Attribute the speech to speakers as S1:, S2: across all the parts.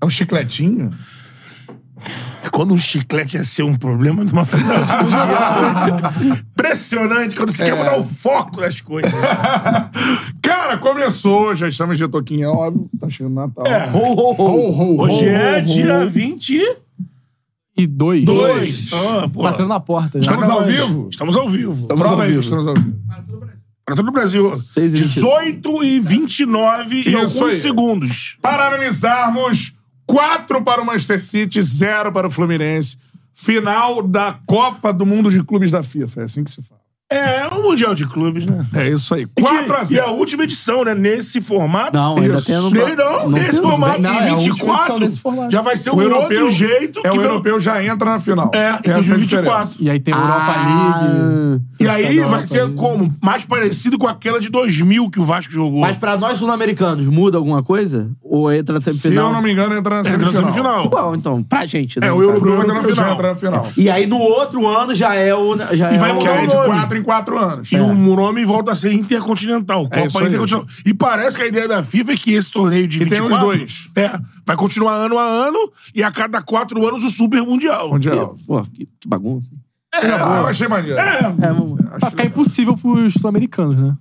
S1: É um chicletinho?
S2: Quando um chiclete ia ser um problema numa final de mundial. Impressionante quando você quer mudar o foco das coisas.
S1: Cara, começou, já estamos de toquinha, óbvio, tá chegando Natal.
S2: É, ho, ho, ho.
S1: Ho, ho,
S2: Hoje
S1: ho,
S2: é
S1: ho, ho.
S2: dia 22.
S3: E dois.
S2: Ah, pô.
S3: Batendo na porta já.
S1: Estamos ao vivo?
S2: Estamos ao vivo.
S3: Estamos ao
S1: Prova aí que
S3: vivo.
S1: estamos ao vivo.
S2: Para todo o Brasil.
S3: Seis e
S2: 18 e 29 e
S1: Isso
S2: alguns
S1: aí.
S2: segundos.
S1: Para analisarmos, 4 para o Manchester City, 0 para o Fluminense. Final da Copa do Mundo de Clubes da FIFA, é assim que se fala.
S2: É, é um mundial de clubes, né?
S1: É isso aí,
S2: E que-
S1: 4 a
S2: E a
S1: 0.
S2: última edição, né? Nesse formato.
S3: Não, ainda
S2: Isso.
S3: tem no-
S2: Não, não,
S3: não
S2: nesse
S3: tem-
S2: formato.
S3: não, é a
S2: e
S3: última edição
S2: 24
S3: desse formato.
S2: já vai ser um
S1: O europeu-
S2: outro jeito.
S1: É, o
S2: que não-
S1: europeu já entra na final.
S2: É,
S1: Essa
S2: em
S1: a
S2: 2024.
S1: diferença. Ah,
S3: E aí tem Europa League.
S2: E aí
S1: é
S3: Estadual,
S2: vai
S3: tá
S2: ser
S3: aí.
S2: como? Mais parecido com aquela de 2000 que o Vasco jogou.
S3: Mas pra nós sul-americanos, muda alguma coisa? Ou entra na
S1: Se eu
S3: semifinal?
S1: não me engano, entra na
S2: Entra na
S1: semifinal.
S2: semifinal.
S3: Bom, então, pra gente, né?
S2: É, o
S3: no
S2: Euro-
S3: caso.
S1: O europeu
S2: Europeu
S1: já
S2: já.
S1: entra na final.
S3: E aí no outro ano já é o... Já
S2: E
S3: é
S2: vai
S3: o...
S1: Que
S2: mudar
S1: é
S2: o
S1: de É.
S2: nome.
S1: 4 em 4 anos. um
S2: E o nome volta a ser Intercontinental. Copa
S1: É isso aí.
S2: Intercontinental. E parece que a ideia da FIFA é que esse torneio de
S1: E tem os
S2: 24...
S1: dois.
S2: É, vai continuar ano a ano e a cada quatro anos o Super Mundial.
S1: Mundial.
S3: Pô, que, que bagunça.
S1: Ah, eu achei maneiro.
S3: É, vamos...
S4: Vai ficar impossível pros sul-americanos, né?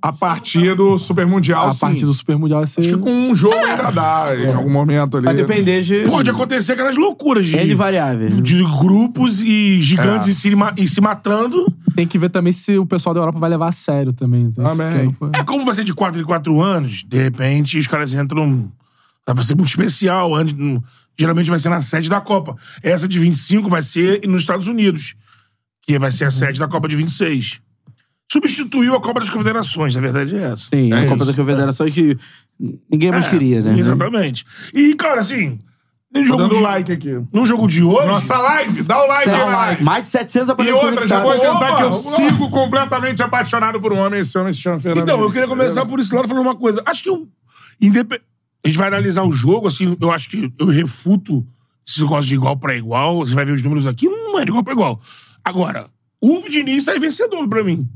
S1: A partir do Super Mundial,
S4: A
S1: sim.
S4: parte do Super Mundial vai ser...
S1: Acho que com um jogo ainda dá,
S2: É.
S1: em algum momento ali.
S3: Vai depender de...
S2: Pode acontecer aquelas loucuras de...
S3: N variáveis. né?
S2: de grupos e gigantes
S1: É.
S2: e, se, ma- e se matando.
S4: Tem que ver também se o pessoal da Europa vai levar a sério também. Tem esse
S1: Também.
S4: campo.
S2: É como vai ser de 4 em 4 anos, de repente os caras entram. Vai ser muito especial. antes- no- Geralmente vai ser na sede da Copa. Essa de 25 vai ser nos Estados Unidos, que vai ser
S3: Uhum.
S2: a sede da Copa de 26. Substituiu a Copa das Confederações, na verdade é essa.
S3: Sim,
S1: É
S3: a Copa
S1: isso.
S3: da Confederação é que ninguém mais
S2: É,
S3: queria, né? Tá um
S2: Exatamente. E, cara, assim, no
S1: Tô
S2: jogo, é
S1: dando
S2: de,
S1: like aqui.
S2: no jogo de hoje.
S1: Nossa live, dá o like
S3: Sete-
S1: aí, like.
S3: mais de 700
S1: E
S3: aparelhos
S1: outra, já vou
S3: conectados.
S1: adiantar que eu
S2: Opa!
S1: sigo completamente apaixonado por um homem, esse homem se chama Fernando.
S2: Então, eu
S1: Diniz.
S2: queria começar por esse lado falando uma coisa. Acho que o. indepe- A gente vai analisar o jogo, assim, eu acho que eu refuto esse negócio de igual pra igual. Você vai ver os números aqui, não é de igual pra igual. Agora, o Diniz sai vencedor pra mim.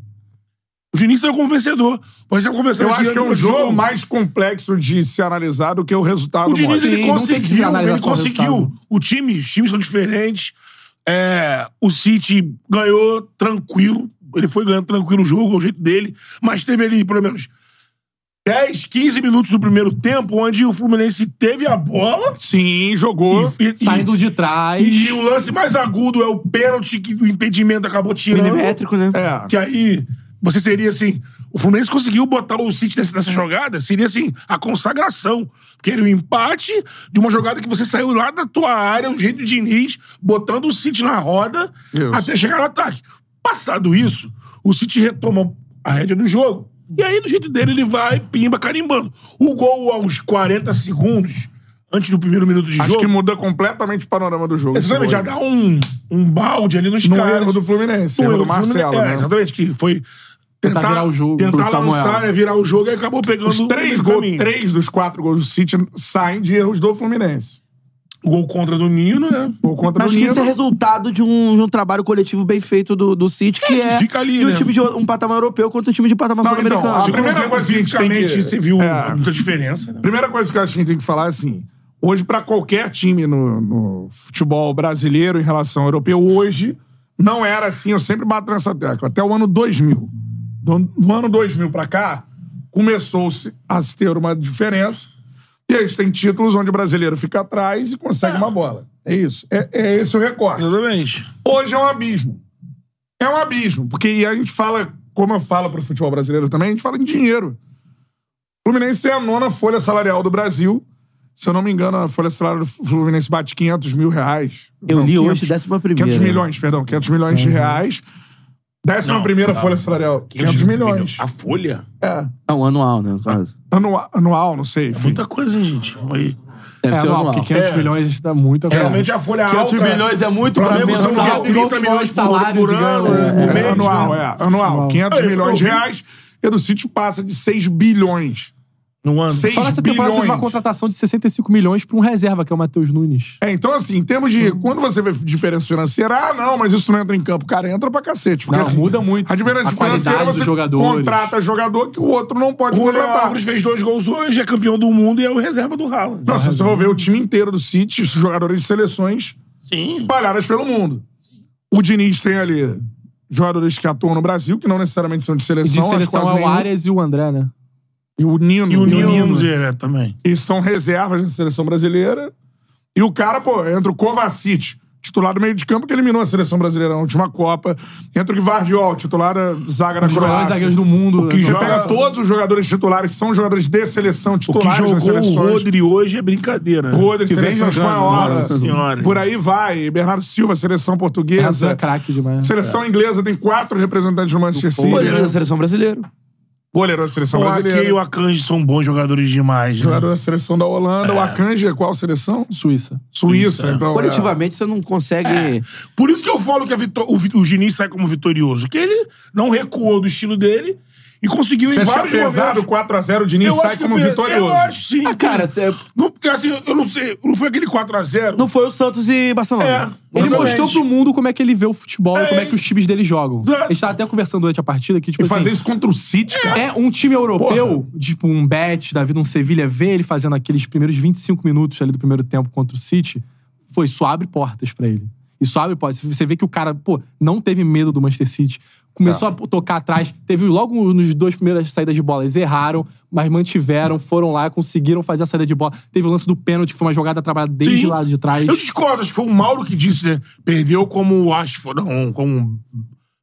S2: O Diniz saiu como vencedor. Nós estamos conversando
S1: Eu
S2: aqui
S1: acho que é um
S2: antes do
S1: jogo mais complexo de se analisar do que o resultado
S2: o Diniz
S1: mostra.
S2: ele
S4: Sim, não tem que
S2: conseguiu,
S4: analisar
S2: ele
S4: só o
S2: conseguiu.
S4: resultado.
S2: O time, os times são diferentes. É, o City ganhou tranquilo. Ele foi ganhando tranquilo o jogo, é o jeito dele. Mas teve ali, pelo menos, 10, 15 minutos do primeiro tempo, onde o Fluminense teve a bola.
S1: Sim, jogou.
S2: E, e-
S4: Saindo de trás...
S2: e o lance mais agudo é o pênalti que o impedimento acabou tirando.
S3: Milimétrico, né?
S1: É.
S2: Que aí você seria assim. O Fluminense conseguiu botar o City nessa, nessa jogada, seria assim, a consagração. Que era o empate de uma jogada que você saiu lá da tua área, o jeito de Diniz, botando o City na roda
S1: Isso.
S2: até chegar no ataque. Passado isso, o City retoma a rédea do jogo. E aí, do jeito dele, ele vai, pimba, carimbando. O gol aos 40 segundos, antes do primeiro minuto de
S1: Acho
S2: jogo.
S1: que muda completamente o panorama do jogo.
S2: Exatamente, já
S1: Esse
S2: dá
S1: jogo.
S2: um, um balde ali nos
S1: No
S2: caras.
S1: erro do Fluminense, erro do Marcelo,
S2: É,
S1: né?
S2: Exatamente, que foi tentar,
S4: virar o jogo
S2: tentar
S3: pro Samuel.
S2: lançar, é, virar o jogo e acabou pegando
S1: Os três,
S2: o
S1: gols,
S2: caminho.
S1: três dos quatro gols do City saem de erros do Fluminense.
S2: O gol contra do Nino, né?
S1: Ou contra
S3: Mas
S1: o
S3: que isso é
S1: Nino.
S3: resultado de um, de um trabalho coletivo bem feito do, do City, que é,
S2: fica ali,
S3: de um
S2: né?
S3: time de um patamar europeu contra um time de patamar
S1: Não, então,
S3: sul-americano.
S1: a
S2: Segundo
S1: primeira
S2: tempo,
S1: coisa que a gente tem
S2: fisicamente,
S1: que-
S2: você viu
S1: É.
S2: muita diferença, né?
S1: Primeira coisa que eu acho que a gente tem que falar é assim: hoje, pra qualquer time no, no futebol brasileiro em relação ao europeu, hoje não era assim. Eu sempre bato nessa tecla, até o ano 2000. do, do ano 2000 pra cá, começou-se a se ter uma diferença. E aí tem títulos onde o brasileiro fica atrás e consegue uma bola. É isso. É, é esse o recorte.
S2: Exatamente.
S1: Hoje é um abismo. É um abismo. Porque a gente fala, como eu falo pro futebol brasileiro também, a gente fala em dinheiro. O Fluminense é a nona folha salarial do Brasil. Se eu não me engano, a folha salarial do Fluminense bate 500 mil reais.
S3: Eu
S1: Não,
S3: li hoje, décima primeira. Uhum.
S1: 500 milhões, perdão. 500 milhões de reais. Décima
S2: Não,
S1: primeira
S2: não.
S1: folha salarial. 500 milhões.
S2: A folha?
S1: É.
S3: Não, anual, né, no caso.
S1: Anua- anual, não sei. enfim.
S2: É Muita coisa, hein, gente. Calma aí.
S3: Deve
S4: É,
S3: ser
S4: não,
S3: anual.
S4: porque 500 milhões dá muito agora.
S2: Realmente a folha
S5: 500
S2: alta.
S5: milhões é muito pra
S2: Flamengo são
S5: mensal,
S2: o quê? 30
S5: igual
S2: é
S1: um
S2: milhões por-
S5: salários
S2: por
S5: e ganha,
S2: ano,
S5: né?
S2: por
S1: É,
S2: mês,
S1: anual,
S2: né?
S1: é. Anual. 500
S2: Aí, eu
S1: milhões de
S2: vi-
S1: reais. E do sítio passa de 6 bilhões.
S2: No ano.
S1: 6
S4: Só nessa temporada
S1: bilhões.
S4: fez uma contratação de 65 milhões pra um reserva, que é o Matheus Nunes.
S1: É, então, assim, em termos de. Quando você vê diferença financeira, ah, não, mas isso não entra em campo. Cara, entra pra cacete. Porque,
S4: Não,
S1: assim,
S4: muda muito.
S1: A diferença
S4: A qualidade
S1: financeira
S4: dos
S1: você
S4: jogadores. é
S1: contrata jogador que o outro não pode
S2: O Léo
S1: contratar.
S2: Álvares fez dois gols hoje, é campeão do mundo e é o reserva do Haaland.
S1: Não, se você for ver o time inteiro do City, os jogadores de seleções
S2: Sim.
S1: espalhadas pelo mundo. O Diniz tem ali jogadores que atuam no Brasil, que não necessariamente são de
S4: E
S1: seleção.
S4: de
S1: acho
S4: seleção
S1: quase
S4: é o
S1: nenhum.
S4: Arias e o André, né?
S1: E o Nino.
S2: E o Nino,
S1: Nino.
S2: vamos dizer, né, também.
S1: E são reservas da seleção brasileira. E o cara, pô, entra o Kovacic, titular do meio de campo, que eliminou a seleção brasileira na última Copa. Entra o Gvardiol, titular da zaga da
S4: Os melhores
S1: Croácia.
S4: zagueiros do mundo.
S1: Que
S4: né?
S1: você
S4: Então,
S1: pega todos os jogadores titulares, são jogadores de seleção,
S2: O que
S1: titulares das
S2: jogou o
S1: seleções.
S2: Rodri hoje é brincadeira. né?
S1: Rodri,
S2: Que vem
S1: seleção
S2: jogando,
S1: espanhola.
S2: Nossa senhora.
S1: Por aí vai. Bernardo Silva, seleção
S4: Renato
S1: portuguesa.
S4: é craque demais.
S1: Seleção inglesa tem quatro representantes no Manchester City.
S3: Goleiro da seleção brasileira.
S1: Goleiro da seleção
S2: O Ake e o
S1: brasileira.
S2: Akanji são bons jogadores demais. né?
S1: Jogador da seleção da Holanda. O Akanji é qual seleção?
S4: Suíça.
S1: Suíça, então. é.
S3: Coletivamente, você não consegue.
S2: Por isso que eu falo que a vitó- o, Vi- o Diniz sai como vitorioso. Que ele não recuou do estilo dele e conseguiu
S1: Você
S2: em
S1: acha
S2: vários
S1: que é apesar do
S2: momentos.
S1: 4x0, o Diniz
S2: Eu
S1: sai
S2: acho que
S1: como
S2: o Pe-
S1: vitorioso?
S2: Eu acho sim.
S3: Ah, cara, cê-
S2: Não, porque assim, eu não sei. Não foi aquele 4x0.
S3: não foi o Santos e Barcelona.
S2: É.
S4: Ele
S2: Exatamente.
S4: mostrou pro mundo como é que ele vê o futebol e como é que os times dele jogam.
S2: Exato.
S4: A gente tava até conversando durante a partida que, tipo
S1: E
S4: assim...
S1: fazer isso contra o City, cara.
S4: É um time europeu, tipo um Bet da vida, um Sevilha, vê ele fazendo aqueles primeiros 25 minutos ali do primeiro tempo contra o City, foi, isso abre portas pra ele. Isso abre portas. Você vê que o cara, pô, não teve medo do Manchester City. Começou a tocar atrás. Teve logo nos dois primeiras saídas de bola. Eles erraram, mas mantiveram, foram lá, conseguiram fazer a saída de bola. Teve o lance do pênalti, que foi uma jogada trabalhada desde
S2: Sim.
S4: lá é, de trás.
S2: Eu discordo, acho que foi o Mauro que disse, né? Perdeu como o Ashford, não, como. um-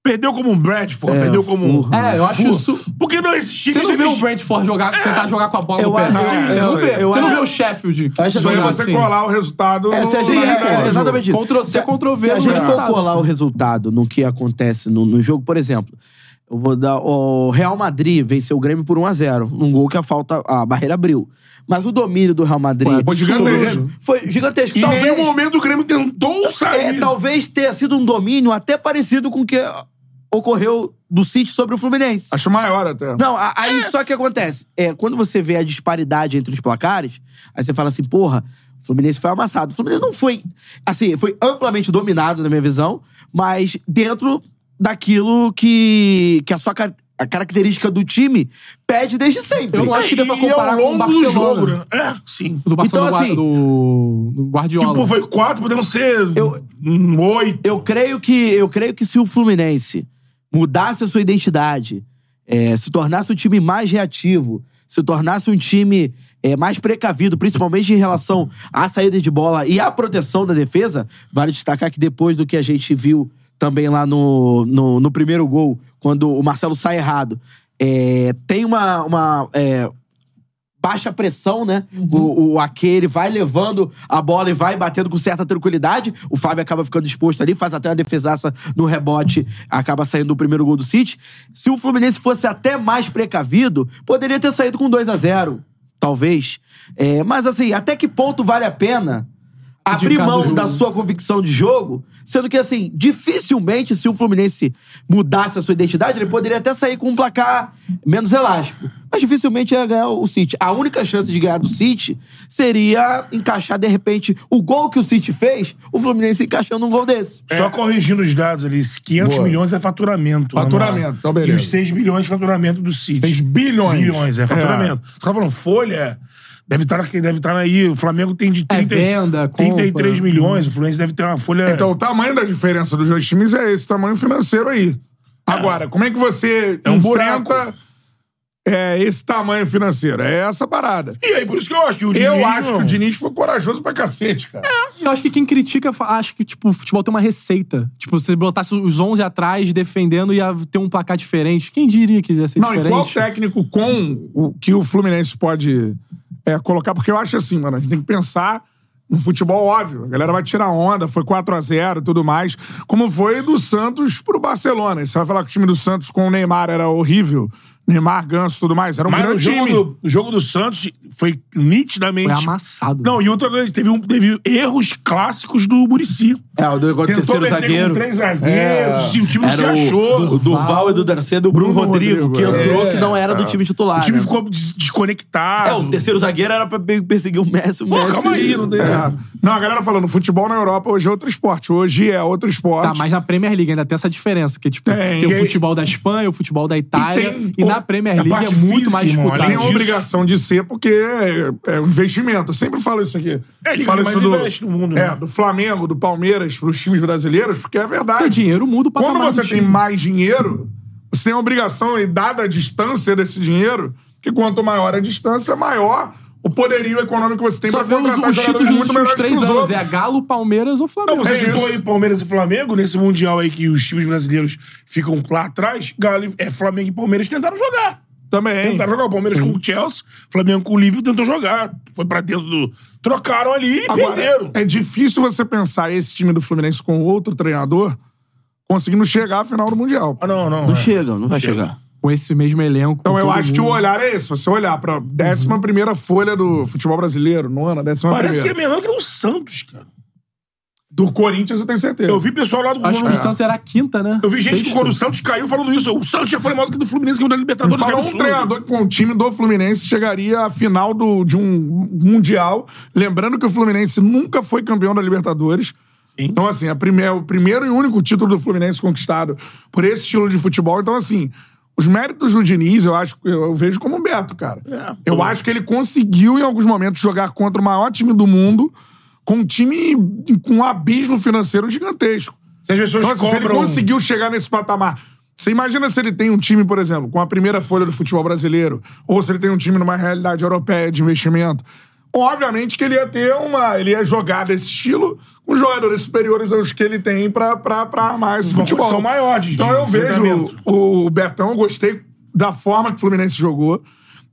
S2: Perdeu como um Bradford, perdeu como. um-
S4: É, eu acho
S2: Fur-
S4: isso-
S2: Porque não, esses times.
S4: Você não vê
S2: eles-
S4: o Brentford jogar, tentar jogar com a bola
S3: É. Eu
S4: no pé.
S3: acho-
S4: Você
S1: eu-
S4: não vê.
S3: eu
S4: Você não
S3: acho-
S4: vê o Sheffield.
S3: Acho
S1: Isso aí é
S3: jogar
S4: assim.
S1: você colar o resultado
S3: É,
S1: no,
S3: se a gente,
S1: na
S3: é,
S1: realidade.
S3: exatamente isso.
S4: Ctrl-C,
S3: Se a-
S4: Ctrl-V
S3: Se a
S4: no
S3: gente for
S4: resultado.
S3: colar o resultado no que acontece no, no jogo, por exemplo, eu vou dar. O Real Madrid venceu o Grêmio por 1x0, num gol que a falta. A barreira abriu. Mas o domínio do Real Madrid.
S4: Foi
S1: gigantesco.
S3: sobre os- foi gigantesco.
S2: Em
S3: talvez,
S2: nenhum momento o Grêmio tentou
S3: é,
S2: sair.
S3: talvez tenha sido um domínio até parecido com o que ocorreu do City sobre o Fluminense.
S1: Acho maior até.
S3: Não, a- aí só que acontece. É, quando você vê a disparidade entre os placares, aí você fala assim, porra, o Fluminense foi amassado. O Fluminense não foi. Assim, foi amplamente dominado, na minha visão, mas dentro daquilo que, que a sua car- a característica do time pede desde sempre.
S4: Eu não acho que dê pra
S2: E é
S4: comparar
S2: ao
S4: com o
S2: longo do
S4: Barcelona.
S2: jogo, né? É, sim.
S4: do Barcelona
S3: Então, assim,
S4: do, do Guardiola.
S2: Tipo, foi quatro, podendo ser
S3: Eu-
S2: um oito.
S3: Eu creio que eu creio que se o Fluminense mudasse a sua identidade, é, se tornasse um time mais reativo, se tornasse um time é, mais precavido, principalmente em relação à saída de bola e à proteção da defesa, vale destacar que depois do que a gente viu também lá no, no, no primeiro gol, quando o Marcelo sai errado, é, tem uma, uma é, baixa pressão, né?
S4: Uhum.
S3: O, o Ake, ele vai levando a bola e vai batendo com certa tranquilidade. O Fábio acaba ficando exposto ali, faz até uma defesaça no rebote, acaba saindo o primeiro gol do City. Se o Fluminense fosse até mais precavido, poderia ter saído com 2 a 0 talvez. É, mas assim, até que ponto vale a pena abrir
S4: Indicar do
S3: mão
S4: jogo,
S3: da
S4: né?
S3: sua convicção de jogo, sendo que assim, dificilmente se o Fluminense mudasse a sua identidade, ele poderia até sair com um placar menos elástico. Mas dificilmente ia ganhar o City. A única chance de ganhar do City seria encaixar, de repente, o gol que o City fez, o Fluminense encaixando um gol desse.
S2: Só corrigindo os dados ali, esses 500 milhões é faturamento.
S1: Faturamento,
S2: anual.
S1: então beleza.
S2: E os 6 bilhões de faturamento do City.
S1: 6 bilhões.
S2: Bilhões, é faturamento. Você tá falando, folha deve estar deve estar aí, o Flamengo tem de 30,
S4: venda,
S2: 33
S4: compra.
S2: milhões, o Fluminense deve ter uma folha...
S1: Então, o tamanho da diferença dos dois times é esse tamanho financeiro aí. Agora, como é que você
S2: Ah. É um
S1: enfrenta é, esse tamanho financeiro? É essa parada.
S2: E aí, por isso que eu acho que o Diniz...
S1: Eu acho que
S2: não.
S1: o Diniz foi corajoso pra cacete, cara.
S4: E Eu acho que quem critica fa- acha que, tipo, o futebol tem uma receita. Tipo, se você botasse os 11 atrás defendendo, ia ter um placar diferente. Quem diria que ia ser
S1: Não, e qual
S4: diferente?
S1: técnico com o que o Fluminense pode é, colocar? Porque eu acho assim, mano, a gente tem que pensar no futebol óbvio. A galera vai tirar onda, foi 4x0 e tudo mais. Como foi do Santos pro Barcelona. E Você vai falar que o time do Santos com o Neymar era horrível. Neymar, Ganso e tudo mais. Era um
S2: Mas o
S1: grande
S2: jogo,
S1: time.
S2: do, o jogo do Santos foi nitidamente...
S4: Foi É amassado.
S2: Não, e outra coisa, teve, um, teve erros clássicos do Murici.
S3: É, o do o
S2: Tentou
S3: terceiro
S2: meter
S3: zagueiro.
S2: com três zagueiros, assim, o time não
S3: Era
S2: se
S3: o
S2: achou.
S3: do Durval e do Darcy do Bruno,
S1: Bruno
S3: Rodrigo,
S1: Rodrigo,
S3: que
S1: é.
S3: entrou,
S2: É,
S3: que não era do time titular.
S2: O time
S3: né?
S2: ficou des- desconectado.
S3: É, o terceiro zagueiro era pra meio que perseguir o Messi. O
S2: Pô,
S3: Messi...
S2: calma aí, não deu.
S1: É. Não, a galera falando, futebol na Europa hoje é outro esporte. Hoje é outro esporte.
S4: Tá, mas na Premier League ainda tem essa diferença. Porque, tipo,
S1: Tem.
S4: tem, o futebol da Espanha, o futebol da Itália.
S1: tem
S4: E,
S1: o-
S4: na Premier
S2: a
S4: League é
S2: parte
S4: muito
S2: física,
S4: mais
S2: irmão, um
S4: disputado.
S1: tem
S2: além
S1: a
S2: disso.
S1: obrigação de ser porque é, é um investimento. Eu sempre falo isso aqui.
S2: É, ele
S1: falo
S2: mais
S1: isso do,
S2: investe no mundo, né?
S1: é, do Flamengo, do Palmeiras, pros times brasileiros, porque é verdade.
S4: O dinheiro muda o patamar
S1: Quando você
S4: do
S1: tem
S4: time.
S1: mais dinheiro, você tem a obrigação, e dada a distância desse dinheiro, que quanto maior a distância, maior o poderio econômico que você tem
S4: Só
S1: para
S4: vê os,
S1: contratar
S4: os
S1: jogadores
S4: títulos dos
S1: é muito melhores
S4: últimos
S1: que
S4: três
S1: os
S4: anos.
S1: outros.
S4: É Galo, Palmeiras
S2: Não,
S4: ou Flamengo.
S2: Então, você
S1: É isso.
S2: citou aí Palmeiras e Flamengo, nesse Mundial aí que os times brasileiros ficam lá atrás, Galo, e- é, Flamengo e Palmeiras tentaram jogar.
S1: Também.
S2: Tentaram jogar o Palmeiras com o Chelsea, Flamengo com o Liverpool tentou jogar. Foi pra dentro do... Trocaram ali e
S1: Agora,
S2: perderam.
S1: é difícil você pensar esse time do Fluminense com outro treinador conseguindo chegar à final do Mundial.
S2: Ah, não, não.
S3: Não
S2: é.
S3: chega, não vai chegar.
S4: Com esse mesmo elenco.
S1: Então
S4: com
S1: eu
S4: todo
S1: acho que o
S4: mundo.
S1: olhar é esse. Você olhar pra 11 primeira folha do futebol brasileiro, nona, 11
S2: Parece que é
S1: primeira.
S2: melhor que o Santos, cara.
S1: Do Corinthians eu tenho certeza.
S2: Eu vi pessoal lá do...
S4: Acho que
S2: É.
S4: o Santos era a quinta, né?
S2: Eu vi gente
S4: Sexta.
S2: que quando o Santos caiu falando isso. O Santos já foi maior do que o do Fluminense, que é o da
S1: Me
S2: Libertadores.
S1: fala
S2: que
S1: um
S2: absurdo.
S1: treinador que com o time do Fluminense chegaria à final do, de um Mundial. Lembrando que o Fluminense nunca foi campeão da Libertadores. Então, assim, a prime- o primeiro e único título do Fluminense conquistado por esse estilo de futebol. Então, assim, os méritos do Diniz, eu acho eu, eu vejo como o Beto, cara.
S2: É,
S1: eu acho que ele conseguiu, em alguns momentos, jogar contra o maior time do mundo, com um time com um abismo financeiro gigantesco.
S2: Se as pessoas
S1: Então, assim, se ele
S2: cobram-
S1: conseguiu chegar nesse patamar. Você imagina se ele tem um time, por exemplo, com a primeira folha do futebol brasileiro, ou se ele tem um time numa realidade europeia de investimento. Obviamente que ele ia ter uma. Ele ia jogar desse estilo com jogadores superiores aos que ele tem pra, pra, pra armar esse
S2: Uma
S1: futebol.
S2: condição maior de-
S1: Então
S2: de
S1: eu vejo
S2: enfrentamento.
S1: o, o Betão, eu gostei da forma que o Fluminense jogou.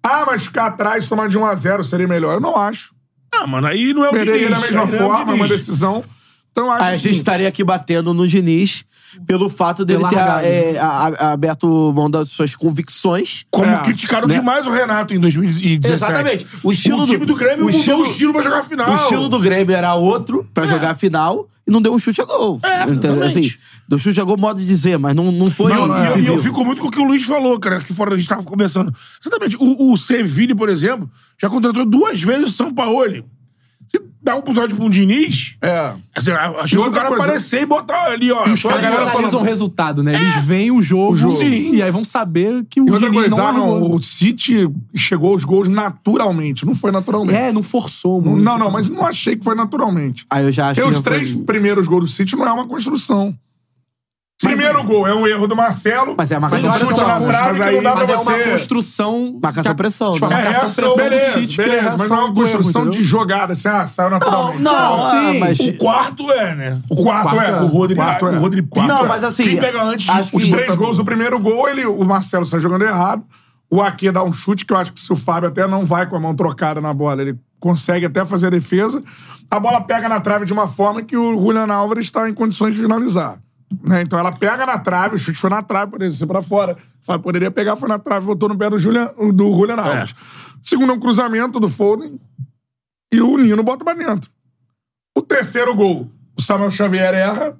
S1: Ah, mas ficar atrás e tomar de 1 a 0 seria melhor. Eu não acho.
S2: Ah, mano, aí não é o
S1: Perderia
S2: Diniz.
S1: da mesma
S2: aí não é o
S1: forma, é uma
S2: Diniz.
S1: decisão. Então eu acho
S3: Aí Ah, a
S1: assim,
S3: gente tá- estaria aqui batendo no Diniz pelo fato dele
S4: Pela
S3: ter
S4: largada.
S3: é, a- a- aberto mão das suas convicções.
S2: Como
S1: É,
S2: criticaram
S3: né?
S2: demais o Renato em 2017.
S3: Exatamente. O estilo do-
S2: time do, Grêmio
S3: o
S2: mudou
S3: estilo-
S2: o estilo pra jogar a final.
S3: O estilo do Grêmio era outro pra jogar a final e não deu um chute a gol.
S2: É,
S3: Entendeu? assim,
S2: exatamente.
S3: deu chute a gol, modo de dizer, mas não, não é foi.
S2: Não,
S3: um
S2: e eu- e eu,
S3: decisivo.
S2: fico muito com o que o Luiz falou, cara, que fora a gente tava conversando. Exatamente. O, o Seville, por exemplo, já contratou duas vezes o São Paulo. Se dá um episódio pra um Diniz,
S1: É.
S2: assim, a, a
S1: E
S2: chance do
S1: outra
S2: cara
S1: coisa-
S2: aparecer e botar ali, ó.
S4: E os
S2: Só
S4: caras
S2: a
S4: não
S2: galera
S4: analisam o
S2: falando,
S4: resultado, né? Eles veem o jogo,
S2: jogo.
S4: e aí vão saber que o
S1: E outra
S4: Diniz
S1: coisa,
S4: não
S1: ah, não,
S4: armou.
S1: o City chegou aos gols naturalmente. Não foi naturalmente.
S4: É, não forçou muito.
S1: Não, não, mas não achei que foi naturalmente.
S3: Aí eu já acho
S1: Porque
S3: que
S1: os
S3: já foi- um
S1: três primeiros gols do City não é uma construção. Primeiro gol é um erro do Marcelo.
S3: Mas é uma
S1: Mas
S4: eu acho que
S1: chute
S4: é uma
S1: na trave que não dá pra
S4: Mas é
S1: você.
S4: uma construção.
S3: Marcação
S4: que-
S3: pressão,
S4: Tipo, a
S3: né?
S1: É
S4: marcação
S1: reação,
S4: pressão
S1: beleza,
S4: do City, que é a
S1: beleza. Mas não é
S4: reação
S1: uma
S4: do erro,
S1: construção de
S4: entendeu?
S1: jogada, assim, ah, saiu naturalmente.
S3: Não,
S4: Sim.
S3: ah, mas-
S2: O quarto é, né?
S1: O quarto,
S4: quarto
S1: é.
S4: é.
S2: O Rodrigo.
S1: Quarto é.
S2: O Rodrigo
S1: Quarto
S3: Não,
S1: é.
S3: mas assim.
S2: Quem pega antes,
S3: acho
S1: Os
S3: que-
S1: três gols, o primeiro gol, ele, o Marcelo sai jogando errado. O Aqui dá um chute, que eu acho que se o Fábio até não vai com a mão trocada na bola, ele consegue até fazer a defesa. A bola pega na trave de uma forma que o Julian Álvares está em condições de finalizar. né? Então ela pega na trave, o chute foi na trave, poderia ser pra fora. O Fábio poderia pegar, foi na trave, voltou no pé do, Julian, do Julian Álvares. Segundo é um cruzamento do Foden e o Nino bota pra dentro. O terceiro gol, o Samuel Xavier erra,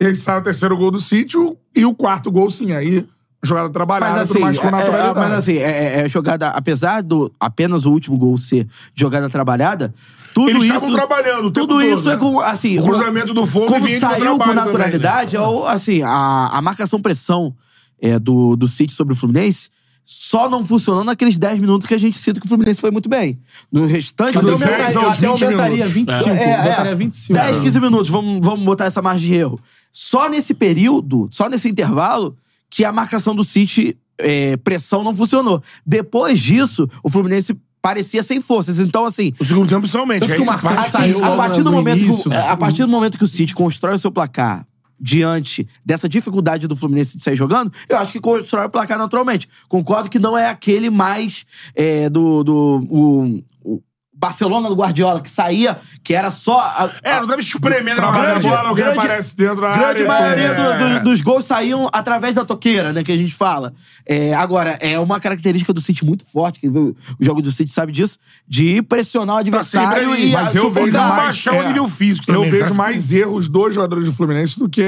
S1: e aí sai o terceiro gol do sítio e o quarto gol, sim. Aí, jogada trabalhada,
S3: Mas assim,
S1: tudo mais com
S3: é- é-
S1: naturalidade.
S3: mas assim, é, é- é jogada, apesar do apenas o último gol ser jogada trabalhada, tudo
S2: Eles
S3: isso.
S2: estavam trabalhando o tempo
S3: Tudo
S2: todo,
S3: isso é
S2: né?
S3: com assim,
S2: O cruzamento do Fogo
S3: como
S2: vinha de
S3: saiu
S2: trabalho
S3: com
S2: também,
S3: naturalidade,
S2: né?
S3: é o- assim, a, a marcação pressão é, do do City sobre o Fluminense só não funcionou naqueles 10 minutos que a gente cita que o Fluminense foi muito bem. No restante do
S4: Até
S1: dez
S3: jogo,
S4: aumentaria-
S1: aos
S4: até
S1: 20
S4: aumentaria
S1: minutos.
S4: 25.
S3: É, é.
S4: Aumentaria 25.
S3: 10, 15 minutos, vamos, vamos botar essa margem de erro. Só nesse período, só nesse intervalo, que a marcação do City, é, pressão, não funcionou. Depois disso, o Fluminense parecia sem forças. Então, assim,
S2: O segundo tempo, principalmente.
S4: Tanto que o
S2: Aí,
S4: Marcelo
S2: vai-
S4: saiu
S3: Assim, a,
S4: logo
S3: partir
S4: no
S3: do momento
S4: início,
S3: que, o-
S4: né?
S3: a partir do momento que o City constrói o seu placar diante dessa dificuldade do Fluminense de sair jogando, eu acho que constrói o placar naturalmente. Concordo que não é aquele mais é, do, do o, o Barcelona do Guardiola, que saía, que era só... a-
S2: É, não deve espremer na
S1: Trabalha a
S2: grande.
S1: bola, alguém
S3: grande-
S1: aparece dentro da
S3: a grande
S1: área.
S3: maioria do-
S2: é.
S3: do- dos gols saíam através da toqueira, né, que a gente fala. É, agora, é uma característica do City muito forte, que o o jogo do City sabe disso, de pressionar o
S2: Tá sempre
S3: adversário
S2: aí.
S3: e
S2: Mas
S3: a-
S2: eu vejo
S3: sufocar.
S2: baixar o nível físico
S1: Eu
S2: também.
S1: vejo
S2: cara.
S1: mais erros dos jogadores do Fluminense do que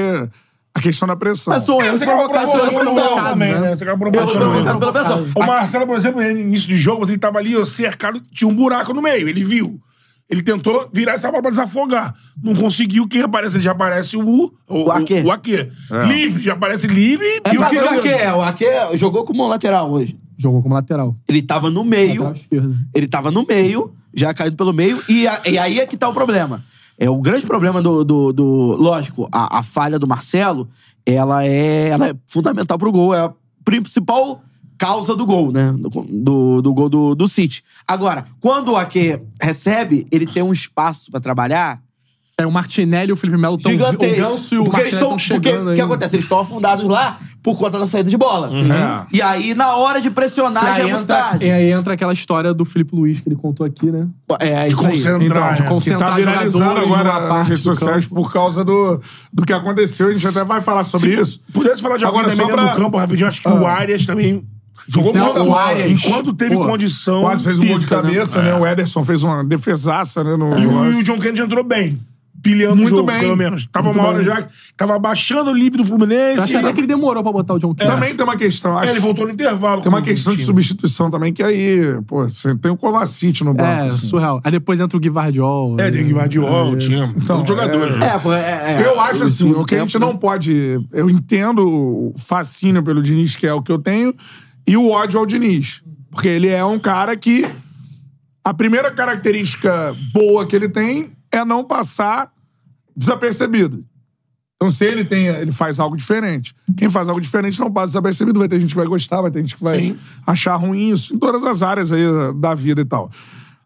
S1: a questão da pressão.
S3: Mas são
S2: É,
S3: erros
S2: você acaba
S3: provocados pela
S2: provocando
S3: pressão.
S2: erro também, né? Você acaba
S3: Erros
S2: provocando erro.
S3: provocados pela pressão.
S2: O Marcelo, por exemplo, no início do jogo, ele tava ali ó, cercado, tinha um buraco no meio, ele viu. Ele tentou virar essa bola pra desafogar. Não conseguiu, quem aparece? Ele já aparece o... O, o
S3: Aquê.
S2: O Aquê.
S1: É.
S2: Livre, já aparece livre.
S3: E o que o
S2: Aquê
S3: Ake é? O Ake jogou como lateral hoje.
S4: Jogou como lateral.
S3: Ele tava no meio,
S4: Lateral esquerdo.
S3: ele tava no meio, já é caído pelo meio, e, a- e aí é que tá o problema. É o grande problema do. do, do- lógico, a, a falha do Marcelo, ela é, ela é fundamental pro gol, é a principal causa do gol, né? Do, do, do gol do, do City. Agora, quando o Ake recebe, ele tem um espaço pra trabalhar
S4: É, o Martinelli e o Felipe Melo estão... O
S3: gigantesco.
S4: Ganso e o
S3: porque eles
S4: Martinelli
S3: estão
S4: estão
S3: porque
S4: chegando
S3: O que acontece? Eles estão afundados lá por conta da saída de bola.
S2: Uhum.
S1: É.
S3: E aí, na hora de
S4: E
S3: pressionar, já
S4: aí,
S3: é muito
S4: entra,
S3: tarde.
S4: e aí entra aquela história do Felipe Luiz que ele contou aqui, né?
S3: É,
S2: De
S3: isso aí.
S2: concentrar,
S1: Então,
S2: né?
S1: que tá
S4: concentrar
S1: viralizando
S4: jogadores
S1: agora
S4: numa
S1: nas
S4: parte
S1: redes
S4: do
S1: sociais por causa do, do que aconteceu. A gente até vai falar sobre isso.
S2: Pudesse falar de alguém
S1: Agora,
S2: também
S1: só
S2: dentro
S1: pra-
S2: do campo rapidinho, acho que o Arias também jogou
S4: Ah. Então,
S2: muita
S4: o
S2: bola.
S4: Arias,
S2: Enquanto teve
S4: pô,
S2: condição
S1: Quase fez um gol de
S4: física, né?
S1: cabeça, né?
S2: É.
S1: O Ederson fez uma defesaça, né? No
S2: E o, e
S1: lance.
S2: o John Kennedy entrou bem. Pilhando
S1: Muito
S2: o jogo,
S1: bem.
S2: pelo menos. Tava
S1: Muito
S2: uma hora
S1: bem.
S2: já que tava abaixando o livre do Fluminense.
S4: Eu acho até que ele demorou pra botar o John Kennedy.
S1: Também tem uma questão.
S2: É,
S1: Acho,
S2: ele voltou no intervalo.
S1: tem uma
S2: com o
S1: questão de
S2: time.
S1: substituição também, que aí, pô, você tem o Kovacic no banco.
S4: É,
S1: assim.
S4: surreal. Aí depois entra o Guivardiol. né?
S2: É, tem Guardiola, o time. Então, jogadores. né?
S3: É, pô, é, é.
S1: Eu acho
S3: O
S1: assim,
S3: segundo
S1: o que a gente
S3: tempo, né?
S1: não pode. Eu entendo o fascínio pelo Diniz, que é o que eu tenho, e o ódio ao Diniz. Porque ele é um cara que. A primeira característica boa que ele tem é não passar desapercebido. Então, se ele tem, ele faz algo diferente. Quem faz algo diferente não passa desapercebido. Vai ter gente que vai gostar, vai ter gente que vai achar ruim isso, em todas as áreas aí da vida e tal.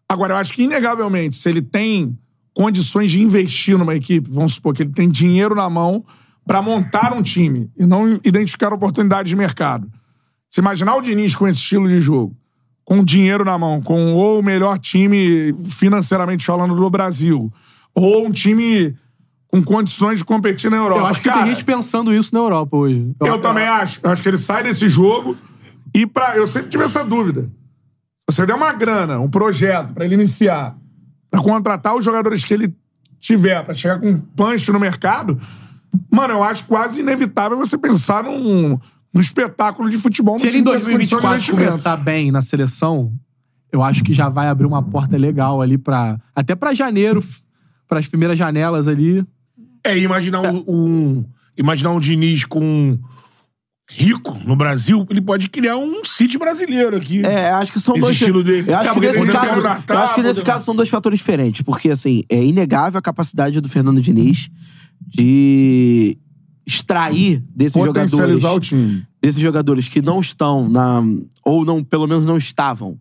S1: Agora, eu acho que, inegavelmente, se ele tem condições de investir numa equipe, vamos supor que ele tem dinheiro na mão pra montar um time e não identificar oportunidades de mercado. Se imaginar o Diniz com esse estilo de jogo, com dinheiro na mão, com ou o melhor time financeiramente falando do Brasil, ou um time com condições de competir na Europa.
S4: Eu acho que
S1: Cara,
S4: tem gente pensando isso na Europa hoje.
S1: eu,
S2: Então,
S1: também
S2: tá.
S1: acho. Eu acho que ele sai desse jogo e para eu sempre tive essa dúvida. Você der uma grana, um projeto para ele iniciar, para contratar os jogadores que ele tiver, para chegar com um punch no mercado, mano, eu acho quase inevitável você pensar num, num espetáculo de futebol.
S4: Se
S1: num
S4: ele em
S1: time com essa condição de
S4: 2024
S1: investimento.
S4: começar bem na seleção, eu acho que já vai abrir uma porta legal ali pra. Até pra janeiro, para as primeiras janelas ali.
S2: É, imaginar um, um- Imaginar um Diniz com. Rico no Brasil, ele pode criar um City brasileiro aqui.
S3: É, acho que são
S2: Esse
S3: dois.
S2: estilo dele.
S3: Eu acho que
S2: Acabou
S3: nesse
S2: de
S3: caso,
S2: ter um Natal,
S3: eu acho que nesse
S2: acabou de-
S3: caso são dois fatores diferentes, porque assim, é inegável a capacidade do Fernando Diniz de extrair desses jogadores,
S1: potencializar o time.
S3: desses jogadores que não estão na ou não, pelo menos não estavam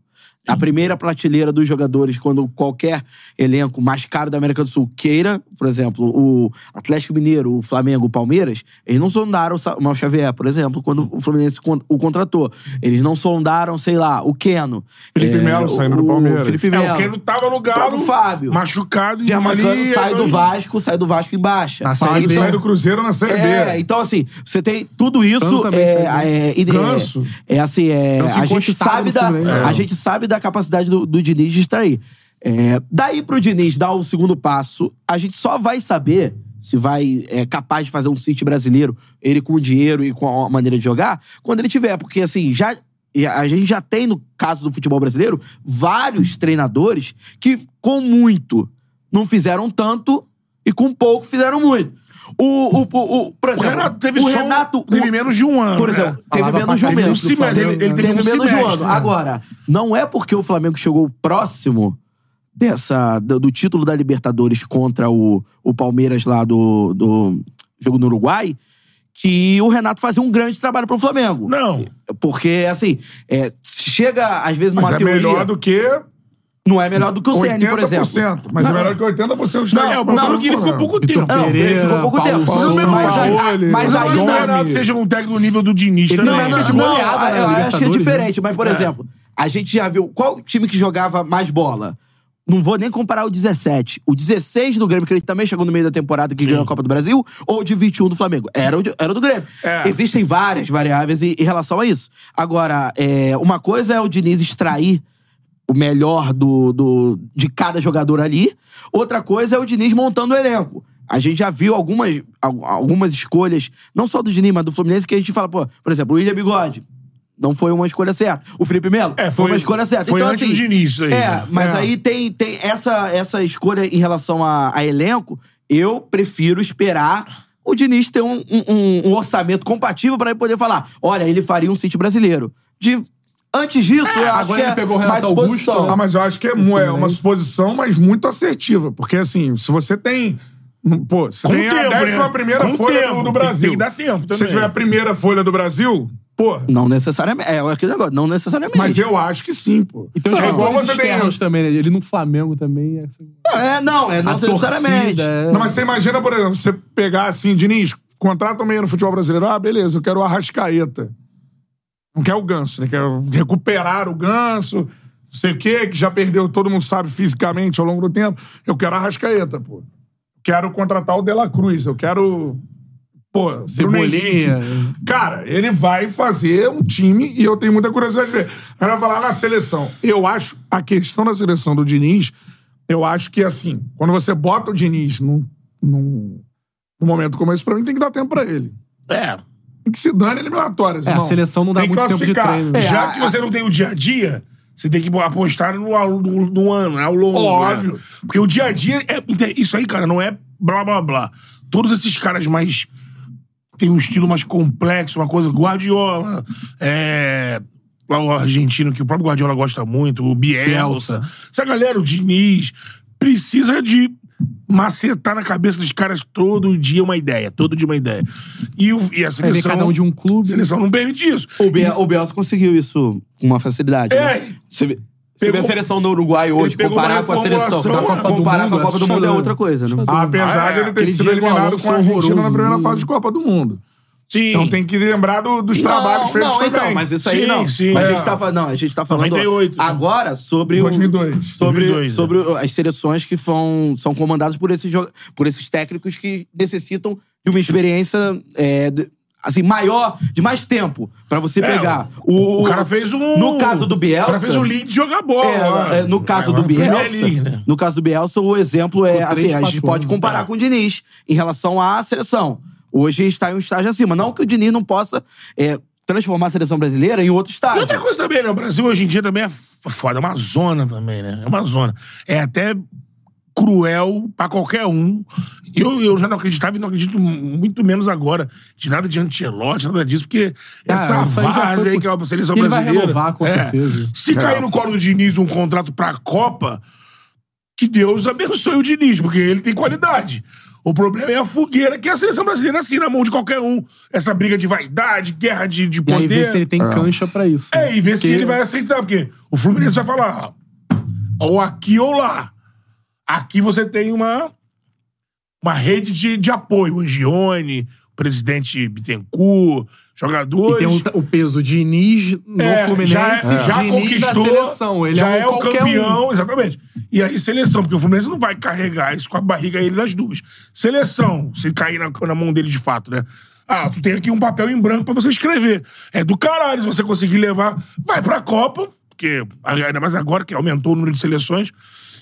S3: na primeira prateleira dos jogadores quando qualquer elenco mais caro da América do Sul queira, por exemplo, o Atlético Mineiro, o Flamengo, o Palmeiras, eles não sondaram o Sa- o Mal Xavier, por exemplo, quando o Fluminense con- o contratou. Eles não sondaram, sei lá, o Keno.
S1: Felipe
S3: é,
S1: Melo saindo do
S3: o
S1: Palmeiras.
S3: Felipe
S2: É,
S3: Melo.
S2: o Keno tava no Galo,
S3: próprio Fábio.
S2: machucado. e
S3: Germancano
S2: ali- é- Tá
S3: sai do Vasco, sai do Vasco em baixa.
S4: Na Série
S1: Ele
S4: B.
S1: sai do Cruzeiro na Série
S3: É,
S1: B.
S3: então assim, você tem tudo isso
S4: Tanto também
S3: é,
S4: serve.
S3: é, ide-
S1: Ganso.
S3: é, é assim, é,
S4: Ganso
S3: a gente
S4: encostado
S3: sabe
S4: no
S3: da
S4: Fluminense.
S3: a gente sabe da capacidade do, do Diniz de extrair. É, daí pro Diniz dar o segundo passo, a gente só vai saber se vai é capaz de fazer um City brasileiro, ele com o dinheiro e com a maneira de jogar, quando ele tiver, porque assim, já e a gente já tem no caso do futebol brasileiro vários treinadores que com muito não fizeram tanto e com pouco fizeram muito. O, o, o, o- por
S2: O
S3: exemplo,
S2: Renato teve
S3: o
S2: só um-
S3: Renato, o-
S2: teve menos de um ano.
S3: por
S2: né?
S3: exemplo, teve
S4: Falava
S3: menos de
S4: pra
S3: um
S4: caralho
S3: mês.
S4: do
S2: Sim, mas ele-
S4: Flamengo,
S2: ele
S4: né?
S2: teve
S3: Teve
S2: um
S3: menos de um
S2: semestre,
S3: ano.
S2: né?
S3: Agora, não é porque o Flamengo chegou próximo dessa do, do título da Libertadores contra o, o Palmeiras lá do, do jogo no Uruguai que o Renato fazia um grande trabalho pro Flamengo.
S2: Não.
S3: Porque, assim, é, se chega, às vezes, numa
S1: Mas é
S3: teoria...
S1: melhor do que
S3: Não é melhor do que o CN, por exemplo.
S1: 80%. Mas é melhor do que 80% dos
S2: É,
S1: técnicos
S2: o problema
S1: passaram
S2: é que ele
S1: por
S2: ficou
S1: lá.
S2: pouco tempo.
S3: Não, ele
S4: Pereira,
S3: ficou pouco
S4: Paulo
S3: tempo. um,
S4: Souza,
S3: mas, aí-
S1: Paoli,
S3: mas aí...
S2: Não
S1: Nome.
S2: esperava que seja um técnico no nível do Diniz também.
S3: Não, é não,
S2: né?
S3: não,
S4: é de goleada,
S3: não,
S4: né,
S3: eu acho que é
S4: Libertadores,
S3: diferente, mas, por exemplo, a gente já viu qual time que jogava mais bola. Não vou nem comparar o 17. O 16 do Grêmio, que ele também chegou no meio da temporada que ganhou a Copa do Brasil, ou o de 21 do Flamengo? Era o, de- era o do Grêmio.
S2: É.
S3: Existem várias variáveis em, em relação a isso. Agora, é, uma coisa é o Diniz extrair o melhor do, do, de cada jogador ali. Outra coisa é o Diniz montando o elenco. A gente já viu algumas, al- algumas escolhas, não só do Diniz, mas do Fluminense, que a gente fala, pô, por exemplo, o William Bigode. Não foi uma escolha certa. O Felipe Melo
S2: É,
S3: foi,
S2: foi-
S3: uma escolha certa.
S2: foi
S3: então,
S2: antes
S3: assim,
S2: do Diniz, isso aí,
S3: É,
S2: né?
S3: mas
S2: É.
S3: aí tem, tem essa, essa escolha em relação a, a elenco. Eu prefiro esperar o Diniz ter um, um- um- um orçamento compatível para ele poder falar: olha, ele faria um sítio brasileiro. De, antes disso, eu
S2: Ah,
S3: acho
S4: agora
S3: que
S4: ele
S3: é
S4: pegou o Renato
S3: mais
S4: Augusto,
S3: suposição.
S4: né?
S1: Ah, mas eu acho que é, mu- é uma
S4: Fluminense.
S1: suposição, mas muito assertiva. Porque, assim, se você tem. Pô, se
S2: Com
S1: tem
S2: tempo,
S1: a
S2: né?
S1: décima primeira
S2: Com
S1: folha
S2: tempo.
S1: do, do
S2: Tem-
S1: Brasil.
S2: tem que dar tempo
S1: Se você
S2: também.
S1: tiver a primeira folha do Brasil, pô.
S3: Não necessariamente. É, é aquele negócio, não necessariamente.
S1: Mas eu acho que sim, pô.
S4: E tem os
S1: é igual
S4: fatores
S1: você tem.
S4: tipo, externos também, né? Ele no Flamengo também. É...
S3: É, não, é não
S4: a
S3: necessariamente.
S4: torcida, é...
S1: Não, mas você imagina, por exemplo, você pegar assim, Diniz, contrata um meio no futebol brasileiro. Ah, beleza, eu quero o Arrascaeta. Não quer o ganso, né? Quer recuperar o ganso, não sei o quê, que já perdeu, todo mundo sabe fisicamente ao longo do tempo. Eu quero a Arrascaeta, pô. Quero contratar o De La Cruz, eu quero. Pô, Bruno
S4: Cebolinha.
S1: Henrique. Cara, ele vai fazer um time e eu tenho muita curiosidade de ver. Aí vai falar na seleção. Eu acho a questão da seleção do Diniz, eu acho que assim, quando você bota o Diniz num, num, num momento como esse, pra mim tem que dar tempo pra ele.
S2: É.
S1: Tem que se dane eliminatórias,
S4: É, a
S1: irmão.
S4: seleção não dá
S1: Tem que
S4: muito tempo de
S1: classificar.
S4: treino.
S3: É,
S2: Já
S3: a-
S2: que você não tem o dia a dia, você tem que apostar no, ao- no, no ano, ao longo.
S1: Óbvio.
S2: né? Porque o dia a dia é. inte- Isso aí, cara, não é blá blá blá. Todos esses caras mais. Tem um estilo mais complexo, uma coisa. Guardiola, é. Lá o argentino, que o próprio Guardiola gosta muito, o Bielsa.
S4: Bielsa.
S2: Essa galera, o Diniz, precisa de macetar na cabeça dos caras todo dia uma ideia, todo dia uma ideia. E, o- e a
S4: Aí vem
S2: seleção.
S4: cada um de um
S2: A
S4: clube.
S2: seleção não permite isso.
S3: O, Be o Bielsa conseguiu isso com uma facilidade.
S2: É.
S3: né? Você vê, você
S2: Pegou-
S3: vê a seleção do Uruguai hoje,
S2: pegou
S3: comparar
S2: uma
S3: com a seleção.
S2: reformulação,
S3: da Copa
S4: né?
S3: comparar com a Copa do Mundo é
S4: Assustador.
S3: outra coisa, né?
S1: Apesar
S2: Ah,
S1: de ele ter
S4: aquele
S1: sido
S4: Diego
S1: eliminado
S4: Alonso
S1: com a Argentina na
S4: horroroso.
S1: primeira fase de Copa do Mundo.
S2: Sim.
S1: Então tem que lembrar do- dos trabalhos feitos
S3: não,
S1: também.
S3: então, mas isso aí
S2: Sim,
S3: não.
S2: sim.
S3: mas
S2: É.
S3: a gente tá falando, não, a gente tá falando
S2: 98.
S3: agora sobre o-
S1: 2002.
S3: sobre
S2: 2002, né?
S3: sobre o- as seleções que são, são comandadas por esses jo- por esses técnicos que necessitam de uma experiência é, de- assim maior, de mais tempo pra você
S2: É,
S3: pegar.
S2: O
S3: O,
S2: cara fez um.
S3: no caso do Bielsa-
S2: O cara fez o lead jogar bola.
S3: é,
S2: lá.
S3: é, no caso
S2: É, lá
S3: do
S2: na Premier
S3: Bielsa,
S2: League, né?
S3: no caso do Bielsa, o exemplo é
S4: Com
S3: assim,
S4: três
S3: a gente
S4: patrões,
S3: pode comparar
S1: Tá.
S3: com o Diniz em relação à seleção. Hoje está em um estágio acima, não que o Diniz não possa é, transformar a seleção brasileira em outro
S2: E
S3: estágio.
S2: outra coisa também, né? O Brasil hoje em dia também é f- foda, é uma zona também, né? É uma zona. É até cruel pra qualquer um. Eu, eu já não acreditava e não acredito mu- muito menos agora de nada de Ancelotti, nada disso, porque
S4: Cara,
S2: essa
S4: isso aí já
S2: várzea
S4: foi
S2: aí
S4: por-
S2: que é a seleção
S4: E ele vai
S2: brasileira.
S4: renovar, com
S2: É.
S4: certeza.
S2: Se cair no colo do Diniz um contrato pra Copa, que Deus abençoe o Diniz, porque ele tem qualidade. O problema é a fogueira que a seleção brasileira assina na mão de qualquer um. Essa briga de vaidade, guerra de, de
S4: E
S2: poder.
S4: aí vê se ele tem cancha pra isso. né?
S2: É, e ver se
S4: Porque-
S2: ele vai aceitar, porque o Fluminense vai falar ó, ou aqui ou lá. Aqui você tem uma, uma rede de, de apoio. Angione, o presidente Bittencourt,
S4: E um
S2: jogadores.
S4: tem o, ta- o peso Diniz no
S2: É,
S4: Fluminense,
S2: já, é- já
S4: Diniz na
S2: conquistou,
S4: seleção. Ele
S2: já
S4: é, um
S2: é o
S4: qualquer
S2: campeão,
S4: Um.
S2: exatamente. E aí seleção, porque o Fluminense não vai carregar isso com a barriga ele nas duas. Seleção, se cair na, na mão dele de fato, né? Ah, tu tem aqui um papel em branco pra você escrever. É do caralho, se você conseguir levar, vai pra Copa, porque ainda mais agora que aumentou o número de seleções,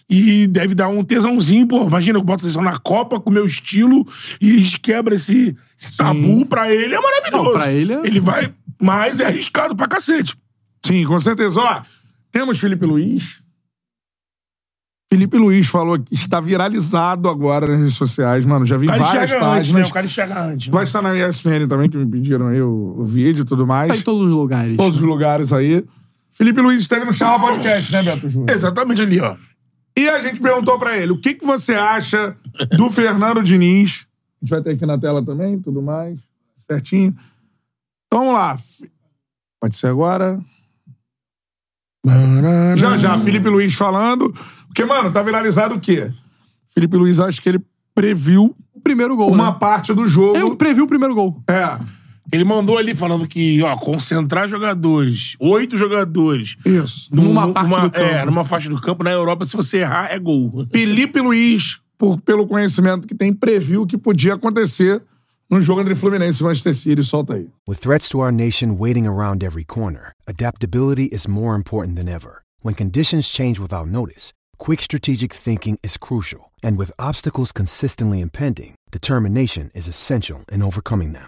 S2: e deve dar um tesãozinho, pô, imagina, eu boto a seleção na Copa com o meu estilo e quebra esse, esse tabu pra ele, é maravilhoso.
S4: Não, pra ele é-
S2: Ele vai, mas é arriscado pra cacete.
S1: Sim, com certeza. Ó, temos Felipe Luiz. Felipe Luiz falou que está viralizado agora nas redes sociais, mano. Já vi
S2: O cara
S1: várias
S2: enxerga
S1: páginas.
S2: antes, né? O cara enxerga antes. né?
S1: Vai estar na ESPN também, que me pediram aí o, o vídeo e tudo mais.
S4: Tá em todos os lugares.
S1: todos os lugares aí. Felipe Luiz esteve no Charla Podcast, né, Beto Júnior?
S2: Exatamente ali, ó.
S1: E a gente perguntou pra ele, o que, que você acha do Fernando Diniz? A gente vai ter aqui na tela também, tudo mais. certinho. Então vamos lá. Pode ser agora. Já, já, Felipe Luiz falando. Porque, mano, tá viralizado o quê? Felipe Luiz, acho que ele previu
S4: O primeiro gol,
S1: uma
S4: né?
S1: parte do jogo.
S4: Eu previ o primeiro gol.
S1: É.
S2: Ele mandou ali falando que, ó, concentrar jogadores, oito jogadores.
S1: Isso.
S4: Numa
S2: Num-
S4: parte
S2: numa-
S4: do campo.
S2: É, numa faixa do campo. Na Europa, se você errar, é gol.
S1: Felipe Luiz, por, pelo conhecimento que tem, previu o que podia acontecer no jogo entre Fluminense e Manchester City. Solta aí.
S5: With threats to our nation waiting around every corner, adaptability is more important than ever. When conditions change without notice, quick strategic thinking is crucial, and with obstacles consistently impending, determination is essential in overcoming them.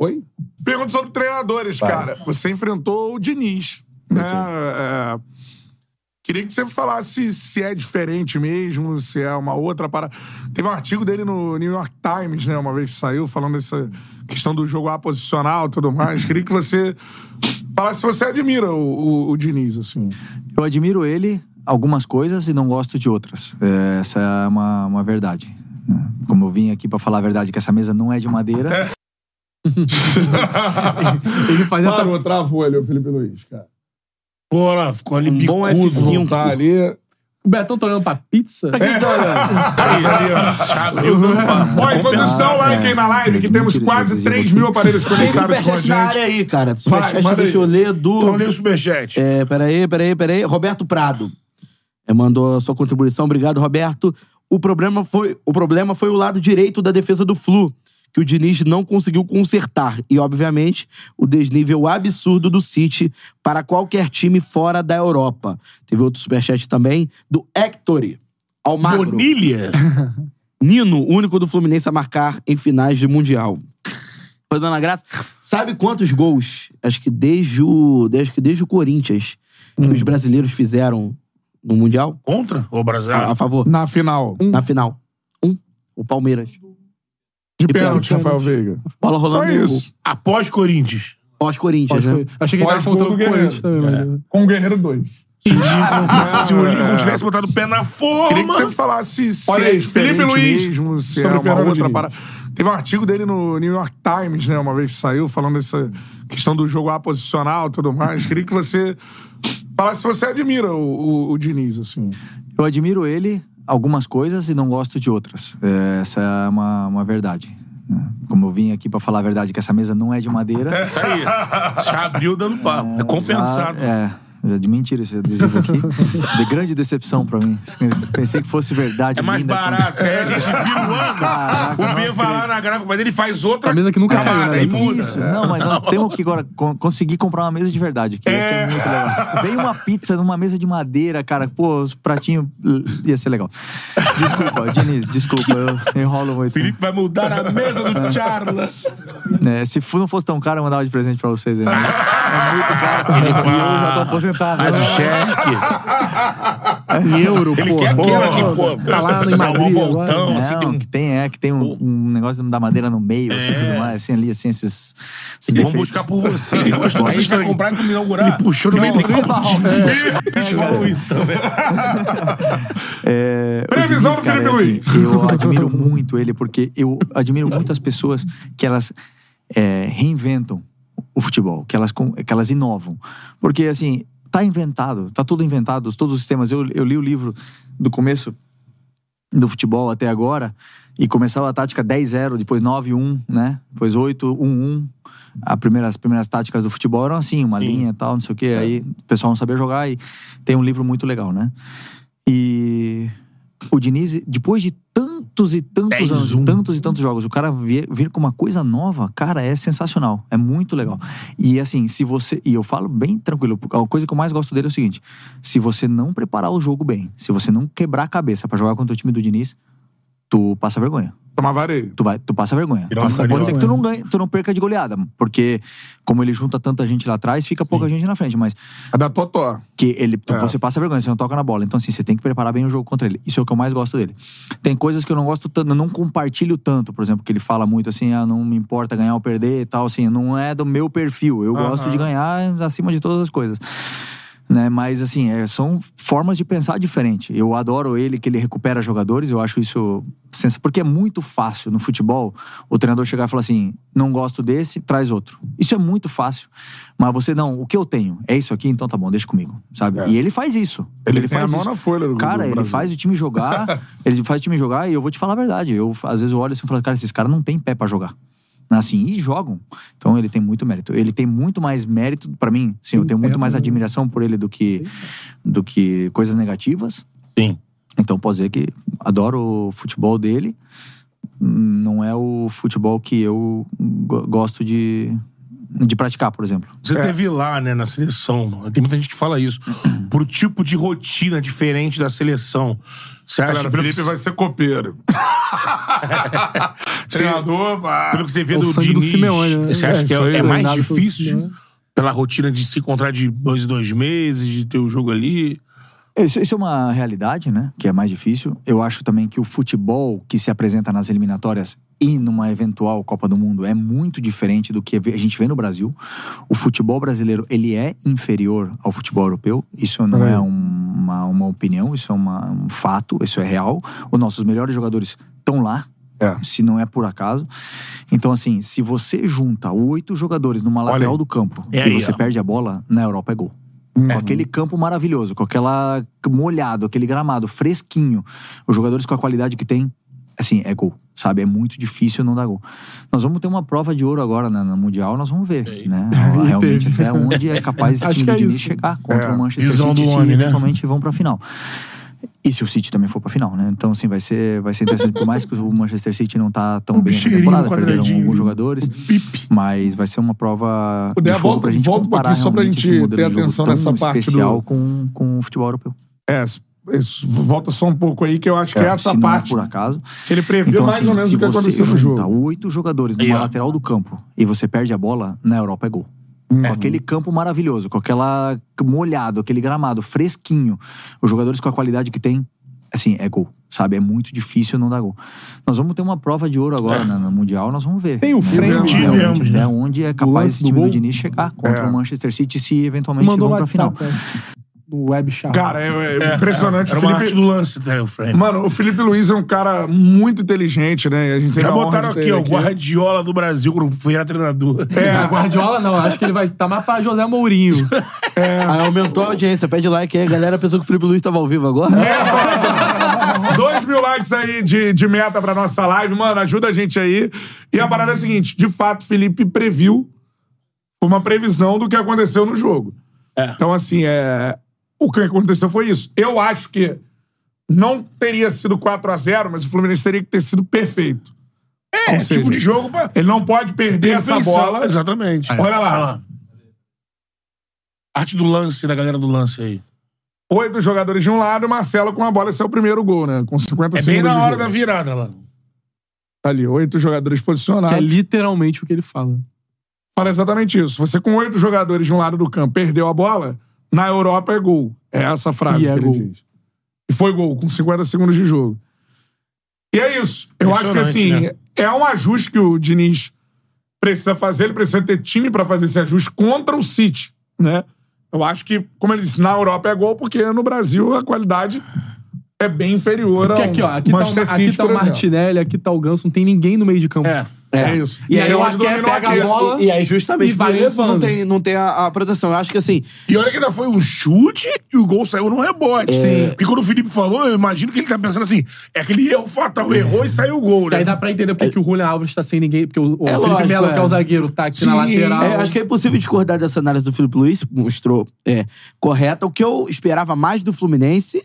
S1: Oi? Pergunta sobre treinadores, cara. Você enfrentou o Diniz, né? É, Queria que você falasse se é diferente mesmo, se é uma outra para. Teve um artigo dele no New York Times, né? Uma vez que saiu, falando essa questão do jogo aposicional e tudo mais. Queria que você falasse se você admira o, o- o Diniz, assim.
S6: Eu admiro ele algumas coisas e não gosto de outras. É, essa é uma, uma verdade. né? Como eu vim aqui pra falar a verdade, que essa mesa não é de madeira.
S4: Ele faz essa.
S1: Parou, travou ali o Felipe Luiz, cara.
S2: Bora, ficou ali
S1: Um
S2: bicudo.
S6: bom F5.
S1: Tá ali.
S4: O Bertão tá olhando pra pizza.
S3: Então, é,
S1: Tá Ah,
S2: Aí, ali, ó. Chave, eu dou uma-
S1: Ó, introdução,
S6: Ah,
S1: like
S6: é.
S1: aí na live, que
S6: Muitas
S1: temos quase
S6: vezes
S1: 3
S6: eu vou-
S1: mil aparelhos
S3: Tem
S1: conectados com a
S3: superchat na
S1: gente.
S3: área aí, cara.
S1: Vai,
S3: Superchat,
S1: manda
S3: deixa
S1: aí.
S3: eu ler do...
S2: Então lê o superchat.
S3: É, peraí, peraí, peraí. Roberto Prado é, mandou a sua contribuição. Obrigado, Roberto. O problema, foi, o problema foi o lado direito da defesa do Flu, que o Diniz não conseguiu consertar. E, obviamente, o desnível absurdo do City para qualquer time fora da Europa. Teve outro superchat também do Hector Almagro.
S2: Bonilha?
S3: Nino, o único do Fluminense a marcar em finais de Mundial. Fazendo a graça. Sabe quantos gols? Acho que desde o, desde, que desde o Corinthians que os brasileiros fizeram no Mundial?
S2: Contra o Brasil?
S1: Ah.
S3: A, a favor.
S1: Na final.
S3: Na final. Um. O Palmeiras.
S1: De
S3: pênalti,
S1: pênalti, Rafael Veiga.
S3: Bola rolando
S1: Então é isso.
S2: Após Corinthians.
S3: o pós-Corinthians,
S6: É.
S3: né?
S4: Achei que ele tava
S1: Pós-gol
S4: contando
S1: do
S4: o
S1: Guerreiro.
S4: Corinthians também, né? mas...
S1: Com o Guerreiro 2.
S2: Se o Lincoln, se o Lincoln
S1: É.
S2: tivesse botado o pé na
S1: Queria que
S2: forma...
S1: você falasse se
S2: Olha
S1: é
S2: aí,
S1: diferente
S2: Felipe Luiz
S1: mesmo, se
S2: sobre
S1: é uma
S2: Fernando
S1: outra
S2: Diniz.
S1: parada. Teve um artigo dele no New York Times, né? Uma vez que saiu, falando essa questão do jogo aposicional e tudo mais. Queria que você falasse se você admira o, o- o Diniz, assim.
S6: Eu admiro ele algumas coisas e não gosto de outras. É, essa é uma, uma verdade. né? Como eu vim aqui pra falar a verdade, que essa mesa não é de madeira.
S2: Isso aí. Já abriu dando papo. É compensado.
S6: Já, é, já de mentira esse adesivo aqui. de grande decepção pra mim. Pensei que fosse verdade.
S2: É mais
S6: linda,
S2: barato. É, a gente viu o ano. O B vai lá na gráfica, mas ele faz outra.
S4: A mesa que nunca
S2: camada,
S4: caiu, né?
S2: Aí muda.
S6: Isso, não, mas nós temos que agora con- conseguir comprar uma mesa de verdade, que ia ser muito legal. Veio uma pizza numa mesa de madeira, cara, pô, os pratinhos, l- ia ser legal. Desculpa, Diniz, desculpa, eu enrolo muito.
S2: Felipe vai mudar a mesa do Charla.
S6: É, se fu- não fosse tão caro, eu mandava de presente pra vocês. Né? É muito caro, Felipe, ah, e eu já tô aposentado.
S2: Mas
S6: né?
S2: o cheque.
S4: Em euro,
S2: Ele
S4: pô.
S2: quer aquela que,
S4: Pô,
S2: pô,
S4: Tá lá
S2: dá
S4: em Madrid
S2: um
S4: agora.
S2: voltão,
S6: Não,
S2: assim, tem um.
S6: que tem, é, que tem um, um negócio da madeira no meio, e tudo mais, assim, ali, assim, esses, esses
S2: Vão
S6: defeitos.
S2: buscar por você. Ele gostou.
S6: Aí
S2: Vocês
S6: tá
S2: querem
S6: aí.
S2: comprar e me inaugurar. Ele
S6: puxou no meio do campo.
S1: É.
S2: Eles falam isso também.
S6: É, o
S1: Previsão do
S6: cara,
S1: Felipe
S6: é
S1: Luiz.
S6: assim, eu admiro muito ele, porque eu admiro muito as pessoas que elas é, reinventam o futebol, que elas, com- que elas inovam. Porque, assim, tá inventado, tá tudo inventado, todos os sistemas. Eu, eu li o livro do começo do futebol até agora e começava a tática 10-0, depois 9-1, né? Depois 8-1-1. A primeira, as primeiras táticas do futebol eram assim, uma linha e tal, não sei o quê.
S2: É.
S6: Aí o pessoal não sabia jogar e tem um livro muito legal, né? E
S4: o Diniz, depois de tantos e tantos
S2: Dez,
S4: anos,
S2: um.
S4: tantos e tantos jogos, o cara vir, vir com uma coisa nova, cara, é sensacional. É muito legal. E assim, se você. E eu falo bem tranquilo, a coisa que eu mais gosto dele é o seguinte: se você não preparar o jogo bem, se você não quebrar a cabeça pra jogar contra o time do Diniz, tu passa vergonha
S1: Tomar vareio.
S4: tu, vai, tu passa vergonha.
S2: Virar um
S4: Passa-
S2: carioca,
S4: pode ser que tu não ganhe, tu não perca de goleada, porque como ele junta tanta gente lá atrás, fica pouca gente na frente, mas
S1: A É da Totó.
S4: que ele tu-
S1: É.
S4: você passa vergonha, você não toca na bola. Então assim, você tem que preparar bem o jogo contra ele. Isso é o que eu mais gosto dele. Tem coisas que eu não gosto tanto, eu não compartilho tanto, por exemplo, que ele fala muito assim, ah, não me importa ganhar ou perder e tal, assim, não é do meu perfil. Eu gosto de ganhar acima de todas as coisas né? Mas assim, é, são formas de pensar diferente. Eu adoro ele que ele recupera jogadores, eu acho isso sens- porque é muito fácil no futebol o treinador chegar e falar assim: "Não gosto desse, traz outro". Isso é muito fácil. Mas você não, o que eu tenho é isso aqui, então tá bom, deixa comigo, sabe? E ele faz isso.
S1: É. Ele tem
S4: faz
S1: a mão
S4: isso.
S1: na folha do- do
S4: Cara, ele
S1: Brasil.
S4: faz o time jogar, ele faz o time jogar e eu vou te falar a verdade, eu às vezes eu olho assim e falo: "Cara, esses caras não têm pé pra jogar". Assim, e jogam. Então ele tem muito mérito. Ele tem muito mais mérito pra mim. Sim, eu tenho muito mais admiração por ele do que do que coisas negativas.
S2: Sim.
S4: Então posso dizer que adoro o futebol dele. Hum, Não é o futebol que eu
S3: né?
S4: go- gosto de, de praticar, por exemplo.
S2: Você teve lá, né, na seleção. Tem muita gente que fala isso. Por tipo de rotina diferente da seleção. Você acha
S1: Galera,
S2: pelo
S1: Felipe
S2: que-
S1: vai ser copeiro. Treinador, pá.
S2: Pelo que você vê
S7: É o
S2: do
S7: sangue do
S2: Diniz,
S7: Simeone, né?
S2: você acha
S7: É,
S2: que
S7: isso aí,
S2: é, é mais
S7: treinado pelo
S2: difícil
S7: Simeone.
S2: pela rotina de se encontrar de dois em dois meses, de ter o jogo ali?
S4: Isso, isso é uma realidade, né? Que é mais difícil. Eu acho também que o futebol que se apresenta nas eliminatórias e numa eventual Copa do Mundo é muito diferente do que a gente vê no Brasil. O futebol brasileiro, ele é inferior ao futebol europeu. Isso não é um- uma, uma opinião, isso é uma- um fato, isso é real. Os nossos melhores jogadores estão lá.
S1: É.
S4: Se não é por acaso. Então, assim, se você junta oito jogadores numa lateral
S1: aí.
S4: do campo
S2: É
S4: e
S2: aí,
S4: você
S2: ó.
S4: perde a bola, na Europa é gol.
S7: Hum.
S4: Com aquele campo maravilhoso, com aquela molhado, aquele gramado fresquinho, os jogadores com a qualidade que tem, assim, é gol, sabe? É muito difícil não dar gol. Nós vamos ter uma prova de ouro agora na, na Mundial, nós vamos ver, né? Realmente até onde é capaz esse
S7: Acho
S4: time
S7: que
S4: do
S7: é
S4: Diniz
S7: isso.
S4: chegar contra
S1: É.
S4: o Manchester
S2: Visão
S4: City
S2: do
S4: se
S2: homem, né?
S4: eventualmente vão pra final. E se o City também for pra final, né? Então, assim, vai ser, vai ser interessante. Por mais que o Manchester City não tá tão
S1: Um
S2: O
S4: bem na
S2: bicheirinho
S4: temporada,
S2: no
S4: perderam
S2: quadradinho.
S4: alguns jogadores. Mas vai ser uma prova
S1: O Dea,
S4: de fogo
S1: volta-
S4: pra gente
S1: volta um
S4: comparar
S1: pouquinho só pra
S4: realmente
S1: gente
S4: esse modelo
S1: ter
S4: de jogo
S1: atenção
S4: tão
S1: nessa parte
S4: especial
S1: do-
S4: com, com o futebol europeu.
S1: É, isso- volta só um pouco aí, que eu acho que é essa
S4: se
S1: parte
S4: não é por acaso.
S1: que ele previu
S4: Então,
S1: mais
S4: assim,
S1: ou menos
S4: se
S1: o que
S4: você
S1: aconteceu no
S4: junta
S1: jogo.
S4: oito jogadores numa
S2: Aí, ó.
S4: lateral do campo e você perde a bola, na Europa é gol. Com aquele campo maravilhoso, com aquela molhado, aquele gramado fresquinho, os jogadores com a qualidade que tem, assim, é gol. Sabe, é muito difícil não dar gol. Nós vamos ter uma prova de ouro agora na- no Mundial, nós vamos ver.
S7: Tem o
S4: Né?
S7: frame.
S4: Até
S2: Tivemos,
S4: onde,
S2: né?
S4: até onde é
S7: O
S4: capaz
S7: lance
S4: esse
S7: do
S4: time do
S7: gol.
S4: Diniz chegar contra
S1: É.
S4: o Manchester City se eventualmente
S7: Mandou
S4: vão pra final.
S7: WhatsApp. é, No web chat.
S1: Cara, é, é impressionante.
S2: Era
S1: o
S2: uma
S1: Felipe,
S2: arte do lance, até o frame.
S1: Mano, o Felipe Luiz é um cara muito inteligente, né? A gente teve
S2: Já
S1: a honra
S2: botaram
S1: de ter né?
S2: aqui,
S1: ele
S2: ó, o Guardiola do Brasil, quando foi era treinador.
S7: A Guardiola não, acho que ele vai estar mais pra José Mourinho.
S3: Aí Ah, aumentou a audiência, pede like aí. A galera pensou que o Felipe Luiz tava ao vivo agora.
S1: Dois mil likes aí de, de meta pra nossa live, mano. Ajuda a gente aí. E a parada é a seguinte: de fato, Felipe previu uma previsão do que aconteceu no jogo. Então, assim, é... o que aconteceu foi isso. Eu acho que não teria sido 4 a 0 mas o Fluminense teria que ter sido perfeito.
S2: É,
S1: seja,
S2: tipo de jogo pra...
S1: Ele não pode perder essa
S2: Perfeição,
S1: bola.
S2: Exatamente.
S1: Olha lá.
S2: É. Arte do lance, da galera do lance aí.
S1: Oito jogadores de um lado, Marcelo com a bola. Esse é o primeiro gol, né? Com 50
S2: É bem
S1: segundos
S2: na
S1: de
S2: hora
S1: jogo.
S2: da virada lá.
S1: Tá ali, oito jogadores posicionados.
S7: Que é literalmente o que ele fala.
S1: Fala exatamente isso. Você com oito jogadores de um lado do campo perdeu a bola, na Europa é gol. É essa a frase
S7: E
S1: que
S7: é
S1: ele
S7: gol.
S1: diz. E foi gol, com 50 segundos de jogo. E é isso. Eu acho que assim,
S7: né?
S2: Impressionante,
S1: é um ajuste que o Diniz precisa fazer. Ele precisa ter time pra fazer esse ajuste contra o City, né? Eu acho que, como ele disse, na Europa é gol, porque no Brasil a qualidade é bem inferior ao
S7: Porque aqui, ó, aqui tá, o,
S1: Manchester City,
S7: aqui tá
S1: por
S7: o
S1: exemplo.
S7: Martinelli, aqui tá o Ganso, não tem ninguém no meio de campo.
S2: É.
S1: É isso.
S7: E aí
S1: eu
S7: o
S1: acho que
S7: Arqué
S1: dominou
S7: pega a
S1: aqui.
S7: bola.
S3: E, e aí, justamente,
S7: E vai
S3: por isso não
S7: levando.
S3: tem, não tem a, a proteção. Eu acho que assim,
S2: E olha que ainda foi um chute e o gol saiu num rebote.
S3: É.
S2: Sim. Porque quando o Felipe falou, eu imagino que ele tá pensando assim: é aquele erro fatal, errou e saiu o gol,
S7: E
S2: né?
S7: aí dá pra entender porque que o Julian Alves tá sem ninguém, porque o, o
S3: É
S7: Felipe
S3: lógico,
S7: Melo,
S3: é.
S7: que é o zagueiro, tá aqui na
S2: Sim.
S7: lateral.
S3: É, acho que é impossível discordar dessa análise do Felipe Luiz, mostrou é, correta. O que eu esperava mais do Fluminense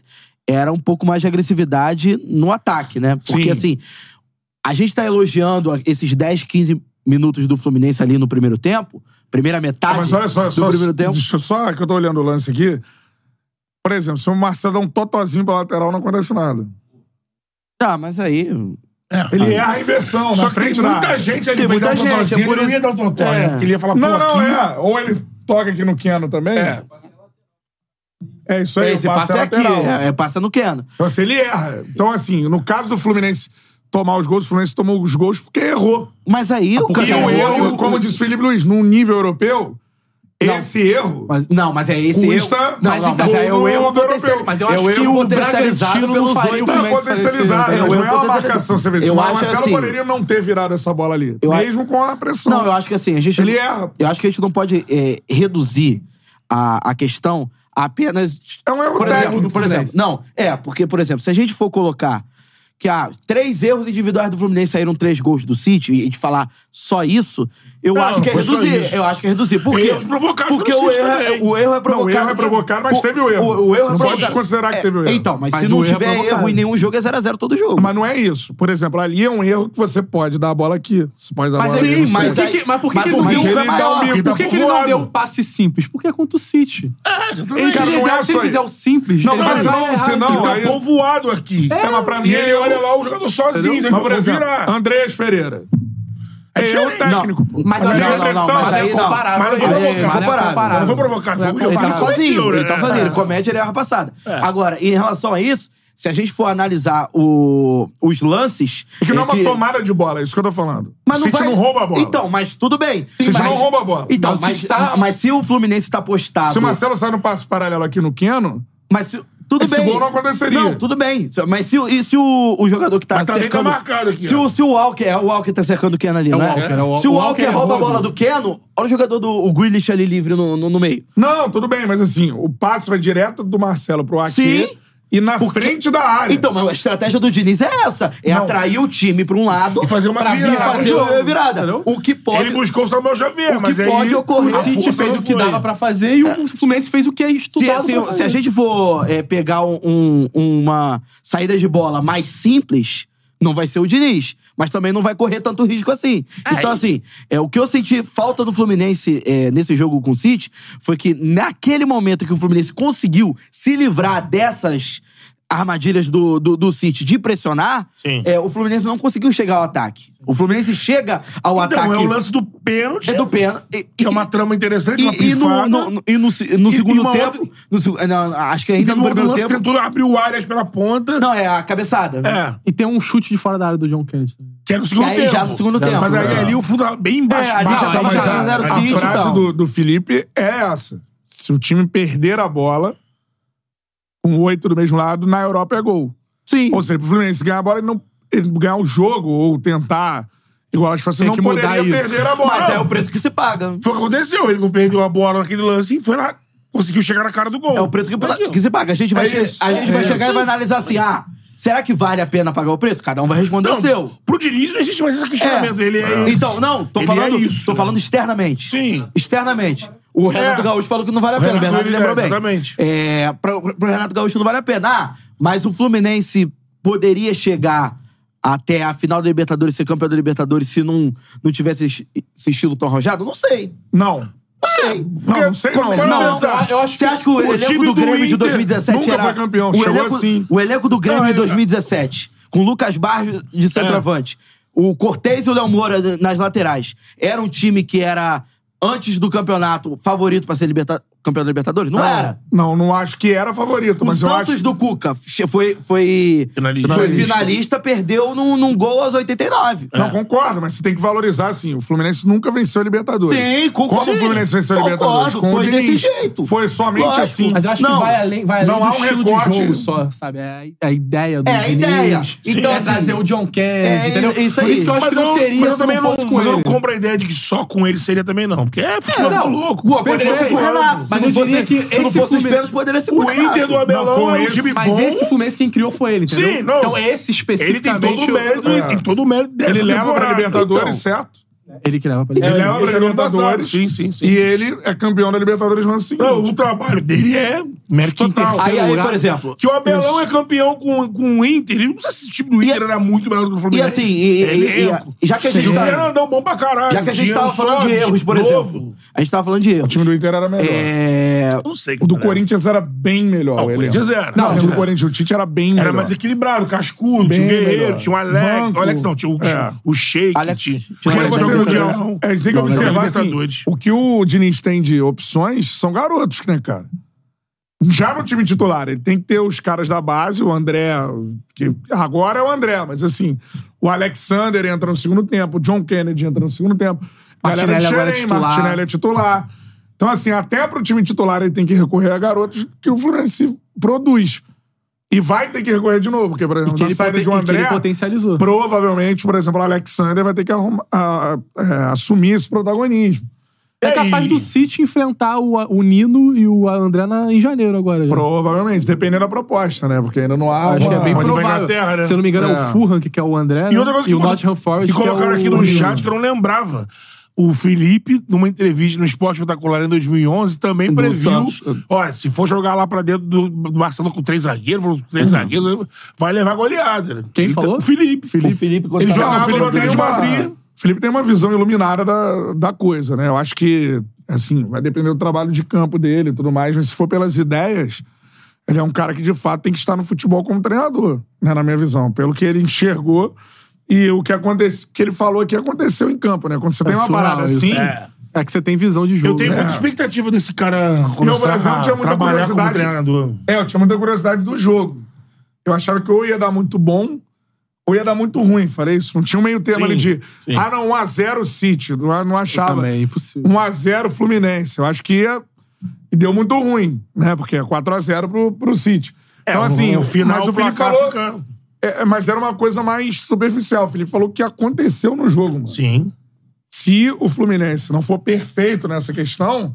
S3: era um pouco mais de agressividade no ataque, né? Porque,
S2: Sim.
S3: assim, a gente tá elogiando a- esses 10, 15 minutos do Fluminense ali no primeiro tempo, primeira metade
S1: Ah, Mas olha só,
S3: do
S1: só
S3: primeiro tempo.
S1: deixa eu só que eu tô olhando o lance aqui. Por exemplo, se o Marcelo dá um totozinho pra lateral, não acontece nada.
S3: Tá, mas aí...
S1: Ele erra a inversão,
S2: É. Só
S1: na
S2: que
S1: frente
S2: tem
S1: da
S2: muita
S1: área.
S2: gente ali
S3: Tem
S2: pra ele
S3: muita
S2: dar um
S3: gente,
S2: totózinho.
S3: é por
S2: Ele não
S3: isso-
S2: ia dar um totó,
S3: É.
S2: né? Porque ele ia falar,
S1: Não,
S2: pô,
S1: não,
S2: aqui...
S1: é. Ou ele toca aqui no Keno também. É. É isso aí,
S3: Esse
S1: o
S3: passe
S1: passe
S3: é
S1: é
S3: aqui,
S1: lateral.
S3: é, é passa no Keno.
S1: Então, assim, ele erra. Então, assim, no caso do Fluminense tomar os gols, o Fluminense tomou os gols porque errou.
S3: Mas aí o é
S1: E
S3: cara-
S1: Ah, o erro, como disse Felipe Luiz, num nível europeu, esse erro
S4: Mas,
S3: Não, mas é esse
S1: Custa-
S3: erro.
S1: Não,
S3: mas
S1: não,
S3: então,
S1: mas
S3: é o
S1: do-
S3: erro
S1: do
S3: potencial.
S1: europeu.
S4: Mas eu
S3: É o
S4: acho que
S3: erro
S4: o
S3: potencializado
S4: Bragantino
S3: pelos
S4: não faria o
S3: oito.
S1: Tá
S4: Fluminense
S1: potencializado,
S3: parecer,
S1: mas
S3: né?
S1: não é
S3: Eu
S1: uma
S3: potencializado.
S1: marcação você vê.
S3: Eu
S1: O
S3: acho
S1: Marcelo
S3: assim-
S1: poderia não ter virado essa bola ali.
S3: Eu a-
S1: mesmo com a pressão.
S3: Não, eu acho que assim, a gente.
S1: Ele erra.
S3: Eu acho que a gente não pode é, reduzir a, a questão a apenas.
S1: É um erro
S3: por
S1: técnico
S3: exemplo,
S1: do
S3: por exemplo.
S1: Fluminense.
S3: Não, é, porque, por exemplo, se a gente for colocar que ah, três erros individuais do Fluminense saíram três gols do City e de falar só isso, eu
S1: Não,
S3: acho que é
S1: não foi só
S3: reduzir.
S1: isso.
S3: Eu acho que é reduzir. Por quê?
S2: Erros provocados
S3: Porque
S2: pelo
S3: o
S2: City
S3: erro, é,
S2: também.
S3: o erro é
S1: Não,
S3: provocado.
S1: o erro é provocado, mas teve o erro.
S3: O, o erro
S1: Você
S3: é
S1: não pode
S3: provocado.
S1: desconsiderar que teve o erro.
S3: Então, mas,
S4: Mas
S3: se não
S4: o erro é
S3: tiver
S4: provocado.
S3: erro em nenhum jogo, é 0x0 todo jogo.
S1: Mas não é isso. Por exemplo, ali é um erro que você pode dar a bola aqui. Você pode dar a
S4: Mas,
S1: bola
S4: aí-
S1: ali. não
S3: mas
S1: sei.
S4: por que
S3: aí-
S4: que- mas por que,
S3: mas
S4: que
S3: o
S4: ele não
S3: risco
S4: deu,
S1: é maior,
S4: Por
S1: porque
S4: que,
S1: tá
S4: que ele não
S1: voando.
S7: um
S4: deu o passe simples? Porque é contra o City.
S2: Ah, já tô
S4: Ele,
S1: Cara,
S4: ele
S1: não
S4: dá-
S1: é só
S4: se ele
S1: isso.
S4: fizer o simples,
S1: Não,
S4: ele
S1: mas
S4: vai
S1: senão-
S4: errar.
S1: senão-
S2: Ele tá
S1: aí-
S2: povoado aqui.
S1: É, mas pra mim
S2: E
S1: é
S2: ele
S1: erro.
S2: olha lá o jogador sozinho, né?
S1: Mas, por
S2: Vou
S1: exemplo,
S2: virar.
S1: Andrés Pereira. É erro
S2: diferente.
S1: técnico. pô.
S4: Mas
S3: Não,
S4: aí-
S3: não, não, mas aí
S4: é
S3: não.
S4: comparável.
S2: Mas não
S4: Aí
S2: vou
S4: é
S2: provocar.
S3: comparável.
S2: Não vou provocar. foi um erro
S3: Ele tá
S2: pra-
S3: sozinho, ele
S2: né?
S1: é.
S3: tá sozinho. Ele comete, ele erra a passada. Agora, em relação a isso, se a gente for analisar o- os lances...
S1: Porque não é
S3: eh,
S1: uma tomada de bola, é isso que eu tô falando. o City não rouba a bola.
S3: Então, mas tudo bem. Se
S1: City não rouba a bola.
S3: Então,
S4: Mas
S3: mas,
S4: se tá-
S3: mas se o Fluminense tá postado...
S1: Se o Marcelo sai no passo paralelo aqui no Queno,
S3: Mas se- tudo
S1: Esse
S3: bem.
S1: gol não aconteceria.
S3: Não, tudo bem. Mas se, o- e se o, o jogador que tá
S2: Mas também
S3: cercando...
S2: tá marcado aqui,
S3: se,
S2: ó.
S3: o, se o Walker... É, o Walker tá cercando o Keno ali,
S4: o
S3: né?
S4: Walker, é o-
S3: se o
S4: o
S3: Walker,
S4: Walker
S3: rouba a
S4: errou,
S3: bola
S4: né?
S3: do Keno, olha o jogador do o Grealish ali livre no, no, no meio.
S1: Não, tudo bem, mas assim, o passe vai direto do Marcelo pro Aqui
S3: Sim.
S1: e na frente da área.
S3: Então, mas a estratégia do Diniz é essa. É
S1: Não.
S3: atrair o time pra um lado...
S2: E fazer uma
S3: pra vir
S2: virada.
S3: fazer uma virada.
S2: Entendeu?
S3: O que pode...
S2: Ele buscou o Samuel Xavier,
S3: O que
S2: mas aí...
S3: pode ocorrer,
S2: a
S4: O City
S2: força
S4: fez
S2: não
S4: o que
S2: foi.
S4: dava pra fazer
S7: um
S4: e o Fluminense fez o que é
S3: se,
S4: estudado.
S3: se-
S4: pra fazer.
S3: se a gente for é, pegar um- um- uma saída de bola mais simples, não vai ser o Diniz. Mas também não vai correr tanto risco assim. Então, assim, é, o que eu senti falta do Fluminense é, nesse jogo com o City foi que naquele momento que o Fluminense conseguiu se livrar dessas armadilhas do, do, do City de pressionar,
S2: Sim.
S3: é, o Fluminense não conseguiu chegar ao ataque. O Fluminense chega ao ataque
S2: Então, é
S1: um
S2: o lance do pênalti.
S3: é do pênalti. E-
S2: Que é
S3: e-
S2: uma trama interessante, uma
S3: e, e no,
S2: pifada.
S3: no- no- e no se- no
S2: E-
S3: segundo
S2: e uma
S3: tempo.
S2: outra-
S3: no segu- não, acho
S1: Então,
S3: que ainda
S2: Teve
S3: no
S2: um outro
S3: primeiro
S2: lance
S3: tempo.
S2: tentou abrir o Arias pela ponta.
S3: Não, é a cabeçada. né?
S2: É.
S4: E tem um chute de fora da área do John Kennedy.
S2: Que era no segundo
S3: E aí,
S2: tempo.
S3: já no segundo tempo.
S2: Mas aí
S3: É.
S2: ali o fundo tava bem
S3: É,
S2: embaixo.
S3: ali já
S2: Ah,
S3: tava
S2: mas
S3: já
S2: a-
S3: zero
S2: a-
S1: a
S3: City,
S1: frase
S3: então.
S1: do, do Felipe é essa. Se o time perder a bola, com oito do mesmo lado, na Europa é gol.
S3: Sim.
S1: Ou seja, pro Fluminense ganhar a bola, ele não ele ganhar o jogo ou tentar igual acho que você
S4: Tem
S1: não
S4: que
S1: poderia
S4: mudar isso.
S1: perder a bola.
S3: Mas é o preço que se paga.
S2: Foi o que aconteceu. Ele não perdeu a bola naquele lance e foi lá. Conseguiu chegar na cara do gol.
S3: É o preço que, que se paga. A gente vai,
S2: É
S3: che-
S2: isso.
S3: a gente
S2: É
S3: vai
S2: isso.
S3: chegar e vai analisar assim: ah, será que vale a pena pagar o preço? Cada um vai responder o seu.
S2: Pro Diniz não existe mais esse questionamento.
S3: É.
S2: Ele é isso.
S3: Então, não, tô
S2: Ele
S3: falando,
S2: é isso.
S3: tô falando externamente.
S2: Sim.
S3: Externamente. O Renato
S2: É.
S3: Gaúcho falou que não vale a
S2: O
S3: pena, o
S2: Renato,
S3: Bernardo
S2: ele-
S3: lembrou
S2: é,
S3: bem.
S2: exatamente.
S3: É, pra, pro Renato Gaúcho não vale a pena. Ah, mas o Fluminense poderia chegar até a final da Libertadores, ser campeão da Libertadores, se não, não tivesse esse esse estilo tão arrojado? Não sei.
S1: Não.
S3: Ah, Não sei.
S1: Não, não sei não.
S3: Não, não.
S1: Não,
S4: eu acho
S3: Você acha que o,
S2: o
S3: elenco
S2: time
S3: do
S2: do
S3: Grêmio de
S2: Inter
S3: 2017
S1: nunca
S3: era...
S1: foi campeão,
S3: o
S1: chegou
S3: elenco,
S1: assim.
S3: O elenco do Grêmio
S2: Não,
S3: de
S2: ele-
S3: 2017, com o Lucas Barros de centroavante, o Cortez e o Léo Moura nas laterais, era um time que era, antes do campeonato, favorito pra ser liberta- campeão da Libertadores? Não, era.
S1: Não, não acho que era favorito,
S3: O
S1: mas eu
S3: Santos
S1: acho
S3: do Cuca che- foi, foi,
S2: Finalista.
S3: foi finalista, perdeu num, num gol aos 89.
S2: É.
S1: Não, concordo, mas você tem que valorizar, assim. O Fluminense nunca venceu a Libertadores.
S3: Tem, concordo.
S1: Como o Fluminense venceu a
S3: Concordo,
S1: Libertadores? Com
S3: foi
S1: o
S3: desse
S1: Diniz.
S3: jeito.
S1: Foi somente
S3: Lógico.
S1: assim.
S4: Mas eu acho
S3: Não.
S4: que vai além, vai além
S1: Não há
S4: do
S1: um
S4: estilo
S1: recorte.
S4: de jogo só, sabe? É a, a ideia do
S3: É, a
S4: Diniz,
S3: ideia. Então,
S4: Então, é
S3: assim,
S4: trazer o John Kennedy,
S3: é
S4: entendeu?
S3: isso
S4: Por
S3: aí.
S4: isso que eu acho
S2: Mas
S4: que não
S2: eu,
S4: seria
S2: mas eu
S4: se
S2: também não,
S4: fosse com
S2: mas eu não
S4: ele.
S2: compro a ideia de que só com ele seria também, não. Porque é futebol
S4: não.
S2: muito louco.
S3: Pô, poderia
S2: Pode
S3: ser com o
S2: ser
S3: Renato.
S4: Mas
S3: se
S4: eu
S3: não fosse-
S4: diria que
S3: se não
S4: esse
S3: fosse os
S4: Fluminense-
S3: pênaltis, poderia ser com
S2: O Inter do
S1: Não,
S2: Abelão
S1: com
S2: é um
S1: esse-
S2: time
S4: Mas
S2: bom.
S4: esse Fluminense quem criou foi ele, entendeu?
S2: Sim, não.
S4: Então esse
S2: Ele tem
S4: especificamente...
S2: todo o mérito,
S4: eu- É,
S2: ele tem todo o mérito dessa
S1: Ele leva pra
S2: temporada.
S1: Libertadores,
S2: Então,
S1: certo?
S4: Ele que leva pra Libertadores.
S1: Ele leva pra Libertadores.
S2: Sim, sim, sim.
S1: E ele é campeão da Libertadores no ano seguinte.
S2: Não, o trabalho dele é mérito
S4: Acho que em
S2: total.
S4: terceiro
S3: Aí, aí,
S4: lugar-
S3: por exemplo.
S2: Que o Abelão é campeão com, com o Inter. E não sei se esse time do Inter era muito melhor do que o
S3: E
S2: Fluminense.
S3: assim, e-
S2: É
S3: e- e-
S2: elenco.
S3: e já que a gente
S2: Tinha
S3: tá-
S2: o Fernandão bom pra caralho.
S3: Já que a gente
S2: Dinheiro
S3: tava falando de
S2: sólido,
S3: erros, por
S2: novo.
S3: exemplo. A gente tava falando de erros.
S1: O time do Inter era melhor.
S3: É...
S2: Não sei.
S1: O do
S2: cara.
S1: Corinthians era bem melhor.
S2: Não, o
S1: o elenco.
S2: Corinthians era.
S1: Não,
S2: Não,
S1: o time do
S2: era.
S1: Corinthians, o Tite era bem melhor.
S2: Era mais equilibrado, cascudo,
S1: Bem
S2: tinha o Guerreiro,
S1: melhor.
S2: tinha o Alex.
S1: Banco.
S2: O Alex não, tinha o,
S1: É.
S2: o Sheik.
S3: Alex-
S2: tinha,
S4: Tipo,
S3: tinha o
S2: tinha
S1: Mas
S3: Alex
S2: o
S1: você-
S2: Mundial.
S1: é, a gente tem que
S2: Não, era
S1: observar assim,
S2: Libertadores.
S1: o que o Diniz tem de opções são garotos, né, cara? Já no time titular, ele tem que ter os caras da base, o André, que agora é o André, mas assim, o Alexander entra no segundo tempo, o John Kennedy entra no segundo tempo. Galera de
S4: Martinelli agora é
S1: Xerém,
S4: titular.
S1: Martinelli é titular. Então, assim, até pro time titular ele tem que recorrer a garotos que o Fluminense produz. E vai ter que recorrer de novo, porque, por exemplo,
S4: que
S1: na
S4: ele
S1: saída
S4: poten-
S1: de um
S4: e que ele
S1: André,
S4: potencializou.
S1: provavelmente, por exemplo, o Alexander vai ter que arruma- a- a- é, assumir esse protagonismo.
S4: É capaz do
S2: né?
S4: City enfrentar o, o Nino e o André na- em janeiro agora. já.
S1: Provavelmente, dependendo da proposta, né? Porque ainda não há.
S4: Acho
S1: uma-
S4: que é bem
S2: Mas ele vai
S4: provável.
S2: Inglaterra, né?
S4: Se eu não me engano, é,
S1: É.
S4: o Fulham que é o André, né?
S2: E outra coisa que
S4: o
S2: bota-
S4: Nottingham Forest
S2: E colocaram
S4: que é o
S2: aqui no
S4: Nino.
S2: chat que eu não lembrava. O Felipe, numa entrevista no Esporte Espetacular em 2011, também previu.
S1: Santos.
S2: Olha, se for jogar lá pra dentro do, do Barcelona com três zagueiros, com três zagueiros, vai levar goleada. né?
S4: Quem
S2: Ele tá-
S4: falou?
S2: O Felipe.
S4: Felipe. Felipe
S2: Ele
S1: Não,
S2: jogava
S1: o
S2: no
S1: Felipe tem,
S2: Atlético de Madrid.
S1: uma, Felipe tem uma visão iluminada da, da coisa, né? Eu acho que, assim, vai depender do trabalho de campo dele e tudo mais, mas se for pelas ideias, ele é um cara que, de fato, tem que estar no futebol como treinador, né? Na minha visão. Pelo que ele enxergou e o que, aconte... que ele falou que aconteceu em campo, né? Quando você tem uma
S4: surreal
S1: parada
S4: isso.
S1: assim.
S2: É.
S4: É que você tem visão de jogo.
S2: Eu
S1: É.
S2: tenho um
S4: né?
S2: muita expectativa desse cara
S1: o
S2: começar
S1: Brasil
S2: a
S1: tinha é muita
S2: trabalhar como
S1: curiosidade.
S2: treinador.
S1: É, eu tinha muita curiosidade do jogo. Eu achava que ou ia dar muito bom, ou ia dar muito ruim. Falei isso. Não tinha um meio termo ali de. Ah, não, 1x0 City. Não, não achava.
S4: Também, é impossível.
S1: 1x0 Fluminense. Eu acho que ia. E deu muito ruim, né? Porque é 4x0 pro, pro City. então, assim,
S2: É, o final
S1: mas o Felipe
S2: placar
S1: falou.
S2: fica-
S1: é, é, mas era uma coisa mais superficial. O Felipe falou o que aconteceu no jogo, mano.
S2: Sim.
S1: Se o Fluminense não for perfeito nessa questão,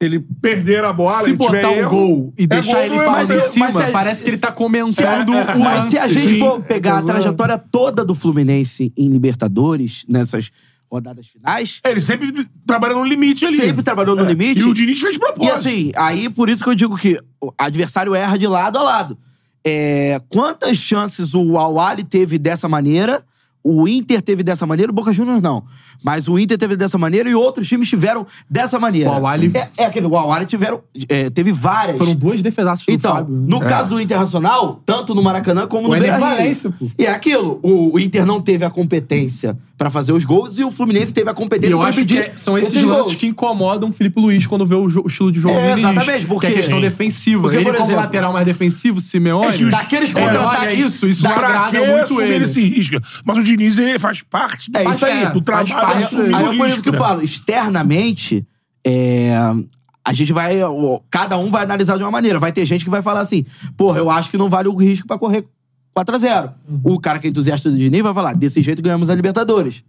S1: ele perder a bola,
S4: Se
S1: ele tiver
S4: botar um
S1: erro,
S4: gol e
S1: é
S4: deixar
S1: gol
S4: ele
S1: do
S4: falar
S1: Mbappé.
S4: de
S3: mas é
S4: cima,
S3: se-
S4: parece que ele tá comentando
S2: É,
S4: o
S3: Mas se a
S4: lance.
S3: gente
S4: Sim.
S3: for pegar a
S4: Exato.
S3: trajetória toda do Fluminense em Libertadores, nessas rodadas finais,
S2: Ele sempre trabalha no limite ali.
S3: sempre tá- trabalhou
S4: É,
S3: no limite.
S2: E o Diniz fez
S3: E
S2: propósito.
S3: assim, aí por isso que eu digo que o adversário erra de lado a lado. É, quantas chances o Awali teve dessa maneira, o Inter teve dessa maneira, o Boca Juniors não. Mas o Inter teve dessa maneira e outros times tiveram dessa maneira.
S4: O Awali-
S3: É, é aquele, o Awali tiveram, é, teve várias.
S4: Foram dois defesaços do
S3: Então,
S4: Fábio. né?
S3: no caso do Internacional, tanto no Maracanã como
S4: O
S3: no
S4: Éder
S3: Beira-Rio.
S4: Valência, pô.
S3: E é aquilo, o, o Inter não teve a competência pra fazer os gols e o Fluminense teve a
S4: E
S3: competência
S4: eu
S3: pra
S4: acho que
S3: pedir
S4: é- são esses,
S3: esses
S4: lances
S3: gols.
S4: que incomodam o Felipe Luiz quando vê o, jo- o estilo de jogo
S3: É,
S4: do Diniz.
S3: exatamente, porque-
S4: Que é questão
S3: Sim.
S4: defensiva.
S3: Porque,
S4: ele
S3: por
S4: como
S3: exemplo-
S4: lateral mais defensivo,
S2: É
S4: Simeone...
S2: que os-
S3: Daqueles
S4: é,
S3: contra-ataques-
S4: olha, isso, isso não
S2: Pra que
S4: agrada muito
S2: assumir
S4: ele.
S2: esse risco? Mas o Diniz ele faz parte do,
S3: É isso aí.
S2: do
S4: Faz
S2: trabalho
S4: parte.
S2: de assumir
S3: Aí
S2: o
S3: é por isso
S2: risco,
S3: que eu
S2: né?
S3: falo, externamente, é, a gente vai. o- Cada um vai analisar de uma maneira. Vai ter gente que vai falar assim: porra, eu acho que não vale o risco pra correr 4x0.
S2: Uhum.
S3: O cara que é entusiasta do Diniz vai falar: desse jeito ganhamos a Libertadores.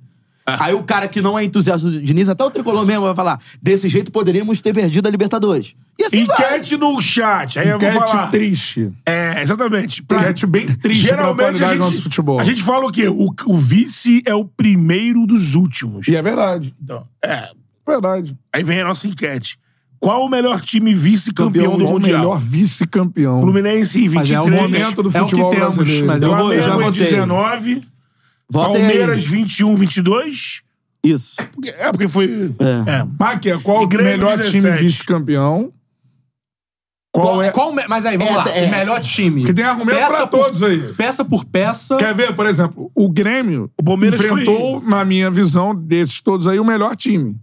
S3: Aí o cara que não é entusiasta do Diniz, até o tricolor mesmo, vai falar: desse jeito poderíamos ter perdido a Libertadores. E assim vai.
S2: Enquete no chat. Aí eu vou
S1: Enquete
S2: falar.
S1: triste.
S2: É, exatamente.
S1: Enquete bem triste pra
S2: Geralmente
S1: qualidade
S2: a
S1: do
S2: gente,
S1: nosso futebol.
S2: a gente fala o quê? O, o vice é o primeiro dos últimos.
S1: E é verdade.
S2: Então, é.
S1: Verdade.
S2: Aí vem a nossa enquete. Qual o melhor time vice-campeão do
S1: Qual o
S2: Mundial?
S1: melhor vice-campeão.
S2: Fluminense em
S4: é Mas
S2: 23.
S4: é o momento
S1: do
S4: é o
S1: futebol
S4: que temos,
S1: brasileiro.
S4: mas eu vou, eu já
S2: Flamengo em
S4: votei.
S2: 19.
S3: Votem aí.
S2: Palmeiras 21, 22.
S3: Isso.
S2: Porque- é, porque foi...
S3: É.
S2: é.
S1: Máquia, qual
S2: E
S1: o
S2: Grêmio
S1: melhor
S2: 17?
S1: time vice-campeão? Qual
S4: Qual,
S1: é?
S4: qual o me- mas aí, vamos
S3: Essa
S4: lá.
S3: é-
S4: O melhor time.
S1: Que tem argumento
S4: Peça
S1: pra
S4: por-
S1: todos aí.
S4: Peça por peça.
S1: Quer ver, por exemplo, o Grêmio
S2: O Palmeiras
S1: enfrentou, na minha visão, desses todos aí, o melhor time.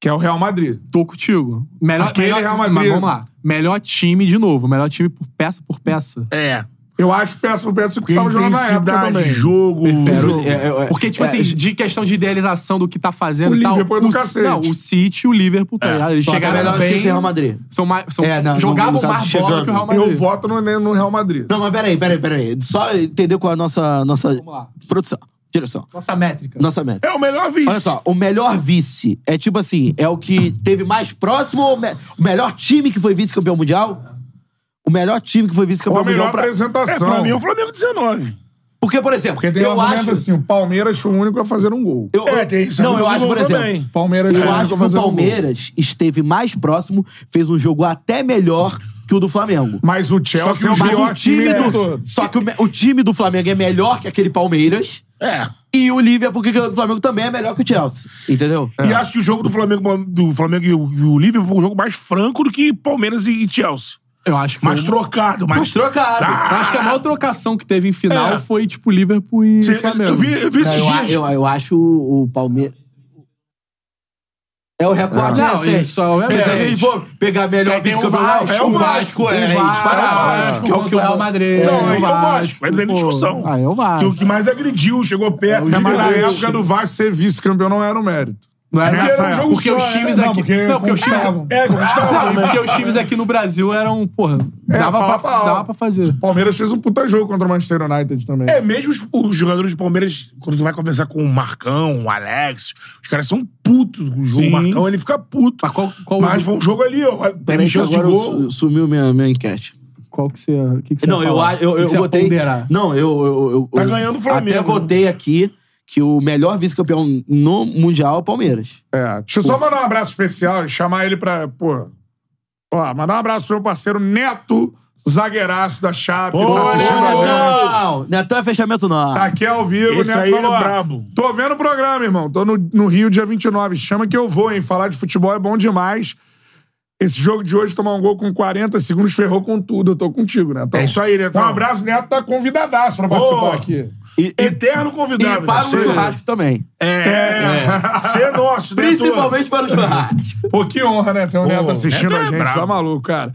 S1: Que é o Real Madrid.
S4: Tô contigo. Melhor,
S1: Aquele
S4: melhor-
S1: Real Madrid.
S4: mas vamos lá. Melhor time de novo. Melhor time por peça por peça.
S2: foi... É.
S1: Eu acho péssimo, péssimo que
S2: Porque
S1: tava tá jogando na época
S2: intensidade,
S1: também.
S2: jogo...
S3: É, é, é.
S4: Porque, tipo
S3: É,
S4: assim, de questão de idealização do que tá fazendo
S1: O
S4: e tal.
S1: Liverpool é do
S4: o,
S1: cacete.
S4: Não, o City e o Liverpool, tá ligado? Eles
S3: Então, tá
S4: chegaram
S3: melhor
S4: bem.
S3: esquecer Real Madrid.
S4: São mais, são,
S3: É, não, no
S4: jogavam
S3: caso,
S4: mais bola
S3: chegando.
S4: que o Real Madrid.
S1: Eu voto no, no Real Madrid.
S3: Não, mas peraí, peraí, peraí. Só entender qual é a nossa, nossa
S4: lá.
S3: produção, direção,
S4: Nossa métrica.
S3: nossa meta.
S2: É o melhor vice.
S3: Olha só, o melhor vice é tipo assim, é o que teve mais próximo, ou me- o melhor time que foi vice-campeão mundial? O melhor time que foi
S1: Ou a
S3: vice-campeão
S1: melhor
S3: mundial pra...
S2: É,
S1: apresentação.
S2: pra mim é o Flamengo 19.
S3: Porque, por exemplo,
S1: Porque tem um
S3: eu
S1: argumento
S3: acho.
S1: assim, o Palmeiras foi o único a fazer um gol.
S3: eu-
S2: É, tem isso,
S3: Não,
S2: é
S3: eu
S2: um
S3: acho, por
S2: gol
S3: exemplo.
S2: também.
S1: né? Palmeiras
S3: Eu
S1: foi
S3: acho que
S1: único a
S3: o
S1: fazer um gol.
S3: Palmeiras esteve mais próximo, fez um jogo até melhor que o do Flamengo.
S1: Mas o Chelsea
S2: Só que
S1: é o
S2: o
S3: Mas
S1: pior
S3: o time
S1: time
S3: do. Só que o, me- o time do Flamengo é melhor que aquele Palmeiras.
S2: É.
S3: E o Liverpool que ganhou do Flamengo também é melhor que o Chelsea. Entendeu?
S2: E acho que o jogo do Flamengo, do Flamengo e o, e o Liverpool foi um jogo mais franco do que Palmeiras e Chelsea.
S4: Eu acho que.
S2: Mais
S4: foi-
S2: trocado, mais. Ah,
S3: Mas trocado.
S1: Ah,
S4: Eu acho que é a maior trocação que teve em final
S2: É.
S4: foi, tipo, Liverpool e
S2: Cê-
S4: Flamengo.
S2: eu vi, eu vi
S3: Não,
S2: esses
S3: eu, a-
S2: dias.
S3: eu, eu acho o o Palmeiras. É o recorde,
S4: Não,
S3: né?
S4: isso é o
S3: é,
S4: recorde.
S3: vou pegar melhor
S4: Tem o
S3: vice-campeonato.
S4: Vasco,
S3: o
S2: o
S3: Vasco, é,
S4: Vasco,
S3: disparado.
S4: o
S3: que é o que
S4: contra o Real
S3: eu...
S4: Madrid.
S2: Não,
S4: É,
S2: é o Vasco. Aí não tem nem
S4: Pô.
S2: discussão.
S4: Ah, é o Vasco.
S2: Foi O que mais agrediu, chegou perto.
S1: É, mas na
S2: gigante.
S1: época do Vasco ser vice-campeão não era um mérito.
S4: Não é
S1: Porque
S4: nessa
S1: era um
S4: época.
S1: jogo
S4: Porque
S1: só,
S4: os
S3: é,
S4: times
S1: né?
S4: aqui.
S1: Não, porque
S4: Não, porque os times.
S1: conquistavam.
S2: É,
S4: Não,
S2: conquistavam, né?
S4: porque os times aqui no Brasil eram, porra,
S1: É,
S4: dava,
S1: pau a
S4: pra,
S1: pau.
S4: dava pra fazer.
S1: O Palmeiras fez um puta jogo contra o Manchester United também.
S2: É, mesmo os, os jogadores do Palmeiras, quando tu vai conversar com o Marcão, o Alex, os caras são putos com o jogo.
S1: Sim.
S2: O Marcão, ele fica puto.
S4: Mas qual, qual,
S2: Mas foi um jogo ali, ó. Teve
S3: Peraí, que
S2: chance de
S3: agora
S2: gol.
S3: eu- sumiu minha, minha enquete.
S4: qual que você. O que, que você
S3: não,
S4: ia
S3: eu,
S4: falar?
S3: a- eu,
S4: O que
S3: eu
S4: que você ia
S3: votei.
S4: ponderar?
S3: Não, eu. eu, eu-
S2: Tá
S3: eu-
S2: ganhando o Flamengo,
S3: Até
S2: né?
S3: votei aqui que o melhor vice-campeão no Mundial é o Palmeiras.
S1: É, Deixa eu só mandar um abraço especial e chamar ele pra. Pô. Ó, mandar um abraço pro meu parceiro Neto, zagueiraço da Chape.
S2: Ô,
S1: tá assistindo
S2: Neto!
S1: a gente.
S3: Não, Netão é fechamento, não.
S1: Tá aqui ao vivo,
S2: Esse
S1: Neto
S2: aí é
S1: falou, ó,
S2: brabo.
S1: Tô vendo o programa, irmão. Tô no, no Rio dia 29. Chama que eu vou, hein? Falar de futebol é bom demais. Esse jogo de hoje, tomar um gol com 40 segundos, ferrou com tudo. Eu tô contigo, Neto.
S2: É isso aí, Netão.
S1: Um abraço, Neto tá convidadaço pra
S2: Ô,
S1: participar aqui.
S3: E, e-
S2: Eterno convidado.
S3: e para o
S2: você.
S3: churrasco também.
S1: É,
S2: É. Você é nosso, né, Arthur?
S3: Principalmente para o churrasco.
S1: Pô, que honra, né? Ter um Neto assistindo
S2: Neto é
S1: a gente.
S2: brabo.
S1: Tá maluco, cara.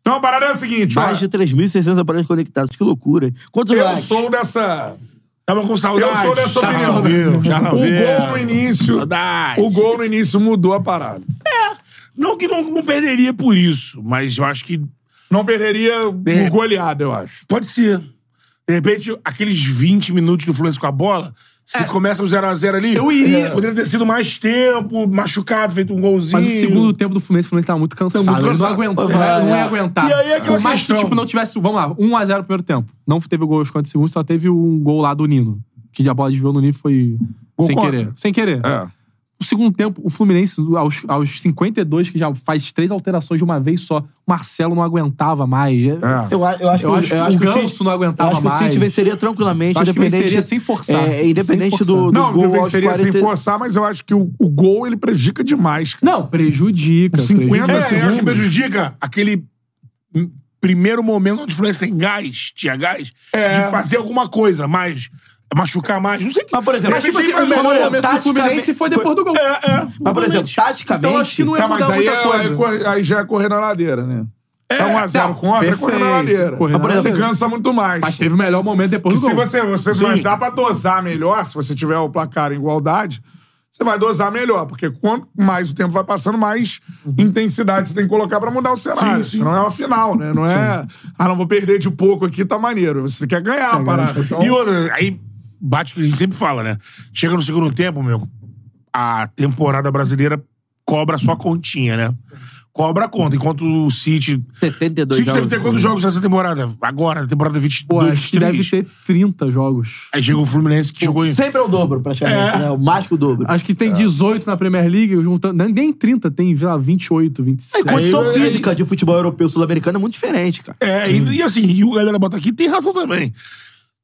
S1: Então a parada é a seguinte,
S4: Tipo,
S1: ó.
S3: Mais de 3.600 aparelhos conectados. Que loucura. hein? Quantos
S1: Eu
S3: likes?
S4: um
S1: sou dessa.
S2: Tava com saudade.
S1: Eu sou dessa
S2: Já
S1: opinião.
S2: não viu, já não
S1: o gol no
S2: viu.
S1: início.
S2: Saudade.
S1: O gol no início mudou a parada.
S2: É. Não que não, não perderia por isso, mas eu acho que
S1: Não perderia por goleada, eu acho.
S2: pode ser. De repente, aqueles 20 minutos do Fluminense com a bola, se
S1: É.
S2: começa um o 0x0 ali, eu
S4: iria.
S2: Poderia ter sido mais tempo, machucado, feito um golzinho.
S4: Mas o segundo tempo do Fluminense, o Fluminense tava muito cansado.
S2: Tá muito
S4: Ele não
S2: cansado.
S4: aguentou,
S3: Vai,
S4: não
S3: é.
S4: ia aguentar.
S2: E aí é aquela
S4: Por mais que,
S2: questão.
S4: tipo, não tivesse... Vamos lá, 1x0 no primeiro tempo. Não teve gol aos 40 segundos, só teve um gol lá do Nino. Que a bola desviou no Nino e foi... sem
S1: contra.
S4: querer. Sem querer.
S1: É.
S4: O segundo tempo, o Fluminense, aos, aos 52, que já faz três alterações de uma vez só, o Marcelo não aguentava mais.
S1: É.
S3: Eu, a- eu acho que,
S4: Eu acho que o
S3: que
S4: Ganso
S3: City-
S4: não aguentava
S3: eu acho que
S4: mais.
S3: o City venceria tranquilamente.
S4: Eu acho que
S3: independente,
S4: venceria sem forçar.
S3: É, independente
S4: Sem forçar.
S3: do, do
S1: Não,
S3: gol
S1: eu venceria
S3: aos
S1: sem
S3: 40
S1: forçar, mas eu acho que o, o gol ele prejudica demais. cara.
S4: Não, prejudica.
S1: 50
S4: prejudica.
S2: É, eu acho
S1: segundos.
S2: que prejudica aquele hum, primeiro momento onde o Fluminense tem gás, tinha gás,
S1: É.
S2: de fazer alguma coisa, mas machucar mais, não sei o que.
S3: Mas, por exemplo,
S2: Mas, tipo
S3: mas,
S2: assim,
S3: mas,
S2: o melhor
S3: mas,
S2: momento
S4: O Fluminense foi depois do gol.
S2: É, é.
S3: Mas, por exemplo, taticamente...
S4: Então, acho que não ia
S1: Tá,
S4: mudar
S1: mas aí,
S4: muita
S1: é-
S4: coisa.
S1: aí cor- aí já é correr na ladeira, né? É, um a zero
S4: não,
S1: contra, é correr na
S4: perfeito.
S1: ladeira.
S4: Correr na
S1: Mas você
S4: ladeira.
S1: cansa muito mais.
S4: Mas teve o melhor momento depois
S1: Que
S4: do
S1: se
S4: gol.
S1: você, você mas dá pra dosar melhor, se você tiver o placar em igualdade, você vai dosar melhor, porque quanto mais o tempo vai passando, mais intensidade você tem que colocar pra mudar o cenário.
S2: Sim, sim.
S1: Senão é uma final, né? Não é, ah, não vou perder de pouco aqui, tá maneiro. Você quer ganhar
S2: É,
S1: a parada. Então,
S2: E outra, aí bate o que a gente sempre fala, né? Chega no segundo tempo, meu, a temporada brasileira cobra a sua continha, né? Cobra a conta. Enquanto o City.
S3: é 72
S4: Tipo,
S2: City deve
S3: jogos. né?
S2: ter quantos jogos nessa temporada? Agora, na temporada 22,
S4: Pô, acho que deve
S2: 23.
S4: ter 30 jogos.
S2: Aí chega o Fluminense que jogou em.
S3: Sempre é o dobro, praticamente,
S2: É.
S3: né? O mais que o dobro.
S4: Acho que tem 18 na Premier League, juntando, nem- nem 30, tem, sei lá, 28, 26.
S3: A condição
S2: aí-
S3: física de futebol europeu sul-americano é muito diferente, cara.
S2: É, e, e assim, e o galera bota aqui tem razão também.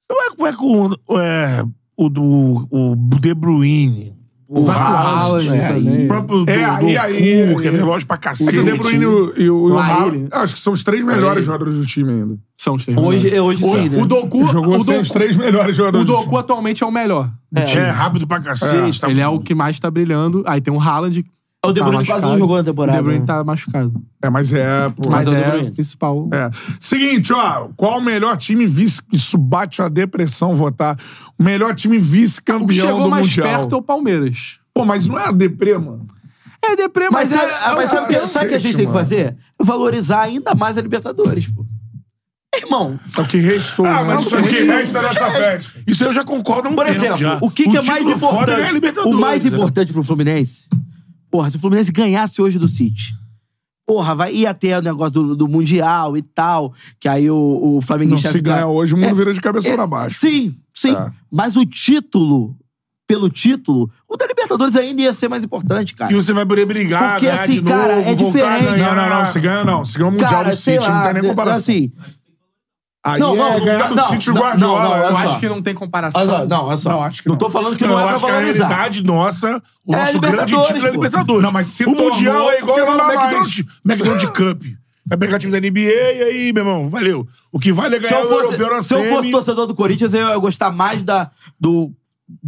S2: Não é, não é com é, o do o De Bruyne, o
S4: Vai pro
S2: Haaland, né?
S4: Haaland
S3: é,
S4: também.
S2: o próprio do,
S1: É,
S2: do
S1: aí, aí,
S2: Cu, que é veloz pra
S1: É
S2: cacete.
S1: que o De Bruyne e o, e o, e o
S4: Lá
S1: Haaland-
S4: ele.
S1: acho que são os três melhores jogadores do time ainda.
S4: São os três
S3: Hoje,
S4: melhores.
S3: é hoje
S2: Tá.
S3: sim, né?
S4: O Doku,
S1: Jogou
S4: o
S1: sem os
S4: Doku,
S1: três melhores
S4: o
S1: jogadores do time.
S4: Doku atualmente é o melhor.
S2: É, rápido pra cacete. tá-
S4: Ele é o que mais tá brilhando. Aí tem o Haaland.
S3: O De
S4: tá
S3: Bruyne quase
S4: machucado.
S3: não jogou na temporada,
S4: O De Bruyne
S3: né?
S4: tá machucado.
S1: É, mas é, pô.
S4: Mas,
S3: é o De
S4: é
S3: Bruyne.
S4: o principal.
S1: É. Seguinte, ó. Qual o melhor time vice... Isso bate a depressão votar. O melhor time
S2: Ah,
S4: O que
S1: vice-campeão
S4: chegou
S1: do
S4: mais
S1: Mundial.
S4: perto é o Palmeiras.
S1: Pô, mas não é a deprê, mano.
S4: É deprê,
S3: Mas,
S4: mas,
S3: é, mas sabe o que-
S1: cacete,
S3: sabe o que a gente tem que
S1: mano.
S3: fazer? Valorizar ainda mais a Libertadores, pô. Irmão,
S1: É o que restou.
S2: Ah,
S1: né?
S2: mas isso
S1: o que
S2: aí-
S1: resta dessa festa.
S2: Isso aí eu já concordo há um
S3: por
S2: tempo
S3: exemplo,
S2: já.
S3: o que, que é mais
S2: título fora é a
S3: importante?
S2: Libertadores,
S3: o mais
S2: né?
S3: importante pro Fluminense? Porra, se o Fluminense ganhasse hoje do City. Porra, vai ir até o negócio do, do Mundial e tal. Que aí o, o Flamengo é,
S2: tá
S1: Não, se ganhar hoje, o mundo vira de cabeça pra baixo.
S3: Sim, Sim,
S2: É.
S3: mas o título, pelo título, o da Libertadores ainda ia ser mais importante, cara.
S2: E você vai poder brigar,
S3: Porque,
S2: ganhar
S3: assim,
S2: de
S3: cara,
S2: novo,
S3: é
S2: voltar a
S3: diferente.
S2: ganhar.
S1: Não, não, não. Se ganha, não. Se ganha o Mundial
S3: cara,
S1: do
S3: sei
S1: City, não tem nem
S3: de-
S1: comparação.
S3: Assim,
S1: Aí
S3: Não, não,
S1: é
S3: não,
S1: ganhar do
S3: não,
S1: City do
S3: não,
S1: Guardiola.
S3: não, não,
S4: Eu
S3: olha
S4: acho
S3: só.
S4: que não tem comparação.
S3: olha só, não, olha só.
S1: Não, acho que
S3: não
S1: não.
S3: tô falando que
S2: Não,
S3: não,
S2: eu
S3: é pra
S2: acho que a
S3: valorizar.
S2: realidade nossa, o
S3: É
S2: nosso grande
S3: Libertadores,
S2: título é
S3: pô.
S2: Libertadores.
S1: Não, mas se
S2: o Mundial
S1: tornou,
S2: é igual
S1: porque não
S2: ao
S1: dá
S2: McDonald's, McDonald's Cup. Vai pegar o time da NBA e aí, meu irmão, valeu. O que vale é ganhar
S3: Se eu
S2: o
S3: fosse,
S2: europeu na
S3: se eu
S2: semi.
S3: fosse torcedor do Corinthians, eu ia gostar mais da, do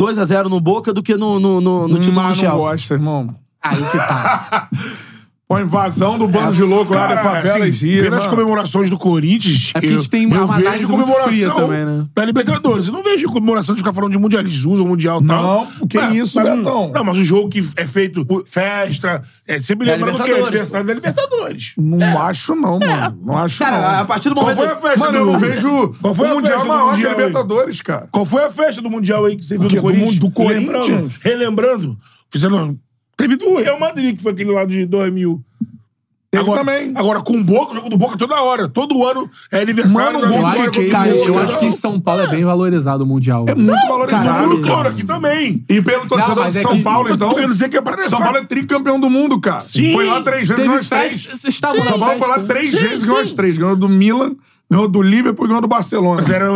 S3: 2x0 no Boca do que no, no, no, no título do
S1: Mas não
S3: Chelsea.
S1: gosta, irmão.
S4: Aí que tá.
S1: Com a invasão do bando de louco lá
S2: É, Cara,
S1: da favela
S2: assim,
S1: e gira.
S2: pelas
S1: mano.
S2: comemorações do Corinthians.
S4: É porque a gente tem uma análise muito fria também, né?
S2: Da Libertadores. Eu não vejo comemoração de ficar falando de mundial. Eles usam o mundial e tal.
S1: Não, que isso,
S2: mas,
S1: Betão.
S2: Não, mas o jogo que é feito festa. É sempre
S3: Da
S2: lembrando que é
S3: Libertadores,
S2: aniversário da Libertadores.
S1: Não acho, não, mano. Não acho,
S3: É. Cara,
S1: não.
S3: a partir do
S2: Qual
S3: momento.
S2: foi a festa?
S1: Mano, eu
S2: do-
S1: não vejo
S2: Qual foi
S1: o
S2: a
S1: Mundial
S2: festa do
S1: maior que a
S2: Mundial, hein?
S1: Libertadores, cara.
S2: Qual foi a festa do Mundial aí que você viu
S1: quê? Do
S2: do Corinthians?
S1: mundo do Corinthians?
S2: Lembrando, relembrando. Fizeram. Teve do Real Madrid, que foi aquele lá de 2000.
S1: Teve
S2: agora,
S1: também.
S2: Agora, com o Boca, o jogo do
S1: é
S2: Boca toda hora. Todo ano é aniversário.
S1: Mano,
S2: da
S1: o
S4: Eu
S1: Boca
S2: vitória
S4: acho que,
S2: do
S4: cara,
S2: Boca.
S4: eu acho que em São Paulo é bem valorizado o Mundial.
S1: É muito valorizado.
S2: Claro, claro, aqui também.
S1: E pelo torcedor
S4: mas
S1: de
S4: é
S1: São
S4: que-
S1: Paulo,
S2: Eu
S1: então.
S2: tô querendo dizer que é pra
S1: São Paulo é tricampeão do mundo, cara.
S2: Sim.
S1: Foi lá três vezes,
S4: Teve
S1: ganhou as três.
S4: festa- vocês estavam
S1: São
S4: na
S1: Paulo foi lá
S4: festa.
S1: três
S2: Sim,
S1: vezes, ganhou
S2: sim.
S1: as três. Ganhou do Milan, ganhou do Liverpool e ganhou do Barcelona.
S2: Mas era,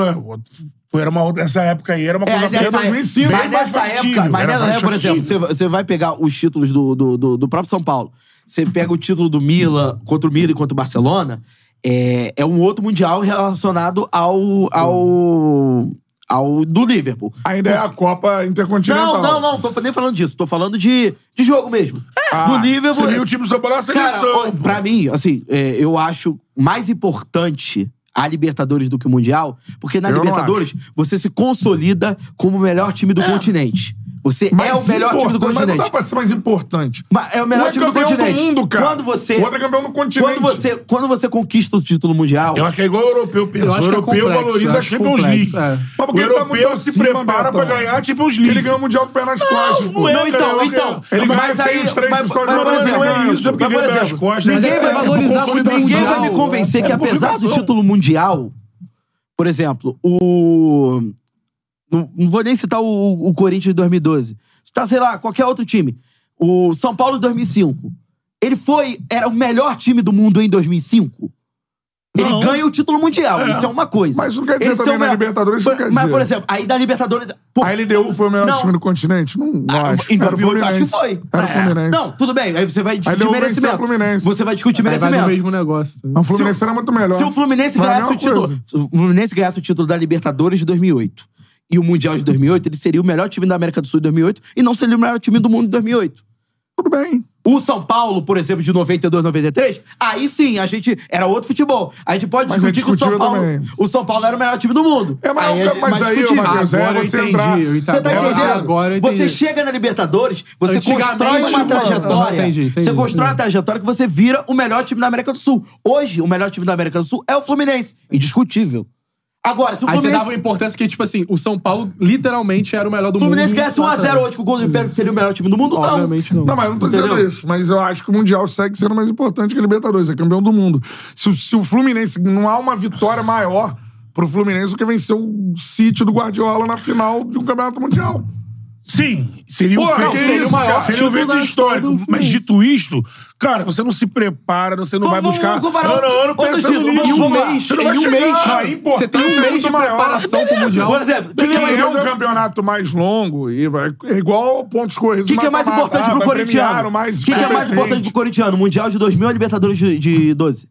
S2: foi- era uma outra- essa época aí, era uma coisa
S3: É,
S2: que era
S3: nessa,
S2: 2005,
S3: mas
S2: bem mais
S3: nessa
S2: factível,
S3: época, mas
S2: era
S3: nessa
S2: mais
S3: época, por exemplo, você, você vai pegar os títulos do, do, do, do próprio São Paulo. Você pega o título do Milan contra o Milan e contra o Barcelona. É, é um outro mundial relacionado ao. ao. ao do Liverpool.
S1: Ainda é a Copa Intercontinental.
S3: Não, não, não, tô nem falando disso. Tô falando de, de jogo mesmo. do Liverpool.
S2: Ah,
S3: é-
S2: Você viu o time do São Paulo na
S3: Cara,
S2: seleção.
S3: ó,
S2: pô.
S3: pra mim, assim, é, eu acho mais importante a Libertadores do que o Mundial, porque na
S1: Eu não
S3: Libertadores você se consolida como o melhor time do continente. Você é o melhor time do
S1: importante, Mas não dá
S3: continente.
S1: pra ser mais importante.
S3: Mas é o
S1: Um
S3: melhor
S1: é
S3: time do
S1: campeão do
S3: continente.
S1: mundo, cara.
S3: Quando você.
S1: O outro é campeão do continente.
S3: quando você, quando você conquista o título mundial,
S2: Eu acho que é igual o europeu pensa.
S4: Eu
S2: O
S4: acho que é
S2: europeu
S4: complexo, eu
S2: valoriza a
S4: acho
S2: Champions League.
S4: complexo, é. Mas
S1: porque
S2: O
S1: ele tá
S2: europeu
S1: muito
S2: se
S1: acima,
S2: prepara pra
S1: Betão.
S2: ganhar a Champions
S1: Que
S2: League.
S1: ele ganhou o Mundial com o pé nas costas, pô.
S2: não é,
S3: Não,
S2: cara,
S3: então,
S2: eu-
S3: então.
S1: Ele
S3: mas
S1: ganha
S3: aí-
S1: seis, três,
S3: mas-
S1: só
S3: mas, assim,
S1: de
S3: por
S1: uma
S3: exemplo,
S2: Não é isso, é porque
S3: mas,
S2: ganha
S3: por
S2: pelas
S3: exemplo,
S2: costas.
S3: ninguém
S2: é
S3: né? vai
S2: por
S4: valorizar o
S2: consolidação.
S3: Ninguém vai me
S4: Mundial,
S3: convencer que
S2: é por
S3: apesar do
S2: consolidação.
S3: título mundial, por exemplo, o. Não, não vou nem citar o, o Corinthians de 2012. Citar, sei lá, qualquer outro time. O São Paulo de 2005. Ele foi. Era o melhor time do mundo em 2005. Ele
S2: Não.
S3: ganha o título mundial. Isso é uma coisa.
S1: Mas isso não quer dizer
S3: Ele ser
S1: também
S3: o
S1: na
S3: melhor-
S1: Libertadores, isso não
S3: Por-
S1: quer
S3: Mas,
S1: dizer.
S3: por exemplo, aí da Libertadores. pô,
S1: A LDU foi o melhor
S3: Não.
S1: time do continente? Não, não
S3: ah,
S1: acho.
S3: Em
S1: Era o
S3: 2008, acho que
S1: Fluminense.
S3: foi.
S1: Era o
S3: É.
S1: Fluminense.
S3: Não, tudo bem. Aí você vai discutir
S1: deu um o venceu
S3: merecimento.
S1: o Fluminense.
S3: Você vai discutir
S4: Aí vai no
S3: merecimento.
S4: mesmo negócio.
S1: Não, o Fluminense era muito um melhor.
S3: Se o Fluminense
S1: Mas é a
S3: ganhasse o
S1: mesma
S3: título.
S1: coisa.
S3: se o Fluminense ganhasse o título da Libertadores de 2008 e o Mundial de 2008, ele seria o melhor time da América do Sul de 2008 e não seria o melhor time do mundo de 2008.
S1: Tudo bem.
S3: O São Paulo, por exemplo, de 92, 93, aí sim, a gente era outro futebol. A gente pode
S1: Mas é
S3: discutir que o São
S1: discutível
S3: Paulo,
S1: também.
S3: o São Paulo era o melhor time do mundo.
S1: É, mas
S3: aí,
S1: aí, mas aí
S3: mais
S1: ô,
S3: discutível.
S1: Matheus, é
S4: Agora eu
S1: você
S4: entendi,
S1: entrar...
S4: eu entendi.
S3: Você tá
S4: Agora-
S3: entendendo?
S4: agora eu entendi.
S3: você chega na Libertadores, você
S4: Antigamente,
S3: constrói uma
S4: mano,
S3: trajetória.
S4: eu entendi, entendi,
S3: você constrói uma
S4: entendi.
S3: trajetória que você vira o melhor time da América do Sul. Hoje, o melhor time da América do Sul é o Fluminense. Indiscutível. Agora, se o
S4: Aí você
S3: Fluminense,
S4: dava importância que, tipo assim, o São Paulo literalmente era o melhor do
S3: o Fluminense
S4: mundo.
S3: ganhasse 1x0 hoje com o gol de pênalti, seria o melhor time do mundo?
S4: Obviamente não.
S1: um Não, mas eu não tô dizendo
S3: Entendeu?
S1: isso. Mas eu acho que o Mundial segue sendo mais importante que a Libertadores. É campeão do mundo. Se, o- se o Fluminense... Não há uma vitória maior pro Fluminense do que vencer o City do Guardiola na final de um campeonato mundial.
S2: Sim, seria um
S1: Porra,
S2: feito.
S1: que
S2: seria
S1: isso,
S2: o maior
S1: cara.
S2: Seria um
S4: título
S2: feito
S4: da história
S2: histórico.
S4: do
S2: Mas
S4: Fluminense.
S2: dito isto, cara, você não se prepara, você não
S3: Vamos-
S2: vai buscar
S3: vamos comparar
S2: ano a ano
S3: outros
S2: pensando
S3: títulos,
S2: nisso.
S3: vamos
S2: Em um
S3: lá.
S2: mês, você não
S3: Em
S2: vai
S3: um
S2: chegar.
S3: mês,
S2: Ah,
S1: a
S4: Você
S1: importância
S4: tem um
S1: é
S4: mês
S1: muito
S4: de
S1: maior.
S4: preparação pro Mundial.
S3: Por exemplo, o que,
S1: Quem
S3: é mais
S1: é o campeonato mais longo e vai- é igual pontos corridos.
S3: O que, que é mais
S2: tá,
S1: mata-mata,
S3: importante pro
S1: vai premiar o
S3: corintiano?
S1: mais
S3: O que, que é mais importante pro corintiano? Mundial de 2000 ou Libertadores de, de 12?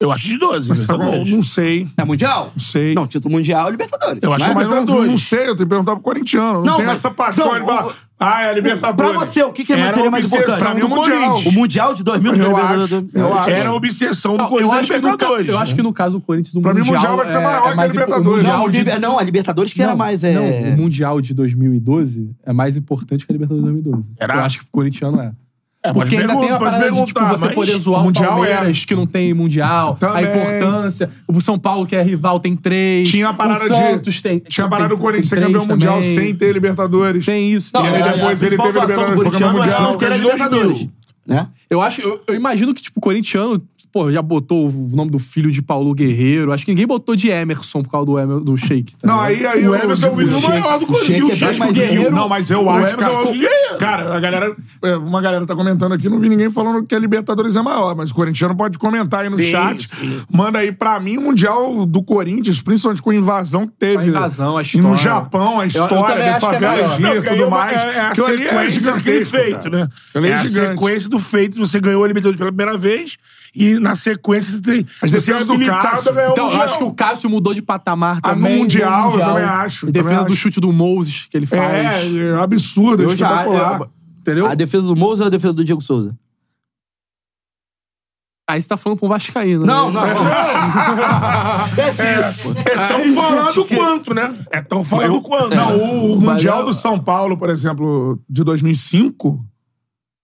S2: Eu acho de 12.
S1: Mas tá bom,
S2: exatamente.
S1: Não sei.
S3: É Mundial?
S1: Sei.
S3: Não, título mundial é Libertadores.
S2: Eu acho
S3: né?
S2: mais
S1: Mas
S2: um
S1: não,
S2: Libertadores.
S1: não sei, eu tenho que perguntar pro corintiano. Não,
S3: Não,
S1: tem
S3: mas-
S1: essa paixão
S3: não,
S1: de falar,
S3: o-
S1: ah, é a Libertadores.
S3: Pra você, o que, que
S2: Era
S3: seria mais
S2: obsessão
S3: importante?
S1: Pra mim,
S2: do
S1: o Mundial.
S2: Corinthians.
S3: O Mundial de 2000
S1: Eu
S3: da
S1: acho,
S3: Libertadores.
S1: eu acho.
S2: Era a obsessão do
S4: Não,
S2: Corinthians
S4: eu,
S2: na
S4: acho que no, ca-
S2: Libertadores.
S4: eu acho que no caso do Corinthians o
S1: é né? Pra mim, o
S4: Mundial.
S1: Mundial vai ser
S4: é-
S1: maior
S4: é
S1: que a
S4: mais impo-
S1: Libertadores. é
S4: o
S3: Não,
S4: Mundial
S3: o
S4: de-
S3: Liber- não, a Libertadores que era mais. É...
S4: Não, o Mundial de 2012 é mais importante que a Libertadores de 2012.
S2: Será?
S4: Eu acho que o corintiano é.
S2: pode
S4: Porque ainda
S2: pergun-
S4: tem a
S2: pode
S4: parada de tipo,
S2: perguntar,
S4: você
S2: mas
S4: poder zoar
S1: o
S4: o,
S1: Mundial é.
S4: Palmeiras, que não tem Mundial,
S1: Também.
S4: a importância. O São Paulo, que é rival, tem três.
S1: Tinha a parada
S4: o Santos
S1: de.
S4: tem.
S1: tinha a
S4: tem-
S1: parada do
S4: tem
S1: Corinthians ser
S4: três
S1: campeão mundial
S4: também.
S1: sem ter Libertadores.
S4: Tem isso.
S3: Não,
S1: E aí
S3: a- a
S1: depois ele
S3: principal
S1: teve
S3: atuação
S1: Libertadores,
S3: do
S1: foi campeão
S3: corintiano é
S1: mundial,
S3: não ter a
S2: campeão de 2000.
S3: Libertadores. Né?
S4: Eu acho, eu, eu imagino que, tipo, o corintiano pô, já botou o nome do filho de Paulo Guerreiro. Acho que ninguém botou de Emerson por causa do, Emer, do Sheik. tá
S1: Não,
S4: ligado?
S1: aí, aí
S2: O Emerson é o ídolo
S1: Sheik-
S2: maior do
S1: o Sheik
S2: Corinthians,
S1: é
S2: o Sheik
S1: bem mais
S2: é o
S1: guerreiro.
S2: guerreiro.
S1: Não, mas eu
S2: O
S1: acho que. um
S4: um
S2: Emerson é o
S1: ficou-
S2: guerreiro.
S1: Cara, a galera. é, Uma galera tá comentando aqui, não vi ninguém falando que a Libertadores é maior, mas o corintiano pode comentar aí no
S2: Sim,
S1: chat.
S2: sim.
S1: Manda aí, pra mim, o Mundial do Corinthians, principalmente com a invasão que teve.
S4: A invasão,
S1: No
S4: a história.
S1: Japão, a
S4: Eu- eu
S1: história,
S4: também
S1: de
S4: acho que é
S1: favela
S4: maior.
S1: Egito e
S2: porque aí
S1: tudo
S2: é uma-
S1: mais.
S2: É, é a
S1: Aquilo ali
S2: sequência daquele
S1: gigantesco,
S2: feito,
S1: cara.
S2: né?
S1: Aquilo ali
S2: é a
S1: gigante.
S2: sequência do feito. Você ganhou a Libertadores pela primeira vez e na sequência você tem...
S1: As
S2: você é
S1: defesas do
S2: habilitado
S1: Cássio.
S2: a ganhar o
S4: Então, eu
S2: Mundial.
S4: acho que o Cássio mudou de patamar
S1: Ah, no
S4: também.
S1: Mundial,
S4: no
S1: eu também acho,
S4: Em defesa
S1: também
S4: do
S1: acho.
S4: chute do Moses que ele faz.
S1: É, é absurdo,
S3: Eu já-
S1: espetacular.
S3: eu-
S4: Entendeu?
S3: tá, é, A defesa do Mouza ou a defesa do Diego Souza?
S4: Aí você tá falando com o Vascaíno. né?
S2: É tão falado quanto, né? É tão falado quanto.
S1: Não, o, o Mundial
S4: Valeu.
S1: do São Paulo, por exemplo, de 2005.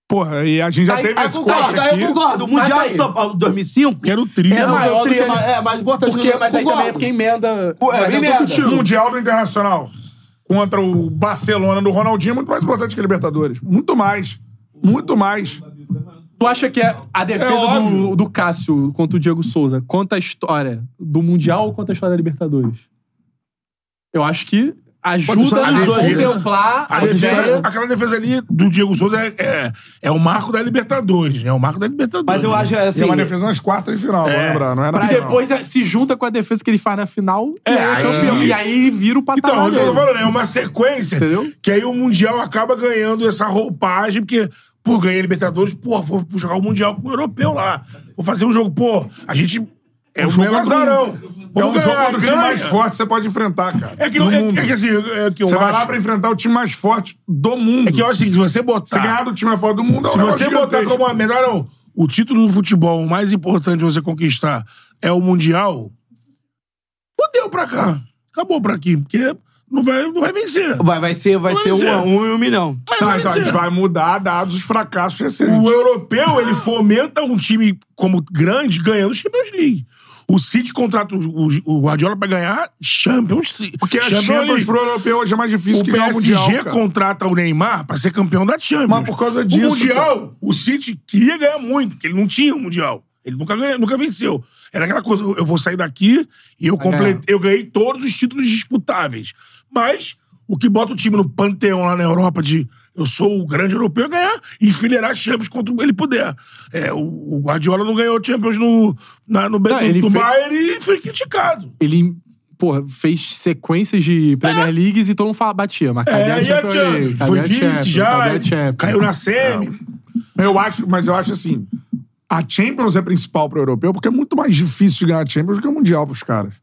S1: Porra, e a gente já teve esse corte aqui.
S3: tá eu concordo. O
S4: Mas
S3: Mundial
S4: tá aí.
S3: de São Paulo 2005
S2: Que era o trio.
S3: é
S2: né?
S3: maior do que...
S4: ele-
S3: É, mais importante.
S4: Porque,
S3: eu
S4: mas aí
S3: concordo.
S4: também é porque emenda.
S3: Pô, é
S4: mas
S3: bem
S4: eu tô
S3: merda.
S4: contigo.
S1: Mundial do Internacional contra o Barcelona do Ronaldinho é muito mais importante que a Libertadores. Muito mais. Muito mais.
S4: Tu acha que é a
S1: É
S4: defesa
S1: óbvio.
S4: do, do Cássio contra o Diego Souza conta a história do Mundial ou conta a história da Libertadores? Eu acho que ajuda
S3: história
S4: a
S3: dos dois.
S4: contemplar
S2: A
S4: a
S2: defesa-
S4: ideia.
S2: aquela defesa ali do Diego Souza é, é, é o marco da Libertadores. É o marco da Libertadores.
S3: Mas eu acho que
S1: E
S3: assim...
S1: é uma defesa nas quartas de final, vou
S2: É.
S1: lembrar. Não é na
S4: E
S1: final.
S4: depois é- se junta com a defesa que ele faz na final e
S2: É,
S4: aí é campeão.
S2: aí-
S4: E aí ele vira o
S2: Então,
S4: patamar
S2: eu tô
S4: dele.
S2: falando, é uma sequência
S4: Entendeu?
S2: que aí o Mundial acaba ganhando essa roupagem, porque, pô, ganhei a Libertadores, pô, vou jogar o Mundial com o europeu lá. Vou fazer um jogo, pô, a gente. É um jogo
S1: contra o-
S2: azarão.
S1: É um
S2: Vamos
S1: jogo
S2: ganhar,
S1: contra o time
S2: ganha.
S1: mais forte que você pode enfrentar, cara.
S2: É que,
S1: no
S2: não, é,
S1: mundo.
S2: é que assim, é que eu
S1: você vai
S2: acho-
S1: lá pra enfrentar o time mais forte do mundo.
S2: É que eu acho assim, se você botar.
S1: Você ganhar do time mais forte do mundo
S2: Se
S1: é um negócio
S2: você botar
S1: gigantesco.
S2: como a medalha, não, o título do futebol, o mais importante de você conquistar é o Mundial, fudeu pra cá. Acabou pra aqui, porque não vai, não vai vencer.
S3: Vai, vai ser, vai
S2: Vai
S3: ser um,
S2: ser.
S3: a um e um milhão.
S2: Mas
S1: Não,
S2: vai
S1: então a
S2: vencer.
S1: gente vai mudar dados os fracassos recentes.
S2: O europeu, ele fomenta um time como grande ganhando o Champions League. O City contrata o, o Guardiola pra ganhar Champions League.
S1: Porque a Champions pro europeu hoje é mais difícil
S2: o
S1: que ganhar o
S2: PSG
S1: Mundial, cara.
S2: contrata o Neymar pra ser campeão da Champions.
S1: Mas por causa disso,
S2: O Mundial, o City queria ganhar muito, porque ele não tinha o Mundial. Ele nunca, ganha, nunca venceu. Era aquela coisa, eu vou sair daqui e eu, completei, eu ganhei todos os títulos disputáveis. Mas o que bota o time no panteão lá na Europa de eu sou o grande europeu é ganhar e enfileirar Champions quanto ele puder. É, o, o Guardiola não ganhou Champions no, na, no,
S4: Não,
S2: no-
S4: ele
S2: no
S4: fez-
S2: Bayern e foi criticado.
S4: Ele, porra, fez sequências de Premier Leagues e todo mundo fala, batia, mas cadê
S2: É,
S4: a
S2: e a
S4: Champions League?
S2: Champions?
S4: Cadê
S2: Foi
S4: a Champions?
S2: vice já,
S4: Cadê a Champions?
S2: caiu na semi.
S1: Eu acho, mas eu acho assim, a Champions é principal pro europeu porque é muito mais difícil de ganhar a Champions do que o Mundial pros caras.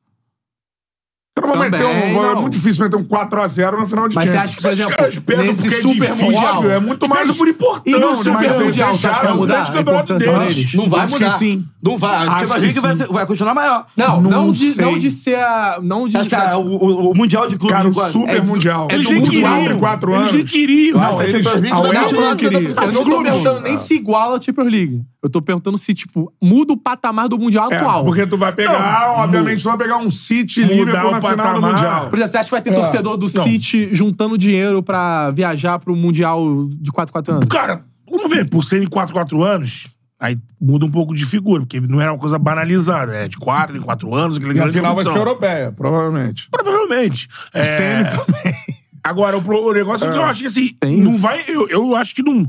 S1: Eu não vou
S4: Também,
S1: meter um, vou- é
S4: não.
S1: muito difícil meter um 4x0 no final de
S4: Mas você
S1: Champions.
S4: acha que, por
S2: Esses caras
S4: exemplo,
S2: pesam
S4: nesse
S2: porque é
S4: Super
S2: difícil.
S4: Mundial...
S1: Óbvio, é muito
S2: Eles
S1: mais-
S2: pesam por importância.
S4: E no Super
S1: mas
S4: Mundial, você acha que vai
S1: deixaram o
S4: mudar
S2: grande
S4: a
S2: campeonato
S4: importância
S2: deles.
S4: deles? Tipo,
S3: Não vai
S1: Acho que
S3: mudar.
S1: sim.
S3: Não vai. A
S1: Acho
S3: Champions League
S1: que
S3: vai,
S1: sim.
S3: ser- vai continuar maior.
S4: Não, não,
S1: Não
S4: de,
S1: sei.
S4: não de ser a. Não de.
S3: Acho que é um a- o, o Mundial de Clubes...
S1: Cara, o
S3: de quatro-
S1: Super
S3: é-
S1: Mundial.
S4: é
S1: eles
S4: do
S1: nem
S4: Mundial.
S1: queriam.
S4: É
S1: quatro
S2: Eles
S1: anos.
S2: nem queriam.
S1: Não,
S3: a
S1: eles,
S3: Champions
S2: é tipo,
S3: League
S1: a
S3: não
S1: UEFA
S3: dá
S1: não
S3: mudança da-
S1: queria.
S3: Ah,
S4: eu não tô perguntando nem se iguala a Champions League. Eu tô perguntando se, tipo, muda o patamar do Mundial
S1: É,
S4: atual.
S1: porque tu vai pegar, obviamente, tu vai pegar um City
S2: Mudar
S1: Liverpool na
S2: o
S1: final do
S2: patamar.
S1: Mundial.
S4: Por exemplo, você acha que vai ter torcedor do
S2: É, não.
S4: City juntando dinheiro pra viajar pro Mundial de 4 4 anos?
S2: Cara, vamos ver, por serem 4, 4 anos, aí muda um pouco de figura, porque não era uma coisa banalizada. É de 4 em 4 anos, aquele
S1: E a
S2: grande
S1: final vai ser
S2: competição.
S1: europeia, provavelmente.
S2: Provavelmente. É...
S1: Semi
S2: também. Agora, o, pro- o negócio é que eu acho que assim, não vai. Eu, eu acho que não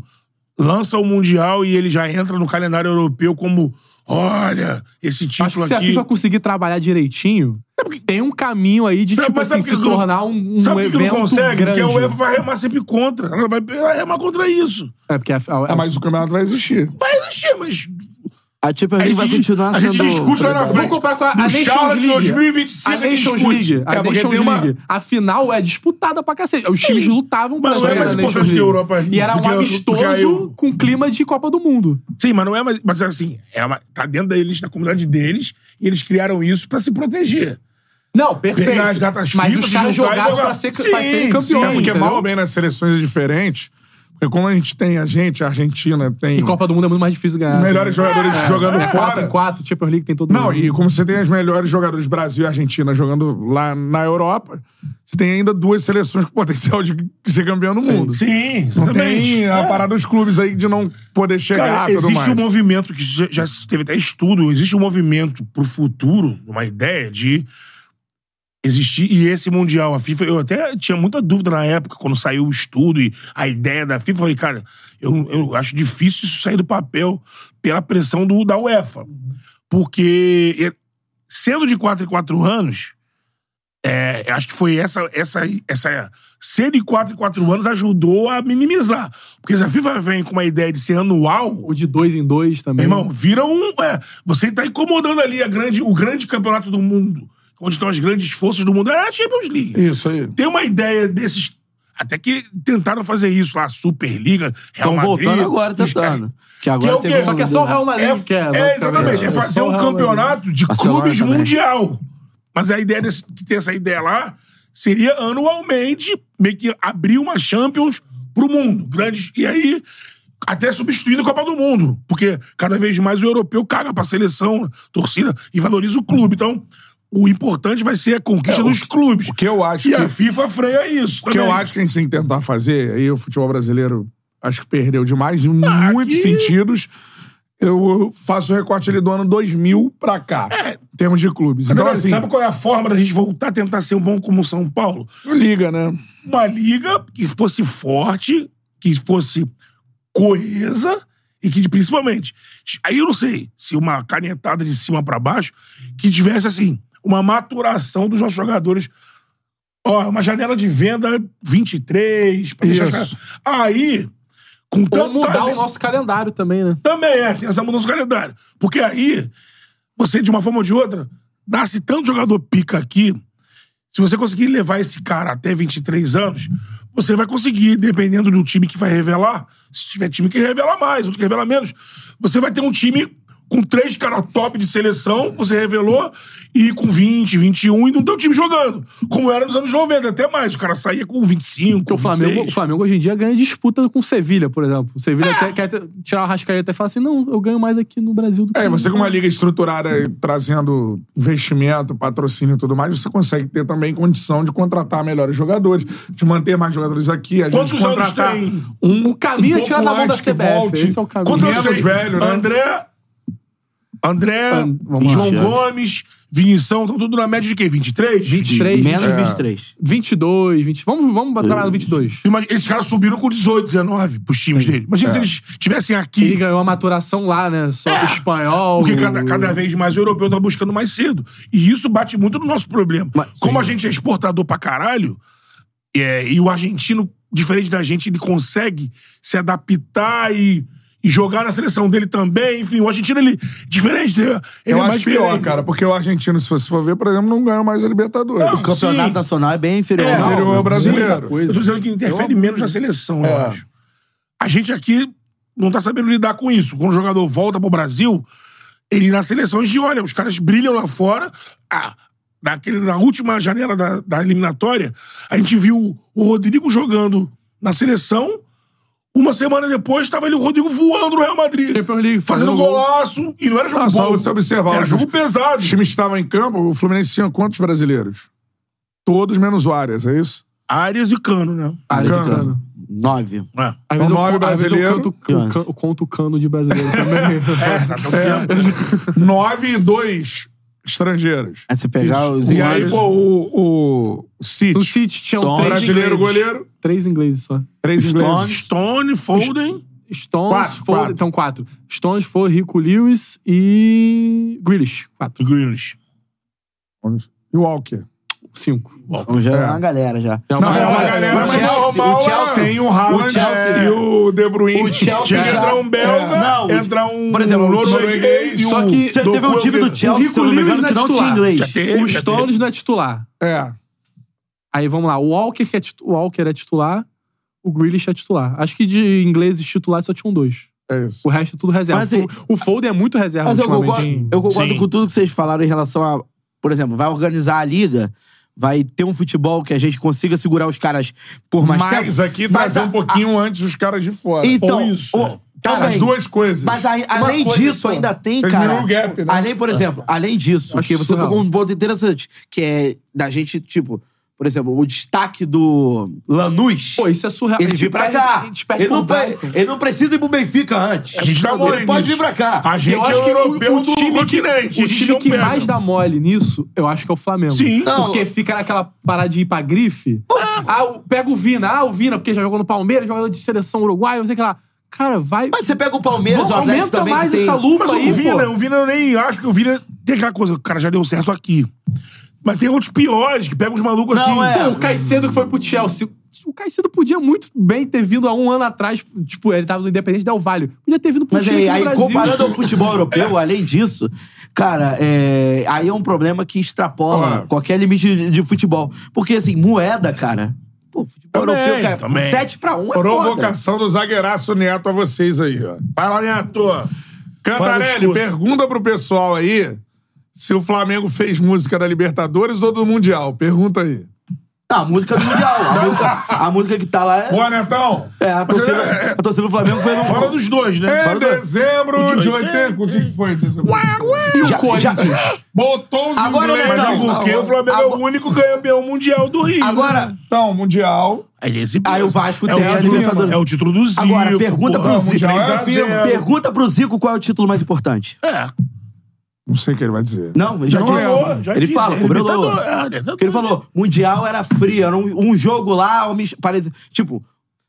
S2: lança o Mundial e ele já entra no calendário europeu como. Olha, esse título
S4: Acho que se a
S2: aqui. É
S4: FIFA conseguir trabalhar direitinho, tem um caminho aí de,
S2: Sabe-
S4: tipo
S2: mas
S4: assim,
S2: sabe
S4: se
S2: por que não-
S4: tornar um, um
S2: Sabe por que é um
S4: evento
S2: não consegue? Porque
S4: grande.
S2: a UEFA vai remar sempre contra. Ela vai vai remar contra isso.
S4: É, porque a, a-
S1: É, mas o campeonato vai existir.
S2: Vai existir, mas
S3: A Champions
S2: a gente,
S3: League vai continuar
S2: a
S3: sendo...
S2: gente discute lá na frente.
S4: Vamos comparar com a, a
S2: No Charla
S4: Nations
S2: de
S4: League.
S2: 2025
S4: a Nations
S2: discute.
S4: League. A
S1: É, porque
S4: Nations
S1: tem uma-
S4: League. A final é disputada pra cacete. Os times lutavam pra
S2: Mas não é
S4: ganhar
S2: mais
S4: a
S2: importante que
S4: Nations
S2: a
S4: League.
S2: Europa League,
S4: E era
S2: do
S4: um
S2: que a- do que a
S4: amistoso
S2: Euro.
S4: com clima de Copa do Mundo.
S2: Sim, mas não é mais. Mas assim, é uma, tá dentro deles, na comunidade deles, e eles criaram isso pra se proteger.
S4: Não, perfeito.
S2: Pegar as datas
S4: Mas
S2: FIFA,
S4: os
S2: se
S4: caras
S2: juntar e
S4: jogaram
S2: jogar.
S4: pra ser,
S2: Sim,
S4: pra ser
S2: sim,
S4: campeão.
S1: É porque
S4: entendeu?
S1: mal ou bem nas seleções é diferente. Porque E como a gente tem a gente, a Argentina tem
S4: E Copa do Mundo é muito mais difícil ganhar.
S1: os melhores jogadores jogando
S4: É,
S1: fora.
S4: Quatro em quatro, Champions League tem todo
S1: Não,
S4: mundo.
S1: e como você tem os melhores jogadores Brasil e Argentina jogando lá na Europa, você tem ainda duas seleções com potencial de ser campeão do mundo.
S2: É, Sim,
S1: Não
S2: exatamente. É.
S1: tem a parada dos clubes aí de não poder chegar
S2: Cara,
S1: tudo
S2: existe
S1: mais.
S2: um movimento que já já teve até estudo, existe um movimento pro futuro, uma ideia de existir e esse mundial a FIFA, eu até tinha muita dúvida na época quando saiu o estudo e a ideia da FIFA, eu falei, cara, eu, eu acho difícil isso sair do papel pela pressão do da UEFA. Porque eh, sendo de 4 em 4 anos, é, acho que foi essa, essa, essa ser de 4 em 4 anos ajudou a minimizar. Porque se a FIFA vem com uma ideia de ser anual,
S4: O de dois em dois
S2: meu
S4: também.
S2: irmão, vira um. é, você está incomodando ali a grande, o grande campeonato do mundo, onde estão as grandes forças do mundo, é a Champions League.
S1: Isso aí.
S2: Tem uma ideia desses. Até que tentaram fazer isso lá, Superliga, Real
S3: Estão
S2: Madrid.
S3: voltando Tá agora,
S2: os caras-
S3: tentando. Que
S2: Que é o
S3: agora
S2: quê?
S3: teve um
S2: Só que
S4: é só o Real Madrid
S2: é,
S4: que quer.
S2: é,
S4: basicamente.
S2: exatamente. É
S4: só
S2: fazer
S4: o
S2: um
S4: Real Madrid.
S2: campeonato de
S3: Barcelona
S2: clubes
S3: também.
S2: mundial. Mas a ideia desse, de ter essa ideia lá seria anualmente meio que abrir uma Champions pro mundo. Grandes, e aí, até substituindo a Copa do Mundo. Porque cada vez mais o europeu caga pra seleção, torcida, e valoriza o clube. Então, o importante vai ser a conquista dos clubes.
S1: É, O que eu acho
S2: E
S1: que
S2: a FIFA freia isso.
S1: O que eu
S2: também.
S1: acho que a gente tem que tentar fazer, aí o futebol brasileiro acho que perdeu demais em
S2: Ah,
S1: muitos sentidos. Eu faço o recorte ali do ano 2000 pra cá, em termos de clubes. Então,
S2: É. Agora,
S1: assim,
S2: sabe qual é a forma da gente voltar a tentar ser um bom como o São Paulo?
S1: não liga, né?
S2: uma liga que fosse forte, que fosse coesa e que principalmente, aí eu não sei se uma canetada de cima pra baixo, que tivesse assim uma maturação dos nossos jogadores. Ó, uma janela de venda 23, pra deixar os
S1: Isso.
S2: caras- Aí, com
S4: Ou
S2: tanto
S4: mudar o
S2: talento-
S4: nosso calendário também, né?
S2: também é, tem essa mudança no calendário. Porque aí, você, de uma forma ou de outra, nasce tanto jogador pica aqui. Se você conseguir levar esse cara até 23 anos, você vai conseguir, dependendo do time que vai revelar. Se tiver time que revela mais, outro que revela menos, você vai ter um time com três caras top de seleção, você revelou, e com 20, 21, e não tem um time jogando. Como era nos anos 90, até mais. O cara saía com 25.
S4: Porque o Flamengo, o Flamengo hoje em dia ganha disputa com o Sevilha, por exemplo. O Sevilha
S3: É.
S4: até quer te- tirar o Rascaeta e falar assim: não, eu ganho mais aqui no Brasil do que.
S1: É, você com
S4: como
S1: uma liga estruturada e trazendo investimento, patrocínio e tudo mais, você consegue ter também condição de contratar melhores jogadores, de manter mais jogadores aqui, às vezes
S2: Quantos anos
S1: contratar
S2: tem?
S1: um
S4: O caminho é
S1: um
S4: tirar
S1: pouco
S4: da mão da
S1: antes que
S4: CBF,
S1: volte.
S4: esse é o caminho.
S2: Quanto
S1: Menos
S2: anos
S1: velho, né?
S2: André. André,
S4: An- vamos lá,
S2: João
S4: Thiago.
S2: Gomes, Vinição, estão tudo na média de quê? 23?
S4: 23,
S3: Menos de
S4: é.
S3: 23.
S4: 22, 20. Vamos, vamos trabalhar no 22.
S2: Imagina, esses caras subiram com 18, 19 pros times dele. Imagina
S1: É.
S2: se eles tivessem
S4: Ele
S2: aqui.
S4: ganhou a maturação lá, né? Só
S3: É.
S4: do espanhol.
S2: Porque cada, cada vez mais o europeu tá buscando mais cedo. E isso bate muito no nosso problema. Como a gente é exportador pra caralho, é, e o argentino, diferente da gente, ele consegue se adaptar e, e jogar na seleção dele também. Enfim, o argentino, ele. Diferente, ele é
S1: Eu
S2: mais
S1: acho pior,
S2: diferente.
S1: cara, porque o argentino, se você for ver, por exemplo, não ganha mais a Libertadores.
S2: Não,
S3: O campeonato
S2: Sim.
S3: nacional é bem inferior.
S2: É,
S3: ao nosso.
S1: inferior ao brasileiro.
S4: Muita
S2: Eu
S4: coisa.
S2: tô dizendo que interfere menos na seleção, eu
S1: É.
S2: acho. A gente aqui não tá sabendo lidar com isso. Quando o jogador volta pro Brasil, ele na seleção, a gente olha, os caras brilham lá fora. Ah, naquele, na última janela da, da eliminatória, a gente viu o Rodrigo jogando na seleção. Uma semana depois, tava ele, o Rodrigo voando no Real Madrid.
S4: Champions League,
S2: fazendo
S4: fazendo
S2: golaço. E não era jogo
S1: Ah, só
S2: bom.
S1: você observar.
S2: Era
S1: os-
S2: jogo
S1: O
S2: pesado.
S1: time estava em campo, o Fluminense tinha quantos brasileiros? Todos menos o Arias, é isso?
S2: Arias e Cano, né?
S3: Área de
S1: Cano.
S3: cano. Nove.
S2: É.
S4: Às vezes,
S1: Nove
S4: eu, às vezes eu,
S1: brasileiro.
S4: canto, eu, can- eu conto o cano de brasileiro também.
S2: tá tão tempo.
S1: Nove e dois estrangeiros.
S3: Aí você É, pegar os
S1: E aí,
S3: ingleses-
S1: pô, o, o City,
S4: No City tinham
S3: Tom,
S4: três
S1: brasileiro
S4: ingleses.
S1: goleiro,
S4: Três ingleses só.
S1: três ingleses.
S2: Stone, Foden.
S4: Stones,
S1: Quatro,
S4: Ford,
S1: quatro.
S4: então quatro. Stones, Ford, Rico Lewis e Grealish. Quatro.
S2: Grealish.
S1: E o Walker.
S4: Cinco.
S3: Então já é uma galera já.
S4: Já
S1: Não, é uma
S4: galera.
S1: galera, mas
S3: Chelsea,
S1: normal, né?
S3: o Chelsea.
S1: sem o Haaland
S3: O Chelsea.
S1: e o De Bruyne.
S3: O Chelsea
S1: Tinha que
S3: já-
S1: entrar um belga,
S3: É. Não, o-
S1: entrar um
S3: por exemplo, o
S1: norueguês e um...
S4: Só que
S3: Você teve um time do Chelsea,
S4: Rico
S3: se eu não me engano,
S4: Lewis
S3: que
S4: não é
S3: não tinha
S4: titular.
S3: inglês.
S2: teve,
S4: o
S2: já
S4: Stones não é titular.
S1: É.
S4: Aí vamos lá. O Walker, que é titu- o Walker é titular. O Grealish é titular. Acho que de ingleses titulares só tinham dois.
S1: É
S4: O
S1: isso.
S4: resto é tudo reserva.
S3: Mas
S4: o,
S3: e-
S4: o Foden é muito reserva
S3: Mas eu
S4: ultimamente.
S3: concordo, eu concordo
S2: Sim.
S3: com tudo que vocês falaram em relação a, por exemplo, vai organizar a liga. vai ter um futebol que a gente consiga segurar os caras por mais tempo.
S1: Mas aqui trazer
S3: a-
S1: um pouquinho antes os caras de fora.
S3: Então,
S1: Ou isso.
S3: o-
S1: né?
S3: também.
S1: as duas coisas.
S3: Mas aí,
S1: Uma
S3: além
S1: coisa
S3: disso,
S1: só.
S3: ainda tem,
S1: Vocês
S3: cara.
S1: diminuem o gap, né?
S3: Além, por exemplo, além disso,
S4: Acho
S3: que você
S4: surreal.
S3: tocou um ponto interessante, que é da gente, tipo, por exemplo, o destaque do Lanús.
S4: Pô, isso é surreal.
S3: ele
S4: A gente
S3: vir pra
S4: perde-
S3: cá.
S4: a gente perde
S3: Ele não,
S4: pro
S3: pe-
S4: tipo Brighton.
S3: ele não precisa ir pro Benfica antes.
S2: A gente tá
S3: ele
S2: morrendo
S3: pode vir
S2: nisso.
S3: pra cá.
S2: A gente
S3: Eu
S2: é
S3: acho que o-
S2: europeu do continente.
S4: O
S2: a gente
S4: time
S2: não
S4: que
S2: pega.
S4: mais dá mole nisso, eu acho que é o Flamengo.
S2: Sim. Não.
S4: Porque fica naquela parada de ir pra grife. Ah, o- pega o Vina. Ah, o Vina, porque já jogou no Palmeiras, jogador de seleção uruguaia, não sei o que lá. Cara, vai...
S3: Mas você pega o Palmeiras,
S4: Vamos-
S3: o Atlético
S4: aumenta
S3: também.
S4: mais
S3: que tem-
S4: essa lupa
S2: Mas
S4: aí,
S2: o Vina,
S4: pô.
S2: o Vina eu nem acho que o Vina tem aquela coisa, o cara já deu certo aqui. Mas tem outros piores que pegam os malucos
S3: Não,
S2: assim.
S3: é.
S4: Pô, o Caicedo que foi pro Chelsea. O Caicedo podia muito bem ter vindo há um ano atrás. Tipo, ele tava no Independente Del Valle. Podia ter vindo pro
S3: Mas
S4: time
S3: aí,
S4: aqui
S3: aí
S4: do Brasil.
S3: comparando ao futebol europeu, além disso, cara, é, aí é um problema que extrapola
S1: Claro.
S3: qualquer limite de, de futebol. Porque, assim, moeda, cara. Pô, futebol
S2: Também,
S3: europeu, cara,
S2: também.
S3: 7 pra 1 é foda.
S1: Provocação do zagueiraço Neto a vocês aí, ó. Vai lá, Neto.
S2: Fala,
S1: Cantarelli,
S2: escuta.
S1: pergunta pro pessoal aí se o Flamengo fez música da Libertadores ou do Mundial. Pergunta aí.
S3: Não, a música do Mundial. A música, a música que tá lá é,
S1: Boa, Netão!
S3: é a, torcida, a torcida do Flamengo foi no...
S2: Fala dos dois, né?
S1: Em
S2: Fala do-
S1: dezembro de 80. O que que foi? em dezembro?
S4: E
S3: Já-
S4: o
S3: já-
S4: Corinthians?
S1: Botou os
S3: Agora,
S1: ingleses.
S3: Netão,
S2: Mas é
S3: Não,
S2: porque
S3: não.
S2: o Flamengo é o
S3: Agora-
S2: único campeão mundial do Rio.
S3: Agora,
S1: Então, Mundial.
S2: Aí, esse
S3: Aí o Vasco
S2: é
S3: tem
S2: o
S3: a
S2: título-
S3: Libertadores.
S2: É o título do Zico.
S3: agora pergunta
S2: porra.
S3: pro Zico.
S1: Mundial é assim,
S2: zero.
S3: Pergunta pro Zico qual é o título mais importante.
S1: Não sei o que ele vai dizer.
S3: Não, ele já
S1: Não,
S3: disse.
S1: eu-
S2: já
S3: ele
S2: disse,
S3: fala,
S2: é
S3: cobrou do-
S2: Libertador, é,
S3: Porque ele falou, Mundial era frio, era um, um jogo lá, um, mis- parece, tipo,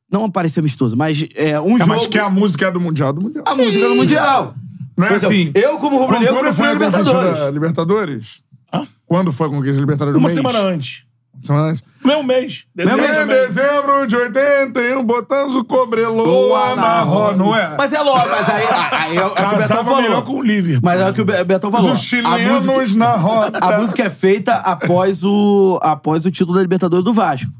S3: não parecia amistoso, mas é um
S1: É,
S3: jogo,
S1: mas que a música é do Mundial, do Mundial.
S3: a música do Mundial.
S1: Não é
S3: Por exemplo,
S1: assim.
S3: Eu, como rubro negro,
S1: Quando
S3: prefiro
S1: foi
S3: a
S1: a conquista da
S3: Libertadores.
S1: Libertadores? Quando foi a conquista da Libertadores?
S2: Uma
S1: Um mês?
S2: semana antes.
S1: Semana antes.
S2: Não é um mês. Dezembro
S1: Em
S2: também.
S1: dezembro de 81, botamos o Cobreloa na roda, não é?
S3: Mas é logo, mas aí, aí é o que o Betão
S2: Casava melhor
S3: falou.
S2: com o Liverpool.
S3: Mas é o que o Be- Betão falou.
S1: Os
S3: A
S1: chilenos
S3: música,
S1: na roda.
S3: a música é feita após o, após o título da Libertadores do Vasco.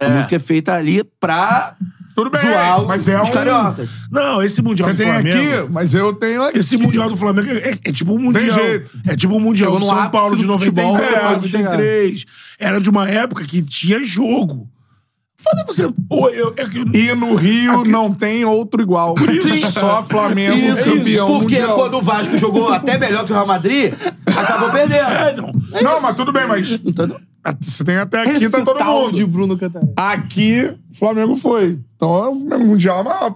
S3: A música é feita ali pra
S1: Tudo bem,
S3: zoar
S1: mas é
S3: os
S1: um-
S3: cariocas.
S2: Não, esse Mundial
S1: Você
S2: do
S1: tem
S2: Flamengo...
S1: aqui, mas eu tenho aqui.
S2: Esse Mundial do Flamengo é, é- é tipo um Mundial.
S1: jeito.
S2: É tipo um Mundial
S4: Chegou
S2: do
S4: no
S2: São
S4: ápice
S2: Paulo de
S4: do futebol,
S2: 93,
S4: você pode chegar.
S2: 93. Era de uma época que tinha jogo. Foda você. Ou eu, é que-
S1: E no Rio não tem outro igual. Só Flamengo
S3: Isso,
S1: campeão
S3: porque
S1: mundial.
S3: quando o Vasco jogou até melhor que o Real Madrid, acabou
S2: É,
S3: perdendo.
S2: não.
S1: Não, mas tudo bem, mas
S3: Entendeu?
S1: você tem até aqui,
S4: Esse
S1: tá todo
S4: tal
S1: mundo.
S4: de Bruno Cantarelli.
S1: Aqui, Flamengo foi. Então, é o Mundial é maior.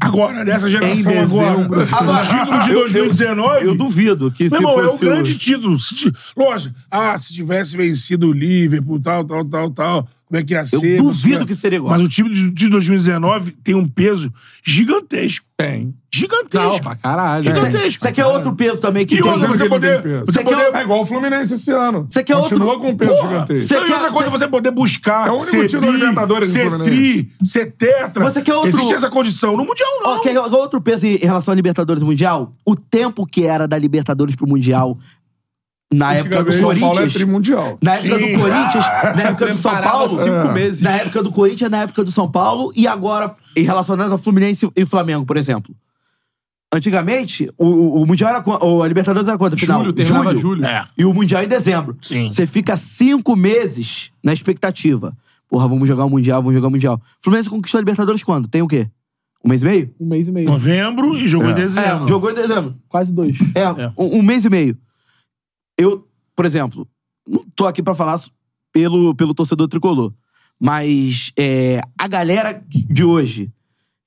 S2: Agora, nessa geração
S4: dezembro.
S2: agora.
S3: Agora,
S2: o título de 2019.
S3: Eu duvido que se
S2: Meu irmão, é um
S3: fosse
S2: grande título. Se ti- Lógico. Ah, se tivesse vencido o Liverpool, tal, tal, tal, tal. Como é que ia ser? não sei
S3: duvido
S2: lá.
S3: que seria igual.
S2: Mas o time de, de 2019 tem um peso gigantesco.
S1: Tem.
S4: Não,
S2: Gigantesco.
S4: pra caralho.
S3: Isso, isso aqui é outro peso também que
S2: E
S3: tem.
S2: outra,
S1: que
S2: você
S1: ele
S2: poder.
S1: tem peso.
S2: Você
S3: Você quer
S2: poder.
S1: É igual o Fluminense esse ano.
S3: Você quer
S1: Continua
S3: outro-
S1: com um peso
S3: Porra,
S1: gigantesco.
S3: você é
S2: Não, e outra
S3: quer-
S2: coisa,
S3: você-
S2: você poder buscar.
S1: É o único
S2: ser
S1: título da
S2: bi,
S1: Libertadores do
S2: Ser
S1: Fluminense.
S2: tri, ser tetra.
S3: Você quer outro-
S2: Existe essa condição. No Mundial, não.
S3: Ó, quer outro peso em relação a Libertadores e Mundial? O tempo que era da Libertadores pro Mundial na época do
S1: Antigamente, São Paulo é
S3: Corinthians.
S1: trimundial.
S3: na época
S2: Sim.
S3: do Corinthians, na época do São
S4: Parava
S3: Paulo.
S4: Ah,
S3: Ah.
S4: cinco meses.
S3: Na época do Corinthians, na época do São Paulo e agora em relacionado ao Fluminense e Flamengo, por exemplo. Antigamente, o- o, o Mundial era. quan- ou a Libertadores era quanto? Final?
S4: Julho, terminava julho.
S2: É.
S3: E o Mundial em dezembro.
S2: Sim.
S3: Você fica cinco meses na expectativa. Porra, vamos jogar o Mundial, vamos jogar o Mundial. Fluminense conquistou a Libertadores quando? Tem o quê? Um mês e meio?
S4: Um mês e meio.
S2: Novembro e
S3: É.
S2: jogo em dezembro.
S3: Jogou em dezembro.
S4: Quase dois.
S3: É, Um, um mês e meio. Eu, por exemplo, não tô aqui pra falar pelo, pelo torcedor tricolor, mas é, a galera de hoje,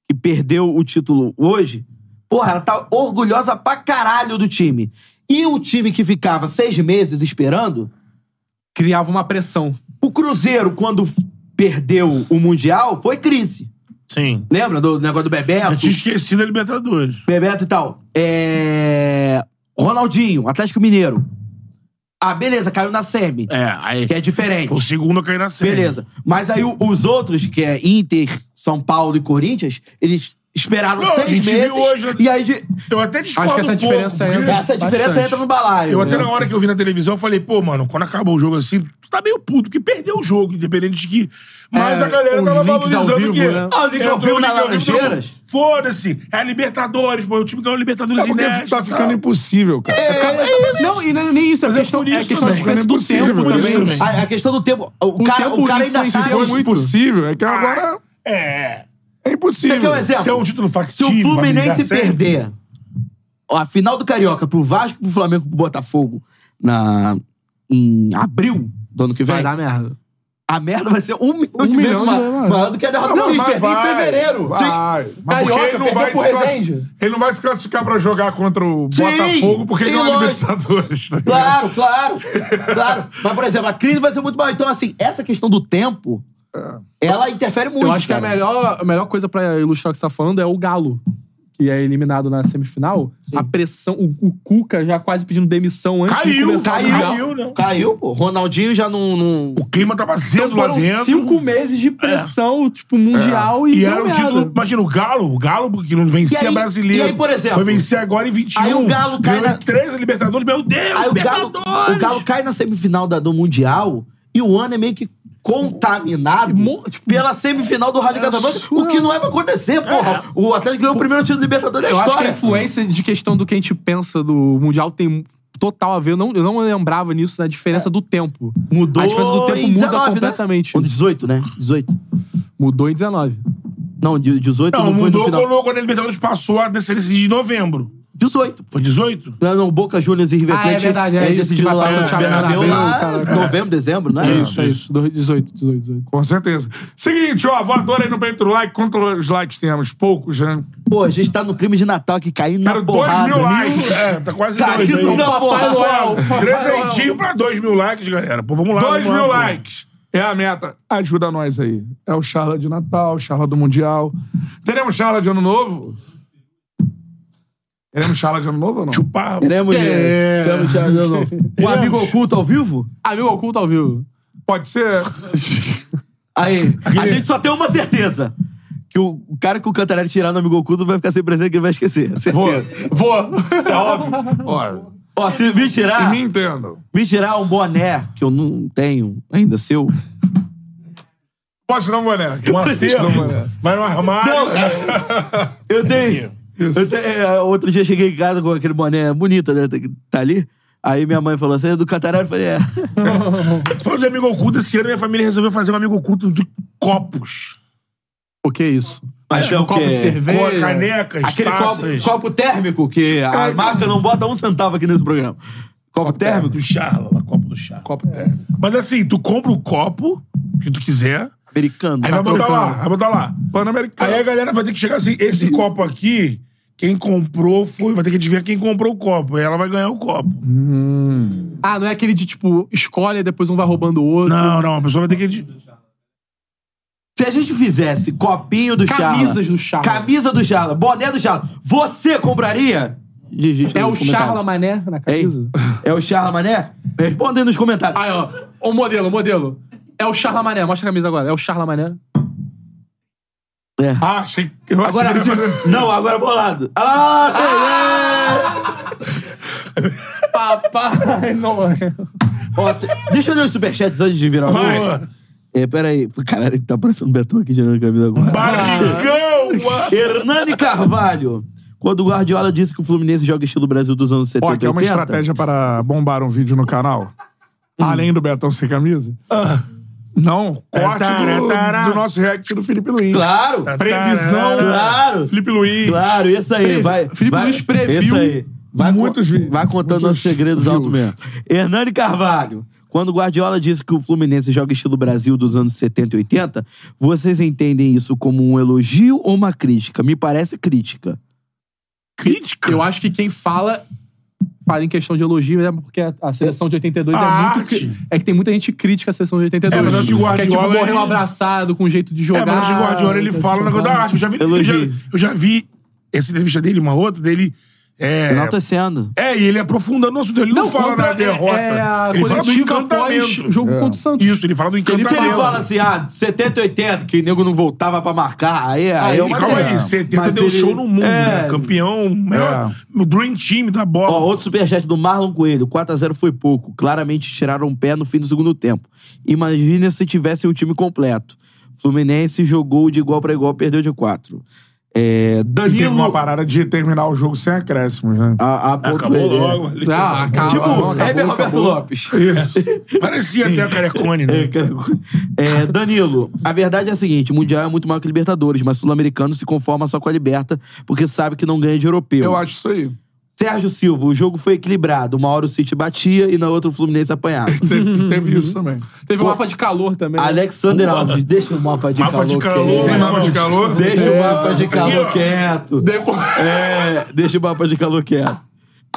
S3: que perdeu o título hoje, porra, ela tá orgulhosa pra caralho do time. E o time que ficava seis meses esperando,
S4: Criava uma pressão.
S3: o Cruzeiro, quando f- perdeu o Mundial, foi crise.
S2: Sim.
S3: Lembra do negócio do Bebeto?
S2: Eu tinha esquecido a Libertadores.
S3: Bebeto e tal. É. Ronaldinho, Atlético Mineiro. Ah, beleza, caiu na semi,
S2: É, aí.
S3: que é diferente.
S2: O segundo a cair na série.
S3: Beleza. Mas aí o- os outros, que é Inter, São Paulo e Corinthians, eles Esperaram
S2: Não, a
S3: seis
S2: gente viu
S3: meses.
S2: hoje-
S3: E aí. de-
S2: Eu até discordo
S4: Acho que essa
S2: um pouco,
S4: diferença
S2: porque-
S4: entra-
S3: Essa diferença
S4: Bastante.
S3: entra no balaio.
S2: Eu até
S3: né?
S2: na hora que eu vi na televisão, eu falei, pô, mano, quando acabou o jogo assim, tu tá meio puto, que perdeu o jogo, independente de que. Mas
S4: É,
S2: a galera
S4: os
S2: tava
S4: links ao
S2: valorizando
S4: vivo,
S2: que.
S4: né?
S3: Ah, o link ao
S2: Entrou
S3: vivo
S2: o
S3: na
S2: link ao vivo, todo mundo,
S3: Laranjeiras?
S2: Foda-se, é a Libertadores, pô, o time ganhou a Libertadores
S1: É
S2: é
S1: porque
S2: inédito.
S1: tá ficando impossível, cara. É,
S4: Não, e não é nem isso. É
S2: é
S4: questão,
S2: por
S4: é
S2: isso
S4: questão da
S2: também,
S1: não
S4: diferença
S1: é
S4: do
S1: possível,
S4: tempo
S1: por
S4: também.
S1: isso
S4: né?
S3: A, a questão do tempo. O, cara,
S4: tempo
S3: o cara ainda
S1: se
S3: tá.
S4: influencia
S1: fosse
S4: muito.
S1: possível, é que agora
S2: É.
S1: é impossível.
S3: Você quer um exemplo?
S2: Se é um título
S3: Se
S2: factível.
S3: o
S2: vai brigar
S3: Fluminense
S2: sério.
S3: perder a final do Carioca pro Vasco, pro Flamengo, pro Botafogo na, em abril do ano que vem,
S4: Vai dar merda.
S3: a merda vai ser um, milhão de
S4: milhão
S3: milhão
S4: de
S3: ma
S4: vezes
S3: maior.
S4: maior.
S3: do que a derrota do
S1: Não,
S3: Inter
S1: mas vai,
S3: é em fevereiro.
S1: Vai.
S3: Sim.
S1: Mas porque
S3: Carioca
S1: ele não,
S3: perdeu
S1: vai
S3: pro
S1: se classi-
S3: Resende.
S1: ele não vai se classificar pra jogar contra o
S3: Sim,
S1: Botafogo porque
S3: sim,
S1: ganhou a
S3: lógico.
S1: Libertadores. tá ligado?
S3: Claro, claro, claro. Mas, por exemplo, a crise vai ser muito maior. Então, assim, essa questão do tempo, ela interfere muito.
S4: Eu acho que a
S3: cara.
S4: melhor, a melhor coisa pra ilustrar o que você tá falando é o Galo, que é eliminado na semifinal. A pressão, o, o Cuca já quase pedindo demissão antes de
S2: Caiu,
S4: começar o
S3: né?
S2: caiu,
S4: Mundial.
S2: caiu, não.
S3: Caiu, pô. Ronaldinho já não. não-
S2: O clima tava
S4: Então
S2: zendo lá
S4: foram
S2: dentro. É.
S4: cinco meses de pressão, tipo, mundial e,
S2: E
S4: deu
S2: era o
S4: merda.
S2: título. Imagina, o Galo, o Galo, porque não vencia
S3: E aí-
S2: brasileiro.
S3: e aí, por exemplo,
S2: Foi vencer agora em 21.
S3: aí o Galo cai
S2: ganhou
S3: na-
S2: em 13 Libertadores, meu Deus!
S3: Aí o Galo,
S2: É um Libertadores!
S3: o Galo cai na semifinal da- do Mundial e o ano é meio que contaminado
S4: Mo- tipo,
S3: pela semifinal do Rádio Catabanca,
S4: surreal.
S3: o que não é pra acontecer, porra. O Atlético ganhou o primeiro título Libertadores da
S4: Eu acho que a
S3: história.
S4: influência de questão do que a gente pensa do Mundial tem total a ver. Eu não, eu não lembrava nisso, da diferença do tempo.
S3: Mudou
S4: A diferença do tempo
S3: em
S4: muda
S3: 19, né?
S4: completamente.
S3: Ou 18, né? 18.
S4: Mudou em 19.
S3: Não, de- 18 não,
S2: Não,
S3: foi no
S2: mudou
S3: final.
S2: quando, quando a Libertadores passou a decidir de novembro.
S3: 18.
S2: Foi 18?
S3: Não, não, Boca Juniors e River
S4: Ah, é
S3: Plate.
S4: verdade, é isso que
S3: decidido
S4: vai
S3: lá
S4: passar
S3: no
S4: o Thiago
S3: Bernabéu,
S4: Bernabéu,
S3: lá
S4: cara.
S3: em novembro, dezembro, né?
S4: isso, é isso. Do- 18, 18, 18.
S1: Com certeza. Seguinte, ó, voadora aí no peito do like. Quantos likes temos? Poucos, né?
S3: Pô, a gente tá no clima de Natal aqui, caindo na
S1: Quero 2
S3: porrada. né?
S1: mil likes. É, tá quase
S3: Caindo
S1: 2
S2: né?
S3: na
S2: Tá
S3: porrada.
S4: Papai Noel.
S2: Trezentinho pra 2 mil likes, galera. Pô, vamos lá.
S1: 2
S2: vamos lá,
S1: mil
S2: pô.
S1: likes. É a meta. Ajuda nós aí. É o charla de Natal, charla do Mundial. Teremos charla de Ano Novo? Teremos charla de Ano Novo ou não?
S2: Chupar.
S3: Queremos,
S4: É.
S3: queremos já, não, não. O Um Amigo Oculto ao vivo?
S4: Amigo oculto ao vivo.
S1: Pode ser.
S3: Aí, a
S2: Aquele-
S3: gente só tem uma certeza. Que o, o cara que o Cantarelli tirar no Amigo Oculto vai ficar sem presente que ele vai esquecer. é Certeza.
S1: Vou. É óbvio. Ó,
S3: Ó, se me
S1: e
S3: tirar,
S1: me entendo.
S3: me tirar um boné que eu não tenho ainda seu.
S1: Posso não, mané? Um acerto, mané.
S2: Vai no armário.
S3: Eu tenho. Eu tenho- é, outro dia eu cheguei em casa com aquele boné bonito, né? que Tá ali. Aí minha mãe falou assim: é do Cantarelli? Eu falei: é.
S2: Você falou de amigo oculto, esse ano minha família resolveu fazer um amigo oculto de copos.
S4: O que é isso?
S3: Mas é o
S4: Copo
S3: quê?
S4: de cerveja.
S2: Com canecas,
S3: Aquele
S2: taças.
S3: copo, copo térmico, que
S2: É,
S3: a marca não bota um centavo aqui nesse programa. Copo, térmico?
S2: Do charla, lá, copo do charla.
S1: Copo térmico.
S2: Mas assim, tu compra o copo que tu quiser,
S3: Americano.
S2: aí
S3: tá
S2: vai botar
S3: trocando.
S2: lá, vai botar lá.
S1: Pan-Americano.
S2: Aí a galera vai ter que chegar assim, esse copo aqui, quem comprou foi, vai ter que adivinhar quem comprou o copo. Aí ela vai ganhar o copo.
S4: Ah, não é aquele de, tipo, escolhe, depois um vai roubando o outro.
S2: Não, não, a pessoa vai ter que adi-
S3: Se a gente fizesse copinho do Chala.
S4: Camisas do Charla.
S3: Camisa do Chala. Boné do Chala. Você compraria? Digite
S4: É
S3: nos
S4: o
S3: comentários.
S4: Charla Mané na
S3: Hein?
S4: camisa?
S3: É o Charla Mané? Responda aí nos comentários.
S4: Aí, ó. O modelo, o modelo. É o Charla Mané. Mostra a camisa agora. É o Charla Mané.
S1: Ah, achei que eu
S3: Agora,
S1: achei que ele ia fazer assim.
S3: não, agora bolado. Ah,
S4: Papai, não.
S3: Ó, te- deixa eu ler os superchats antes de virar o
S2: Vai.
S3: jogo. É, peraí. Caralho, tá parecendo o Betão aqui girando a camisa agora.
S2: Barrigão! ah.
S3: Hernani Carvalho. Quando o Guardiola disse que o Fluminense joga estilo Brasil dos anos 70
S1: Ó, que é uma
S3: 80,
S1: estratégia para bombar um vídeo no canal. Além do Betão sem camisa. Não,
S2: É,
S1: corte
S2: tará,
S1: do,
S2: tará.
S1: do nosso react do Felipe Luiz.
S3: Claro,
S1: Previsão.
S3: Claro.
S1: Felipe Luiz.
S3: claro, isso aí. Vai,
S4: Felipe
S3: vai,
S4: Luiz previu
S3: isso aí. Vai, con-
S1: muitos vi-
S3: vai
S1: muitos
S3: contando nossos segredos
S1: views.
S3: alto mesmo. Hernani Carvalho. Quando o Guardiola disse que o Fluminense joga estilo Brasil dos anos 70 e 80, vocês entendem isso como um elogio ou uma crítica? Me parece crítica.
S2: Crítica.
S4: Eu acho que quem fala fala em questão de elogio, né? Porque a, a seleção de 82
S2: A
S4: é muito.
S2: arte.
S4: cri- É que tem muita gente que critica a seleção de 82.
S2: É, mas acho que o
S4: que é tipo
S2: Guardiola,
S4: morreu
S2: ele-
S4: abraçado com um jeito de jogar. Tá
S2: É, mas o
S4: tipo,
S2: um Guardiola, ele fala o negócio da arte. Eu já vi, eu já,
S3: Elogio.
S2: eu já vi essa entrevista dele, uma outra, dele É.
S3: Enaltecendo.
S2: É, e ele aprofundando o nosso Deus. Ele não, fala
S4: contra-
S2: da derrota.
S4: é a
S2: ele fala do
S4: coletiva após
S2: encantamento.
S4: o jogo contra o Santos.
S2: Isso, ele fala do
S3: Ele
S2: encantamento.
S3: fala, assim, ah, 70, 80, que o nego não voltava pra marcar, aí, aí é uma
S2: assim, Calma aí,
S3: guerra.
S2: 70
S3: Mas
S2: deu
S3: ele-
S2: show no mundo,
S3: é.
S2: né? Campeão, maior- o Dream Team da
S3: Ó,
S2: bola.
S3: outro superchat do Marlon Coelho. 4x0 foi pouco. Claramente tiraram um pé no fim do segundo tempo. Imagina se tivesse um time completo. Fluminense jogou de igual pra igual, perdeu de 4. É,
S1: E teve uma
S3: Danilo...
S1: parada de terminar o jogo sem acréscimos, né? é,
S3: A, a Ah, ponto
S2: Acabou
S3: ele.
S2: logo. ali.
S4: Ah, acaba,
S3: Tipo,
S4: não, acabou,
S3: Heber Roberto
S4: acabou.
S3: Lopes.
S1: Isso.
S2: Parecia até a Carecone, né?
S3: É, Danilo, a verdade é a seguinte: o Mundial é muito maior que Libertadores, mas sul-americano se conforma só com a Liberta, porque sabe que não ganha de europeu.
S1: Eu acho isso aí.
S3: Sérgio Silva, o jogo foi equilibrado. Uma hora o City batia e na outra o Fluminense apanhava.
S1: Teve, teve isso também.
S4: Teve um mapa de calor também. né?
S3: Alexander Alves, deixa o mapa de
S2: Mapa
S3: calor.
S2: de calor,
S3: quieto.
S2: né, mapa de
S1: calor.
S3: Deixa o mapa de
S2: Aqui,
S3: calor
S2: ó. Né?
S3: quieto. É, deixa o mapa de calor quieto.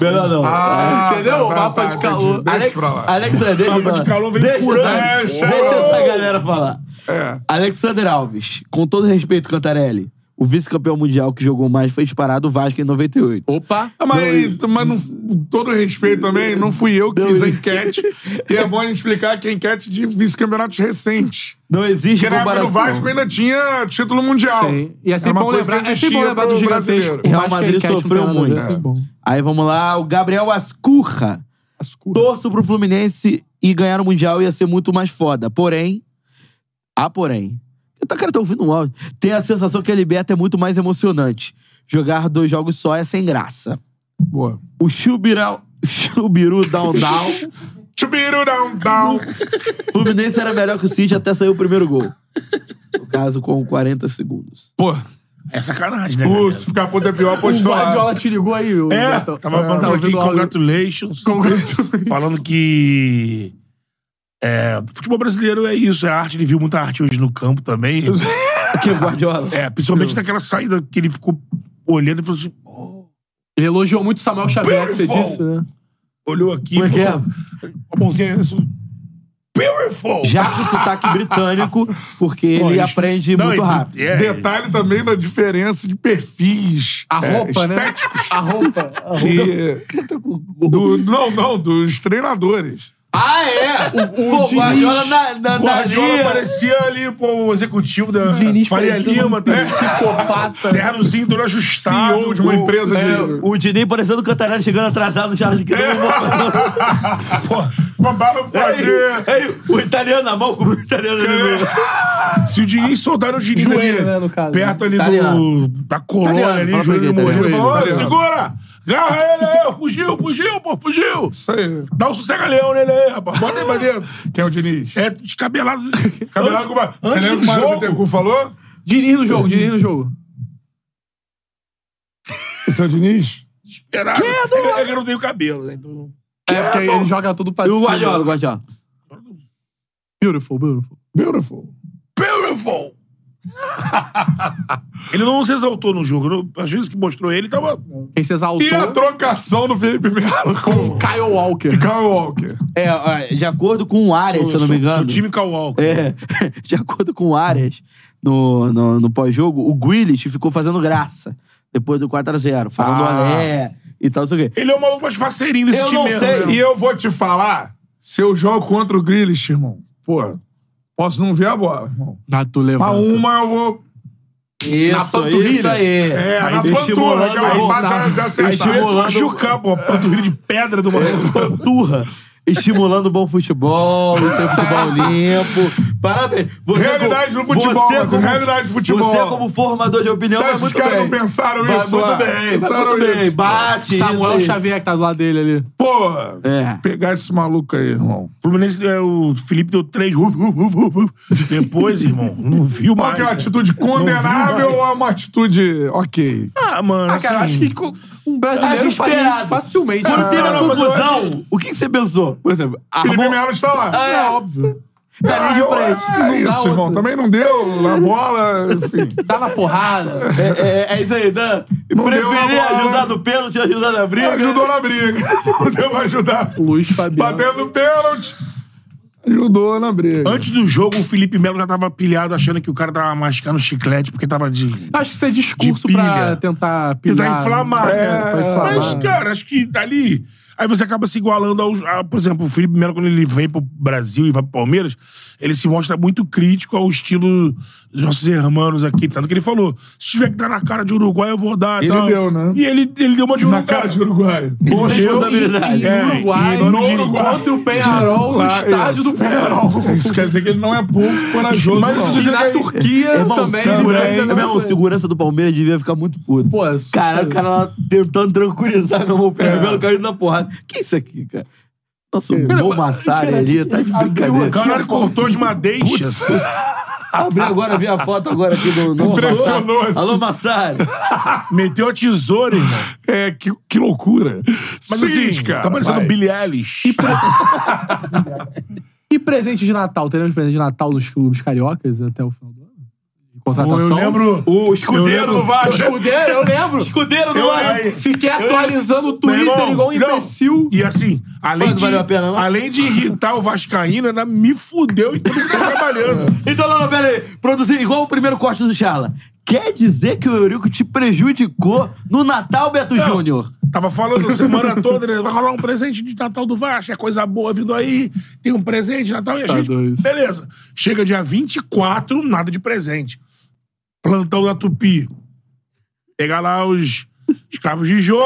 S3: Melhor não. É,
S1: Ah,
S3: Entendeu?
S1: tá,
S3: o
S1: tá,
S3: mapa
S1: tá,
S3: de calor.
S1: entendi. Deixa
S3: Alex,
S1: pra lá.
S3: Alexander, deixa
S2: Mapa de
S3: pra lá.
S2: calor vem
S3: deixa
S2: furando.
S3: Essa,
S2: É,
S3: deixa
S2: chegou.
S3: essa galera falar.
S1: É.
S3: Alexander Alves, com todo respeito, Cantarelli, o vice-campeão mundial que jogou mais foi disparado o Vasco em 98.
S4: Opa!
S1: Ah, Mas, mas não- com todo respeito também, não fui eu que fiz a enquete. E é bom a gente explicar que é enquete de vice-campeonatos recentes.
S3: Não existe
S1: Porque na época do
S3: comparação.
S1: Vasco ainda tinha título mundial.
S4: Sim. E é
S1: Era
S4: sempre
S1: uma
S4: bom
S1: coisa que
S4: lembrar, é sempre bom
S1: existia
S4: lembrar do
S1: pro
S4: gigantesco.
S1: brasileiro.
S3: Real
S4: Por mais que a
S3: Madrid
S4: enquete não
S3: sofreu
S4: tenha nada a ver,
S3: muito.
S4: é sempre bom.
S3: Aí vamos lá, o Gabriel Ascurra.
S4: Ascura.
S3: Torço pro Fluminense e ganhar o Mundial ia ser muito mais foda. Porém, ah, porém. Tá, cara, tá ouvindo um áudio. Tem a sensação que a Liberta é muito mais emocionante. Jogar dois jogos só é sem graça.
S1: Boa.
S3: O Chubirau. Chubiru Down Down.
S1: Chubiru down down.
S3: Fluminense era melhor que o City até sair o primeiro gol. No caso, com 40 segundos.
S1: Pô,
S2: É sacanagem, né?
S1: pô, se ficar puta é pior,
S4: O
S1: postou lá.
S4: Guardiola te ligou aí, o
S2: É,
S4: Beto.
S2: tava
S4: É,
S2: mandando aqui
S4: ouvindo o áudio.
S2: congratulations. Falando que. É, o futebol brasileiro é isso, é arte. Ele viu muita arte hoje no campo também.
S3: Porque o Guardiola.
S2: É, principalmente naquela saída que ele ficou olhando e falou assim:
S3: É.
S4: Ele elogiou muito o Samuel Xavier, que você
S2: Beautiful.
S4: disse, né?
S2: olhou aqui.
S3: Como é que é?
S2: A mãozinha. assim, Beautiful!
S3: Já com sotaque britânico, porque
S2: Pô,
S3: ele
S2: eles-
S3: aprende
S2: Não,
S3: muito
S2: e-
S3: rápido.
S2: é,
S1: Detalhe também da diferença de perfis.
S4: A
S1: é,
S4: roupa, né?
S1: estéticos
S4: A roupa. a roupa.
S1: E, do, não, não, dos treinadores.
S3: Ah, é? O, o, Guardiola na, na,
S2: O Guardiola parecia ali, pô, o executivo da
S4: Diniz
S2: Faria
S4: parecia um
S2: Lima, tá?
S1: É.
S4: psicopata.
S2: Ternozinho todo ajustado.
S1: CEO de uma empresa
S2: É,
S1: de-
S3: O Dinei parecendo o Cantarelli chegando atrasado no Charles de Grêmio.
S4: É.
S2: pô, É
S1: Uma bala pra fazer.
S3: Aí, o italiano na mão com o italiano
S4: É.
S3: no meio.
S2: se o Diniz soltaram o Diniz
S4: Joelho,
S2: ali,
S4: né, no caso.
S2: perto ali
S3: Italiano.
S2: do, da colônia
S3: Italiano,
S2: ali,
S3: fala pra
S2: joelho
S3: quem,
S2: no morrinho, ele
S3: italiano.
S2: falou, "Ô,
S1: Italiano.
S2: segura! Agarra ele aí, fugiu, fugiu, pô, fugiu!
S1: Isso aí.
S2: Dá um sossega-leão nele aí, rapaz, bota ele pra dentro.
S1: Quem é o Diniz?
S2: É, descabelado.
S1: Cabelado com uma... Você
S2: antes
S1: lembra
S2: do
S1: que o Mário
S2: jogo.
S1: Bittencourt falou?
S4: Diniz no jogo, Diniz no jogo.
S1: Esse é o Diniz?
S2: Era, ele, ele não tem o cabelo, né? Então,
S4: É, porque ele joga tudo pra
S3: E
S4: cima.
S3: o Guardiola, o Guardiola.
S4: Beautiful, beautiful.
S1: Beautiful.
S2: beautiful! ele não se exaltou no jogo. Às vezes que mostrou ele, tava...
S4: Quem se exaltou...
S1: E a trocação do Felipe Melo com
S4: Kyle Walker.
S1: Kyle Walker.
S3: É, ó, de acordo com o Arias, se eu não me engano.
S2: Seu time Kawal.
S3: É, de acordo com o Arias, no, no, no pós-jogo, o Grealish ficou fazendo graça depois do 4x0, falando
S1: Ah.
S3: olé e tal, não sei o quê.
S2: Ele é o maluco mais faceirinho desse
S3: Eu
S2: time
S3: não
S2: mesmo.
S3: sei.
S2: né?
S1: E eu vou te falar, se eu jogo contra o Grealish, irmão, pô, posso não ver a bola, irmão.
S4: Na tu
S1: A
S4: levanta.
S1: uma eu vou...
S3: Isso,
S4: panturrilha.
S3: isso aí.
S1: É,
S3: Aí
S1: na
S3: estimulando
S1: pantura, aquela
S3: o-
S1: fase de
S2: Às
S1: acertar.
S2: vezes machucar, pô. Panturrilha de pedra do maluco.
S3: Panturra. Estimulando o bom futebol, isso é futebol limpo. Parabéns. Você
S1: Realidade
S3: como-
S1: do futebol,
S3: você
S1: Matheus,
S3: como-
S1: realidade do futebol.
S3: Você, como formador de opinião,
S1: Você acha
S3: vai
S1: que os
S3: muito
S1: caras
S3: bem.
S1: não pensaram
S3: Vai
S1: isso?
S3: muito
S1: lá?
S3: bem, vai
S1: Pensaram
S3: muito bem.
S1: isso.
S3: Bate.
S4: Samuel
S3: isso aí.
S4: Xavier, que tá do lado dele ali.
S1: Pô,
S3: É.
S1: pegar esse maluco aí, irmão.
S2: Fluminense, é, o Felipe deu três. uh, uf, uf, uf, uf, uf. Depois, irmão, não viu
S1: Qual
S2: mais.
S1: que é uma
S2: né?
S1: atitude condenável ou é uma atitude ok?
S2: Ah, mano.
S4: Ah, cara,
S2: assim,
S4: acho que co- um brasileiro
S3: Acho
S4: faria
S3: esperado.
S4: isso facilmente. né?
S3: Quando teve a
S1: não, mas eu
S3: confusão, o que que você pensou? Por exemplo,
S1: Felipe
S3: armou...
S1: Melo está
S2: Ah,
S1: lá.
S3: É, óbvio. Tá ali de frente.
S1: É isso, irmão. Também não deu na bola, enfim.
S4: Tá na porrada.
S3: É, é- é isso aí, Dan.
S1: Não deu
S3: Preferir
S1: a bola.
S3: ajudar no pênalti, ajudar na briga.
S1: Ajudou na briga. Não deu pra ajudar.
S4: Luiz Fabiano.
S1: Batendo pênalti. Ajudou na briga.
S2: Antes do jogo, o Felipe Melo já tava pilhado achando que o cara tava mascando chiclete porque tava de.
S4: Acho que isso é discurso
S2: De
S4: pra
S2: pilha.
S4: tentar pilhar.
S2: Tentar inflamar,
S1: tá
S4: É, pra
S2: né?
S4: inflamar.
S2: tá Mas, cara, acho que ali. Aí você acaba se igualando aos. a, por exemplo, o Felipe Melo, quando ele vem pro Brasil e vai pro Palmeiras, ele se mostra muito crítico ao estilo dos nossos irmãos aqui. Tanto que ele falou: se tiver que dar na cara de Uruguai, eu vou dar.
S1: Ele
S2: tal.
S1: deu, né?
S2: E ele, ele deu uma de Uruguai.
S1: Na cara de Uruguai.
S2: Ele
S1: Poxa,
S2: deu-
S3: responsabilidade.
S2: É,
S4: No Uruguai,
S2: e em nome de-
S4: contra o Penharol, no
S1: Lá,
S2: é.
S4: estádio
S1: isso.
S4: do Penharol.
S1: Isso quer dizer que ele não é pouco corajoso.
S2: Mas isso é
S1: não.
S2: do
S4: E na
S2: Aí-
S4: Turquia
S3: Irmão,
S4: também.
S3: segurança,
S4: ele fez a mesma
S3: irmão,
S4: coisa.
S3: segurança do Palmeiras devia ficar muito puto.
S4: Pô, é assustador.
S3: Cara, né? o cara lá tentando tranquilizar meu irmão, pelo menos caindo na porrada. Que isso aqui, cara? Nossa, o Bom Massari ali, tá de brincadeira.
S2: Caralho, cortou de madeixas.
S3: Abri agora, vi a foto agora aqui do... do
S1: Impressionou,
S3: Massari.
S1: assim.
S3: Alô, Massari.
S2: Meteu a tesoura, irmão.
S1: É, que, que loucura.
S2: Mas
S1: Sim,
S2: assim,
S1: cara,
S2: tá parecendo
S1: vai.
S2: um Billy Ellis.
S4: E presente de Natal? Teremos presente de Natal nos clubes cariocas até o final do ano? De Contratação?
S2: Eu lembro.
S3: O
S2: escudeiro do Vasco.
S4: Escudeiro, eu lembro.
S3: Escudeiro
S2: Eu-
S4: Olha, Fiquei atualizando o
S2: Meu
S4: Twitter
S2: irmão,
S4: igual um
S2: não.
S4: imbecil.
S2: E assim, além
S3: Mas
S2: de,
S3: valeu a pena, não?
S2: além de irritar o Vascaíno, ainda me fudeu e tudo que tá trabalhando.
S3: Então, não, não, pera aí. Produzir igual o primeiro corte do Charla. Quer dizer que o Eurico te prejudicou no Natal, Beto Júnior?
S2: Tava falando a semana toda, né? Vai rolar um presente de Natal do Vasco, é coisa boa vindo aí. Tem um presente de Natal e a
S4: Tá
S2: gente.
S4: doido.
S2: Beleza. Chega dia 24, nada de presente. Plantão da Tupi. Pegar lá os escravos de Jô.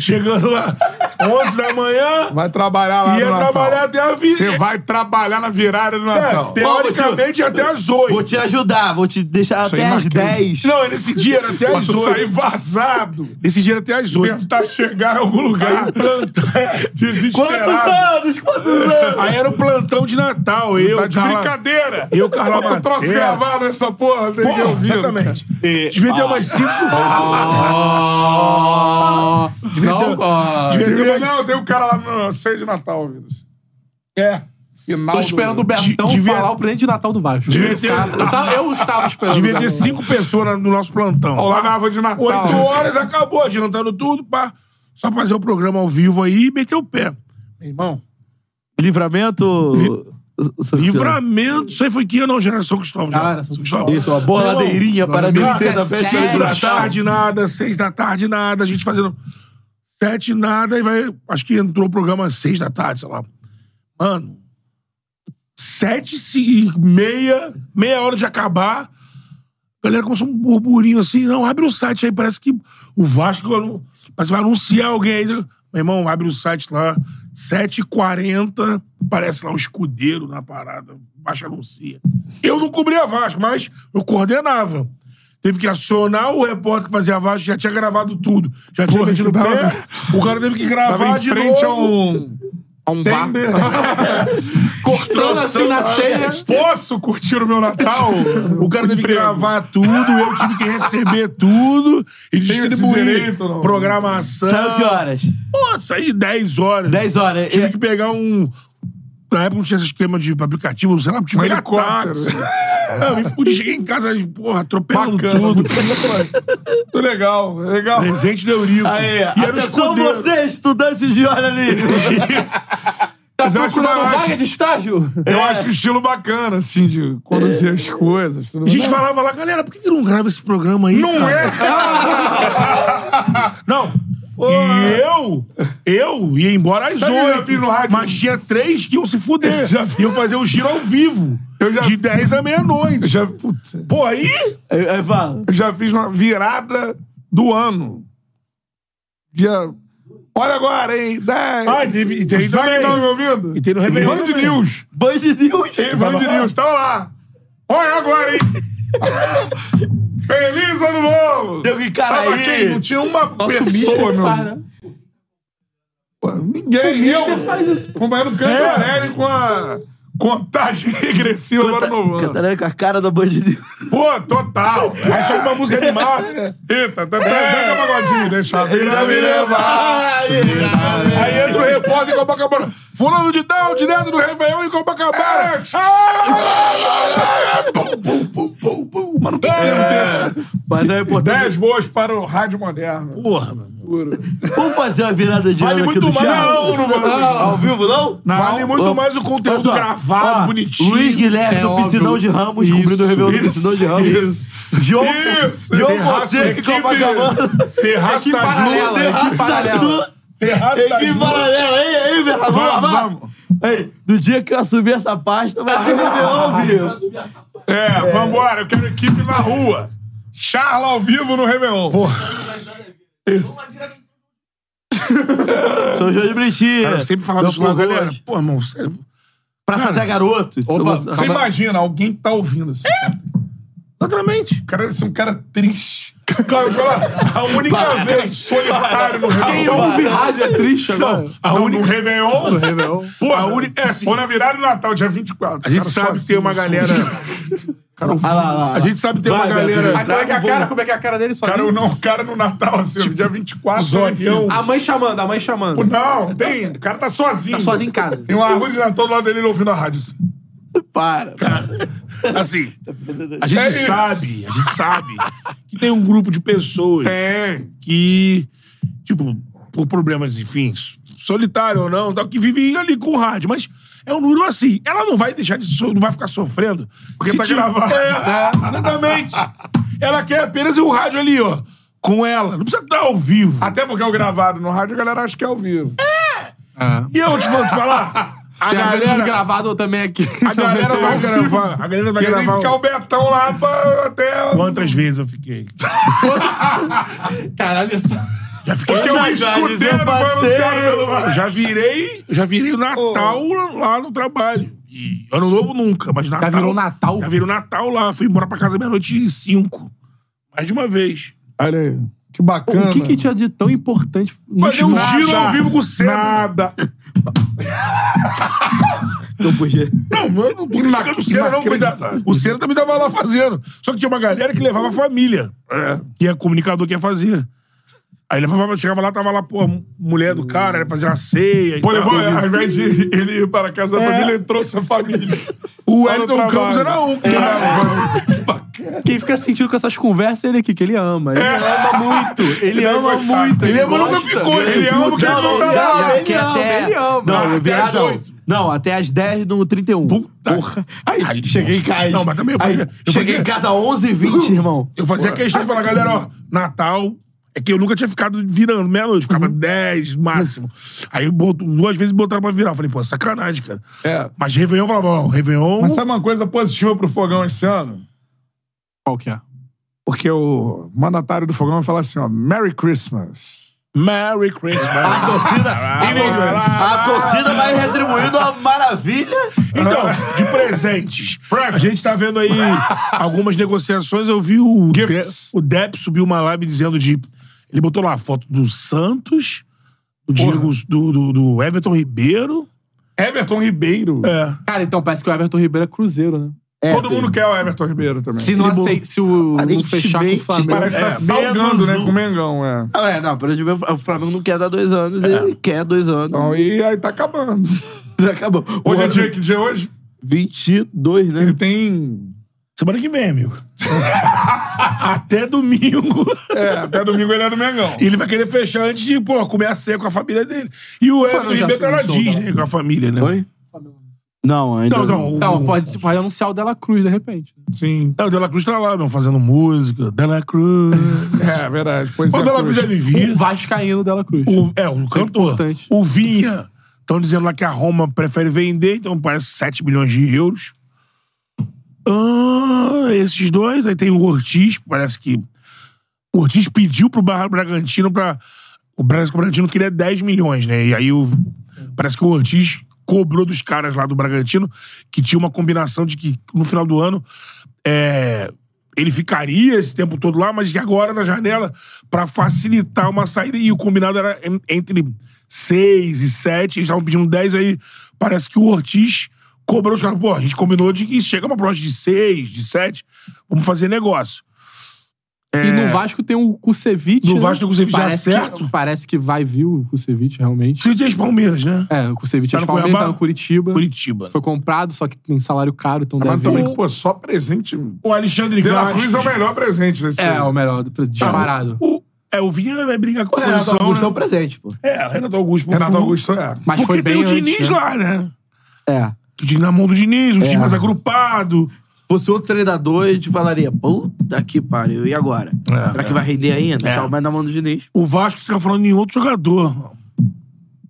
S2: Chegando lá, 11 da manhã.
S1: Vai trabalhar lá
S2: Ia
S1: no Natal.
S2: trabalhar até a vida.
S1: Você vai trabalhar na virada do Natal.
S2: Teoricamente, até às 8.
S3: Vou te ajudar, vou te deixar
S1: Isso aí,
S3: até às
S1: Marquinhos.
S3: 10.
S2: Não, é nesse dia era até
S1: Pra
S2: às
S1: tu sair
S2: 8.
S1: vazado.
S2: Nesse dia era até às 8.
S1: Tentar tá chegar em algum lugar.
S2: Aí, planta...
S3: Quantos
S1: Desesperado.
S3: anos? Quantos anos?
S2: É. Aí era o plantão de Natal. Eu,
S1: Tá de
S2: Carla-
S1: brincadeira.
S2: Eu, Carla
S1: Bota o troço
S2: Matera.
S1: gravado nessa porra. ninguém
S2: Porra,
S1: ouvindo.
S2: exatamente.
S1: É.
S2: Devia ter umas 5.
S4: Ó, não, ó.
S2: Ah. Devia ter
S1: Ah. Devia-
S2: umas
S1: Não, tem um cara lá no 6 de Natal ouvindo. assim.
S2: É.
S1: Final
S4: Tô tá esperando o Bertão
S2: De- devia-
S4: É falar o presente de Natal do Vasco.
S2: Devia ter-
S1: um
S4: Eu, tava- eu estava esperando.
S2: Devia
S4: né?
S2: ter cinco pessoas na- no nosso plantão.
S1: Lá na árvore de Natal.
S2: 8 horas, acabou, adiantando tudo, pá. Só fazer o programa ao vivo aí e meter o pé. Meu irmão,
S3: Livramento. Li...
S2: livramento. Isso aí foi que ano, não, geração Cristóvão. já.
S4: Ah, era só-
S2: Cristóvão.
S3: Isso, uma boladeirinha para
S4: Meu
S3: descer da
S4: dezessete.
S3: festa do
S2: da
S3: Natal.
S2: tarde nada, seis da tarde nada, a gente fazendo sete nada, e vai. Acho que entrou o programa às seis da tarde, sei lá. Mano, sete e meia, meia hora de acabar, a galera começou um burburinho assim, não, abre o site aí, parece que o Vasco anu- parece que vai anunciar alguém aí. Meu irmão, abre o site lá, 7h40, parece lá o escudeiro na parada, o Vasco anuncia. Eu não cobria a Vasco, mas eu coordenava. Teve que acionar o repórter que fazia a Vasco, já tinha gravado tudo, já tinha
S1: Porra,
S2: metido o
S1: que da
S2: pé,
S1: hora.
S2: o cara teve que
S1: Tava
S2: gravar
S1: em
S2: de
S1: frente a
S2: novo.
S1: um... A um
S2: Tender.
S4: Cortando assim na ceia.
S1: Posso curtir o meu Natal?
S2: O cara teve que gravar tudo, eu tive que receber tudo e
S1: esse
S2: distribuir
S1: direito, não?
S2: programação.
S3: Sabe que horas?
S2: Pô, saí 10 horas.
S3: 10 horas.
S2: Tive
S3: É,
S2: que pegar um. Na época não tinha esse esquema de aplicativo, sei lá, tive
S1: Um
S2: que pegar
S1: helicóptero.
S2: táxi. Não, me fudi, cheguei em casa, porra, atropelando
S1: Bacana.
S2: tudo.
S1: Muito legal, legal.
S2: Presente do Eurico.
S3: Aí,
S2: e era o
S3: atenção
S2: escudeiro.
S3: você, estudante de jornalismo.
S4: Tá
S1: Mas eu acho
S4: procurando
S1: barato.
S4: vaga de estágio?
S2: É.
S1: Eu acho o estilo bacana, assim, de conduzir as coisas. Tudo
S2: A gente falava lá, galera, por que, que não grava esse programa aí?
S1: Não é?
S2: Não. E eu, eu ia embora às
S1: Sabe, eu já
S2: oito,
S1: vi no rádio-
S2: mas tinha três que iam se fuder.
S1: Eu já vi.
S2: E eu fazer o giro ao vivo.
S1: Eu já
S2: de
S1: vi.
S2: 10 à meia-noite.
S1: Eu já, puta,
S2: Pô, aí...
S3: Aí, aí É, fala.
S1: eu já fiz uma virada do ano. Dia. Olha agora, hein? Dez.
S2: Ah, e teve- e teve
S1: Sabe
S2: também.
S1: que tava me ouvindo?
S2: E tem no Réveillon né,
S1: Band
S2: também.
S1: News.
S3: Band News.
S1: Ei, Band News, tava lá. Olha agora, hein? Feliz ano novo!
S3: Deu que cara
S1: Sabe
S3: aí.
S1: quem? Não tinha uma pessoa,
S4: Mister
S1: meu.
S4: faz, né?
S1: Pô, Ninguém. eu faz isso. Acompanhando o Cândido Arelli com a contagem regressiva agora no ano.
S3: Cantarela com a cara da Band News.
S1: Pô, total.
S2: Aí sobe uma música animada, né?
S1: Eita, tá é. pagodinho, deixa a vida me levar.
S2: Aí entra o repórter em Copacabana. Fulano de tal, direto do Réveillon em Copacabana. Ah! Pum, pum, pum, pum, pum.
S1: Mas não tem é. terça.
S3: Mas é importante.
S1: Dez boas para o rádio moderno.
S2: Porra, mano.
S1: Puro.
S3: Vamos fazer uma virada de
S2: Vale
S3: ano aqui
S2: muito
S3: do
S2: mais. Não,
S3: Thiago?
S2: não vale.
S3: Ao vivo, não?
S1: Não.
S2: Vale muito
S3: Vamos.
S2: mais o
S3: Mas,
S2: conteúdo
S3: ó,
S2: gravado,
S3: ó,
S2: bonitinho.
S3: Luiz Guilherme
S4: É
S3: do
S4: óbvio.
S3: Piscinão de Ramos,
S4: Isso,
S3: cobrindo o Réveillon do
S4: isso,
S3: Piscinão de Ramos.
S2: isso.
S3: João,
S2: Isso.
S3: João
S2: Terraço,
S3: Fonseca e
S2: equipe-
S3: Copacabana.
S2: Terraço das
S4: paralela,
S2: Lutas.
S4: equipe paralela.
S2: Terraço das
S3: Equipe
S2: Lutas.
S3: paralela. Ei, ei, Bernardo, vamos,
S1: Vamos,
S3: armar?
S1: vamos.
S3: Ei, do dia que eu assumir essa pasta, vai ter Réveillon, viu?
S1: É, vambora, eu quero equipe na rua. Charla ao vivo no Réveillon.
S3: São João de Brixinha.
S2: Cara, eu sempre falava
S3: Meu
S2: isso lá,
S3: povo
S2: galera.
S3: hoje.
S2: Pô, irmão, sério.
S3: Praça Zé Garoto.
S4: Opa,
S3: São-
S1: Você imagina alguém que tá ouvindo assim.
S2: Exatamente.
S1: O cara deve ser um cara triste. Cara, fala, a única vez solitário no
S4: Quem
S1: Réveillon.
S4: ouve rádio é triste agora.
S1: A única... No Réveillon?
S4: Réveillon.
S1: Pô,
S2: A única- é assim.
S1: Ou na virada do Natal, dia 24.
S2: A gente
S1: Cara,
S2: sabe que tem
S1: sozinho,
S2: uma galera.
S1: sozinho. Cara, ouvindo,
S3: Vai lá, lá, lá.
S2: A gente sabe que tem uma
S3: Vai,
S2: galera.
S3: Beto.
S4: Mas como é que é a cara? Como é que é a cara dele sozinho?
S1: cara, eu não, o cara no Natal, assim, no dia 24.
S2: Zoião.
S1: ele-
S4: A mãe chamando, a mãe chamando.
S1: Não, tem. O cara tá sozinho.
S4: Tá sozinho em casa.
S1: Tem uma árvore de Natal do lado dele ele ouvindo a rádio. assim.
S3: Para.
S2: Assim, a gente
S1: É isso.
S2: sabe, a gente sabe que tem um grupo de pessoas
S1: Tem.
S2: que, tipo, por problemas, enfim, solitário ou não, tal, que vive ali com o rádio, mas é um número assim. Ela não vai deixar de so- não vai ficar sofrendo.
S1: Porque tá
S2: tiver-
S1: gravado.
S2: É, exatamente. Ela quer apenas o rádio ali, ó, com ela. Não precisa estar ao vivo.
S1: Até porque é o gravado no rádio, a galera acha que é ao vivo.
S2: E eu te vou te falar, a
S4: Tem galera...
S2: galera,
S4: gravado também aqui.
S2: a galera vai gravar, a galera vai
S1: Porque tem que
S2: gravar.
S1: ficar o Betão lá pra até.
S2: Quantas vezes eu fiquei?
S4: Caralho, essa...
S2: Já fiquei
S1: Porque o escudeiro foi anunciado pelo
S2: Eu já virei, eu já virei o Natal lá no trabalho. E ano novo nunca, mas Natal.
S4: virou Natal?
S2: Já virou Natal lá. Fui embora pra casa meia-noite e cinco. Mais de uma vez.
S1: Olha aí. Que bacana.
S4: O que que tinha de tão importante? no
S2: Mas deu um
S4: churrasco?
S2: giro ao vivo com o Senna.
S1: Nada.
S3: Não puxei.
S2: Não, eu não tô criticando o Senna, não. Cuidado. O Senna também tava lá fazendo. Só que tinha uma galera que levava a família. Que é comunicador que ia fazer. Aí levava, chegava lá, tava lá, pô, a mulher do cara, ele fazia uma ceia. e
S1: Pô,
S2: tal. É.
S1: levou, ao invés de ele ir para a casa da família, ele trouxe a família.
S2: O
S1: Lá no
S2: Wellington
S1: trabalho.
S2: Campos era um.
S1: É.
S2: cara.
S4: Quem fica sentindo com essas conversas é ele aqui, que ele ama. Ele ama muito. Ele,
S1: Ele
S4: ama
S1: vai gostar.
S4: muito.
S2: Ele ama, nunca
S4: gosta.
S2: ficou.
S1: Ele ama porque ele não tá
S3: dá,
S1: lá.
S3: não,
S4: ele
S3: que
S4: ama,
S3: até...
S4: ele ama.
S3: Não,
S2: Até
S3: virada,
S2: às
S3: não.
S2: oito.
S3: Não, até às 10 no 31.
S2: Puta.
S3: Porra. Aí,
S2: Ai,
S3: cheguei
S2: nossa.
S3: em casa.
S2: Não, mas também eu
S3: Aí,
S2: fazia- eu
S3: cheguei
S2: fazia-
S3: em casa às 11h20, irmão.
S2: Eu fazia questão de falar, galera, ó, Natal. É que eu nunca tinha ficado virando meia-noite, ficava
S4: Uhum.
S2: 10 máximo. Aí botou- duas vezes botaram pra virar. Eu Falei, pô, sacanagem, cara.
S1: É.
S2: Mas Réveillon, eu falava, ó, Réveillon.
S1: Mas sabe uma coisa positiva pro Fogão esse ano?
S4: Qual que é?
S1: Porque o mandatário do Fogão vai falar assim, ó, Merry Christmas.
S2: Merry Christmas.
S3: A torcida, a, torcida, a torcida vai retribuindo uma maravilha.
S2: Então, de presentes. A gente tá vendo aí algumas negociações. Eu vi o, De,
S1: Gifts.
S2: o Depp subir uma live dizendo de. Ele botou lá a foto do Santos, do, Diego, do, do- do Everton Ribeiro.
S1: Everton Ribeiro.
S2: É.
S4: Cara, então parece que o Everton Ribeiro é cruzeiro, né?
S1: Todo mundo quer o Everton Ribeiro também.
S4: Se, não
S3: É. Ele
S4: acei- se o não fechar com o
S3: Aparentemente, né?
S4: Flamengo...
S1: Parece que tá
S2: É,
S1: salgando,
S2: menos
S1: né,
S2: um.
S1: com o Mengão, é.
S3: Ah, é, não, pelo menos o Flamengo não quer dar dois anos, ele quer dois anos.
S1: Então, e aí tá acabando.
S3: Acabou.
S1: Hoje é dia, que dia é hoje?
S3: 22, né?
S1: Ele tem...
S2: Semana que vem, amigo. Até domingo.
S1: É, até domingo ele é do Mengão.
S2: E Ele vai querer fechar antes de, pô, comer a ceia com a família dele. E o Everton
S4: Flamengo já
S2: Ribeiro tá na
S4: assinou o show,
S2: Disney com a família, né?
S3: Oi? Não, ainda
S2: Não, não. o-
S4: Não, Então, pode, pode anunciar o Dela Cruz, de repente.
S1: Sim.
S2: Não, o Dela Cruz tá lá, meu, fazendo música. Dela Cruz.
S1: É, verdade. Pois
S2: o
S1: é,
S2: Dela
S1: Cruz.
S2: Cruz já vivia.
S4: O Vascaíno Dela Cruz.
S2: O, é, o cantor.
S4: importante.
S2: O Vinha. Estão dizendo lá que a Roma prefere vender, então parece 7 milhões de euros. Ah, esses dois. Aí tem o Ortiz, parece que. O Ortiz pediu pro Barra Bragantino pra. O Brasco Bragantino queria 10 milhões, né? E aí o. Parece que o Ortiz cobrou dos caras lá do Bragantino que tinha uma combinação de que no final do ano é, ele ficaria esse tempo todo lá, mas que agora na janela, pra facilitar uma saída, e o combinado era en- entre 6 e 7, eles estavam pedindo 10, aí parece que o Ortiz cobrou os caras, pô, a gente combinou de que chega uma próxima de 6, de 7, vamos fazer negócio.
S4: E no Vasco tem o Kusevich.
S2: No
S4: né?
S2: Vasco tem o Kusevich, já
S4: Parece
S2: certo?
S4: que- Parece que vai vir o Kusevich, realmente.
S2: Você tinha as Palmeiras, né?
S4: É, o Kusevich
S2: Tá
S4: é
S2: no
S4: de Palmeiras,
S2: Cuiabá?
S4: tá no Curitiba.
S2: Curitiba. Tá,
S4: Foi comprado, só que tem salário caro, então
S1: Mas
S4: deve...
S1: também, pô, só presente.
S2: O Alexandre
S1: De La
S2: Gás.
S1: Cruz é o melhor presente desse.
S4: É, o melhor, disparado.
S2: O, é, o Vinha vai brigar com a
S3: Renato
S2: posição.
S3: Augusto é o
S2: Né?
S3: presente, pô.
S2: É, o Renato Augusto. pro
S1: Renato
S2: Flu.
S1: Augusto é.
S4: Mas
S2: Porque
S4: foi bem
S2: tem o
S4: antes,
S2: Diniz
S4: né?
S2: lá, né?
S3: É.
S2: O Diniz na mão do Diniz, um time mais agrupado.
S3: Se fosse outro treinador, eu te falaria, puta que pariu, e agora?
S2: É,
S3: Será que vai render ainda?
S2: É.
S3: Tal, mas na mão do Diniz.
S2: O Vasco fica falando em outro jogador.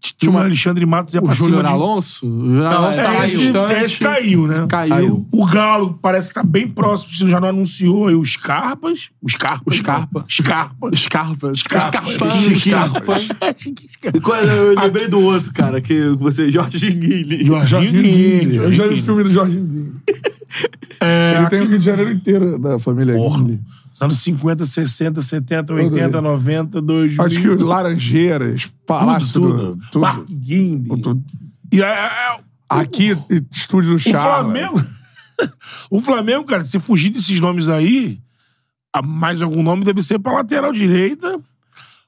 S2: Tinha o Alexandre Matos ia
S4: O
S2: pra cima
S4: Júnior
S2: de...
S4: Alonso? O Júnior Alonso tá
S2: é,
S4: mais
S2: esse,
S4: distante.
S2: esse caiu, né?
S4: Caiu.
S2: O Galo parece que tá bem próximo, se já não anunciou aí o Scarpas. O Scarpa.
S4: O Scarpa.
S2: Scarpa.
S4: Scarpa.
S2: Scarpa. Scarpa.
S4: Scarpa.
S3: Eu lembrei do outro, cara, que você, Jorge Guilherme.
S2: Jorginho Guilherme.
S1: Eu já vi
S2: Jorginho
S1: filme do Jorginho Guilherme.
S2: É,
S1: Ele tem o Rio de Janeiro inteiro né, da família
S2: Porra.
S1: Guilherme.
S2: Os anos 50, 60, 70, 80, 90, 2000.
S1: Acho que o Laranjeiras, Palácio
S2: tudo,
S1: do-
S2: tudo. Parque Guinde. E é, é, é,
S1: Aqui, estúdio do
S2: o
S1: Charla.
S2: Flamengo... o Flamengo, cara, se fugir desses nomes aí, a- mais algum nome deve ser pra lateral direita.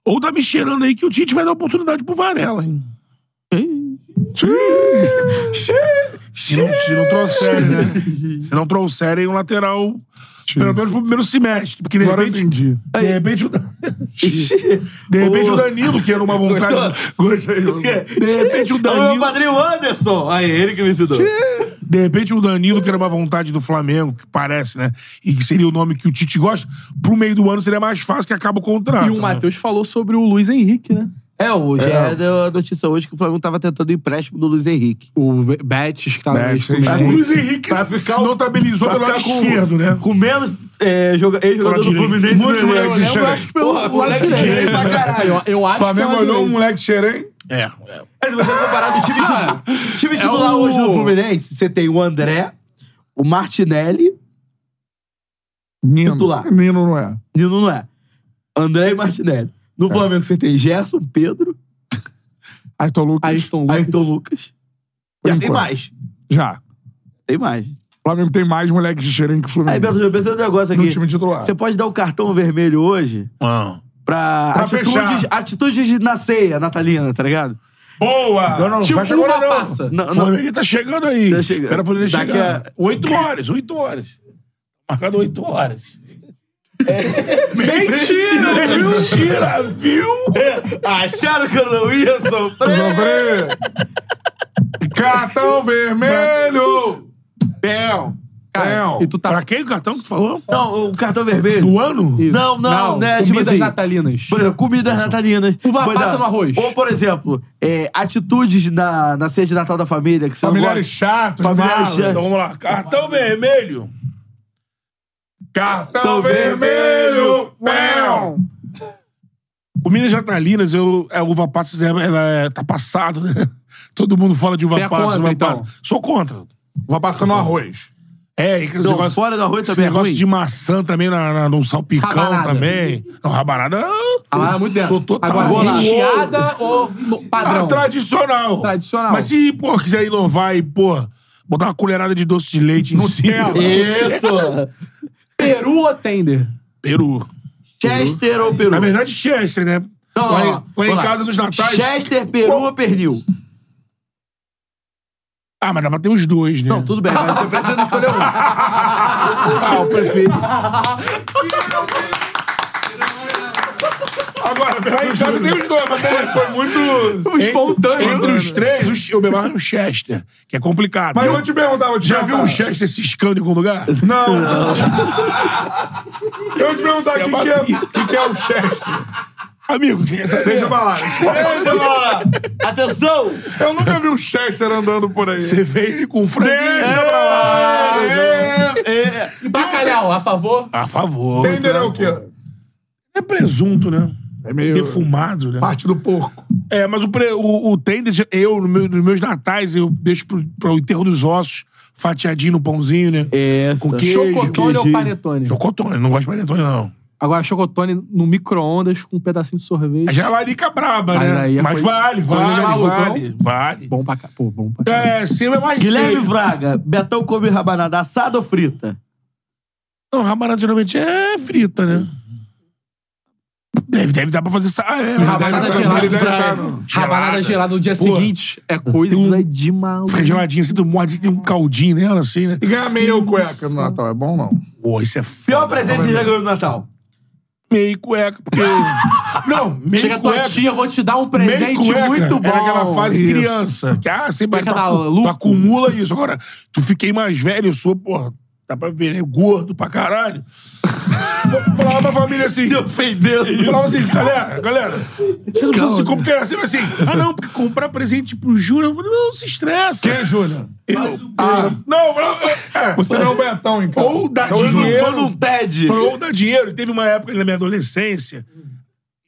S2: Ou tá me cheirando aí que o Tite vai dar oportunidade pro Varela, hein? Se não, se não trouxerem, né? Se não trouxerem um lateral, pelo menos pro primeiro semestre. Porque de
S1: Agora eu
S2: repente,
S1: entendi.
S2: De repente, o, Dan- de repente o Danilo, que era uma vontade.
S1: Gostei.
S2: De repente o
S3: É. Meu
S2: Danilo.
S3: padrinho Anderson! Aí, ele que me ensinou.
S2: De repente o Danilo, que era uma vontade do Flamengo, que parece, né? E que seria o nome que o Tite gosta, pro meio do ano seria mais fácil que acaba o contrato.
S4: E o
S2: né?
S4: Matheus falou sobre o Luiz Henrique, né?
S3: É, hoje é. deu a notícia hoje que o Flamengo tava tentando o empréstimo do Luiz Henrique.
S4: O Be- Betis, que tá
S3: É,
S4: no
S1: Betis,
S2: Mas
S4: Fluminense.
S2: O É, Luiz Henrique se notabilizou
S3: pra
S2: pelo lado
S3: ficar com-
S2: esquerdo, né?
S3: Com menos é, joga-
S2: Pela
S3: ex-jogador do
S2: direita.
S3: Fluminense.
S2: Muito
S3: né?
S2: moleque de
S3: Eu
S2: Xerém.
S3: acho que pelo-
S4: Porra,
S3: o moleque
S4: moleque
S3: direito
S4: direito.
S3: pra caralho.
S4: Eu, eu acho
S1: Flamengo
S4: que é
S1: olhou um
S4: direito.
S1: moleque xerém.
S2: É, é.
S3: Mas se você comparar do time,
S4: Ah,
S3: de, time
S4: é
S3: titular
S4: o-
S3: hoje do Fluminense, você tem o André, o Martinelli,
S1: Nino.
S3: Titular.
S1: Nino não é.
S3: Nino não é. André e Martinelli. No Flamengo você tem Gerson, Pedro,
S1: Ayrton Lucas.
S4: Ayrton Lucas.
S3: Ayrton Lucas.
S1: por
S3: Já tem
S1: enquanto.
S3: mais.
S1: Já.
S3: Tem mais.
S1: O Flamengo tem mais moleques de xerém que o
S3: Aí
S2: Hum.
S1: Fluminense.
S3: pensa, pensa no um negócio
S1: no
S3: aqui.
S1: time titular.
S3: Você pode dar o cartão vermelho hoje
S2: Ah.
S3: pra,
S1: Pra
S3: atitudes,
S1: fechar.
S3: atitudes na ceia natalina, tá ligado?
S1: Boa!
S2: Não, não,
S4: Tio
S2: fecha agora
S4: Uva
S2: não.
S4: passa.
S3: Não,
S2: O
S3: não.
S2: Flamengo tá chegando aí.
S3: Tá chegando.
S2: Era pra ele
S3: Daqui
S2: chegar.
S3: a-
S2: Oito horas, oito horas. Marcado oito horas.
S3: Mentira!
S2: Mentira, viu?
S3: Acharam que eu não ia sofrer?
S1: Sobre. Cartão vermelho!
S3: Bel.
S1: Não.
S4: E tu tá...
S2: Pra quem o cartão que tu falou?
S3: Não, o cartão vermelho.
S2: Do ano?
S4: Isso.
S3: Não, não, né, tipo
S4: Comidas
S3: assim-
S4: natalinas.
S3: Por exemplo, comidas natalinas.
S4: Uva
S3: Pode
S4: passa
S3: dar-
S4: no arroz.
S3: Ou, por exemplo, é, atitudes na, na ceia de Natal da família que você
S1: Familiares
S3: não
S1: chatos,
S3: Familiares
S1: malas.
S3: chatos.
S2: Então vamos lá. Cartão vermelho.
S1: Cartão vermelho!
S3: vermelho.
S1: Não.
S2: Comidas natalinas, eu, é, uva passa, ela, é- tá passado, né? Todo mundo fala de uva
S4: Você é
S2: passa,
S4: contra,
S2: uva
S4: então?
S2: passa. Sou contra.
S1: Vai passando arroz.
S2: É, e aquele
S3: Não,
S2: negócio,
S3: fora do arroz
S2: esse
S3: também é
S2: negócio
S3: ruim.
S2: de maçã também, na, na- no salpicão
S4: Rabanada.
S2: também. Não, rabanada...
S4: Ah, muito dentro.
S2: Sou total.
S4: Agora,
S2: Vou lá.
S4: recheada ou no-
S2: Ah,
S4: padrão?
S2: tradicional.
S4: Tradicional.
S2: Mas se, pô, quiser inovar e, pô, botar uma colherada de doce de leite em cima.
S4: Isso. Peru ou tender?
S2: Peru.
S3: Chester ou Peru?
S2: Na É verdade, Chester, né?
S3: Não,
S2: lá,
S3: ó,
S2: em- lá em
S3: vamos lá.
S2: casa nos natais.
S3: Chester, Peru ou pernil?
S2: Ah, mas dá pra ter os dois, né?
S3: Não, tudo bem, mas você precisa escolher um.
S2: Ah, o prefeito.
S1: Tá Agora,
S2: Lá em casa tem os dois, mas tem- foi muito...
S3: Espontâneo.
S2: Entre os três, o Ch- eu me amarro no Chester, que é complicado.
S1: Mas tá? eu
S2: Eu-
S1: vou te perguntar, vou te
S2: Já viu
S1: perguntar.
S2: o Chester ciscando em algum lugar?
S1: Não. Eu vou te perguntar
S2: Isso é
S1: o que, que, é,
S2: babi.
S1: que, que é o Chester.
S2: Amigo, é, tem essa
S1: Deixa pra lá.
S3: Deixa eu falar. Atenção!
S1: Eu nunca vi o Chester andando por aí.
S2: Você é veio ele com frango.
S1: Deixa pra lá.
S4: E bacalhau, a favor?
S2: A favor.
S1: Tender é o quê?
S2: É presunto, né?
S1: É meio...
S2: Defumado, né?
S1: Parte do porco.
S2: É, mas o, pre- o, o tender, eu, no meu- nos meus natais, eu deixo pro, pro enterro dos ossos, fatiadinho no pãozinho, né?
S3: É,
S2: Com queijo.
S4: Chocotone ou panetone?
S2: Chocotone, não gosto de panetone, não.
S4: Agora, chocotone no micro-ondas com um pedacinho de sorvete.
S2: É jalarica braba,
S4: Mas
S2: né?
S4: aí é
S2: Mas
S4: coisa-
S2: vale,
S4: coisa de
S2: vale,
S4: maluco,
S2: vale, vale.
S4: Bom pra cá. Pô, bom pra cá.
S2: É, sempre é mais
S3: Guilherme
S2: cedo.
S3: Fraga, Betão come rabanada assada ou frita?
S2: Não, rabanada geralmente é frita, né? Deve, deve dar pra fazer essa. Ah, é, né?
S4: E
S2: deve dar
S4: rabanada
S2: pra-
S4: gelada.
S2: deve dar-
S4: Gelada. Rabanada gelada no dia
S2: Pô, um
S4: seguinte é coisa
S6: de mal.
S2: Fica geladinha, assim, tu morde, tem um caldinho nela, assim, né?
S1: E ganhar meia cueca no Natal, é bom ou não?
S2: Pô, isso é foda.
S3: Pior presente que você já ganhou no Natal.
S2: Meio cueca, porque... Não, meio
S4: Chega
S2: cueca.
S4: tua tia, vou te dar um
S2: meio
S4: presente
S2: cueca
S4: muito bom.
S2: Era aquela fase
S1: Isso.
S2: criança. Que, ah, sempre tu,
S4: Cueca da
S2: acu-
S4: Lu-
S2: tu acumula isso. Agora, tu fiquei mais velho, eu sou, porra, dá pra ver, né? Gordo pra caralho. Falava pra família assim... Eu falava assim, galera, galera, você não precisa se comprar. Sempre assim, ah não, porque comprar presente pro Júnior, eu falei, não, não se estressa.
S1: Quem, Júnior?
S2: Eu, ah, não, eu falava, é,
S1: Você não é o Betão, então.
S2: ou dá
S1: Eu juro.
S2: dinheiro.
S3: um TED.
S2: Falou, ou dá dinheiro. E Teve uma época na minha adolescência,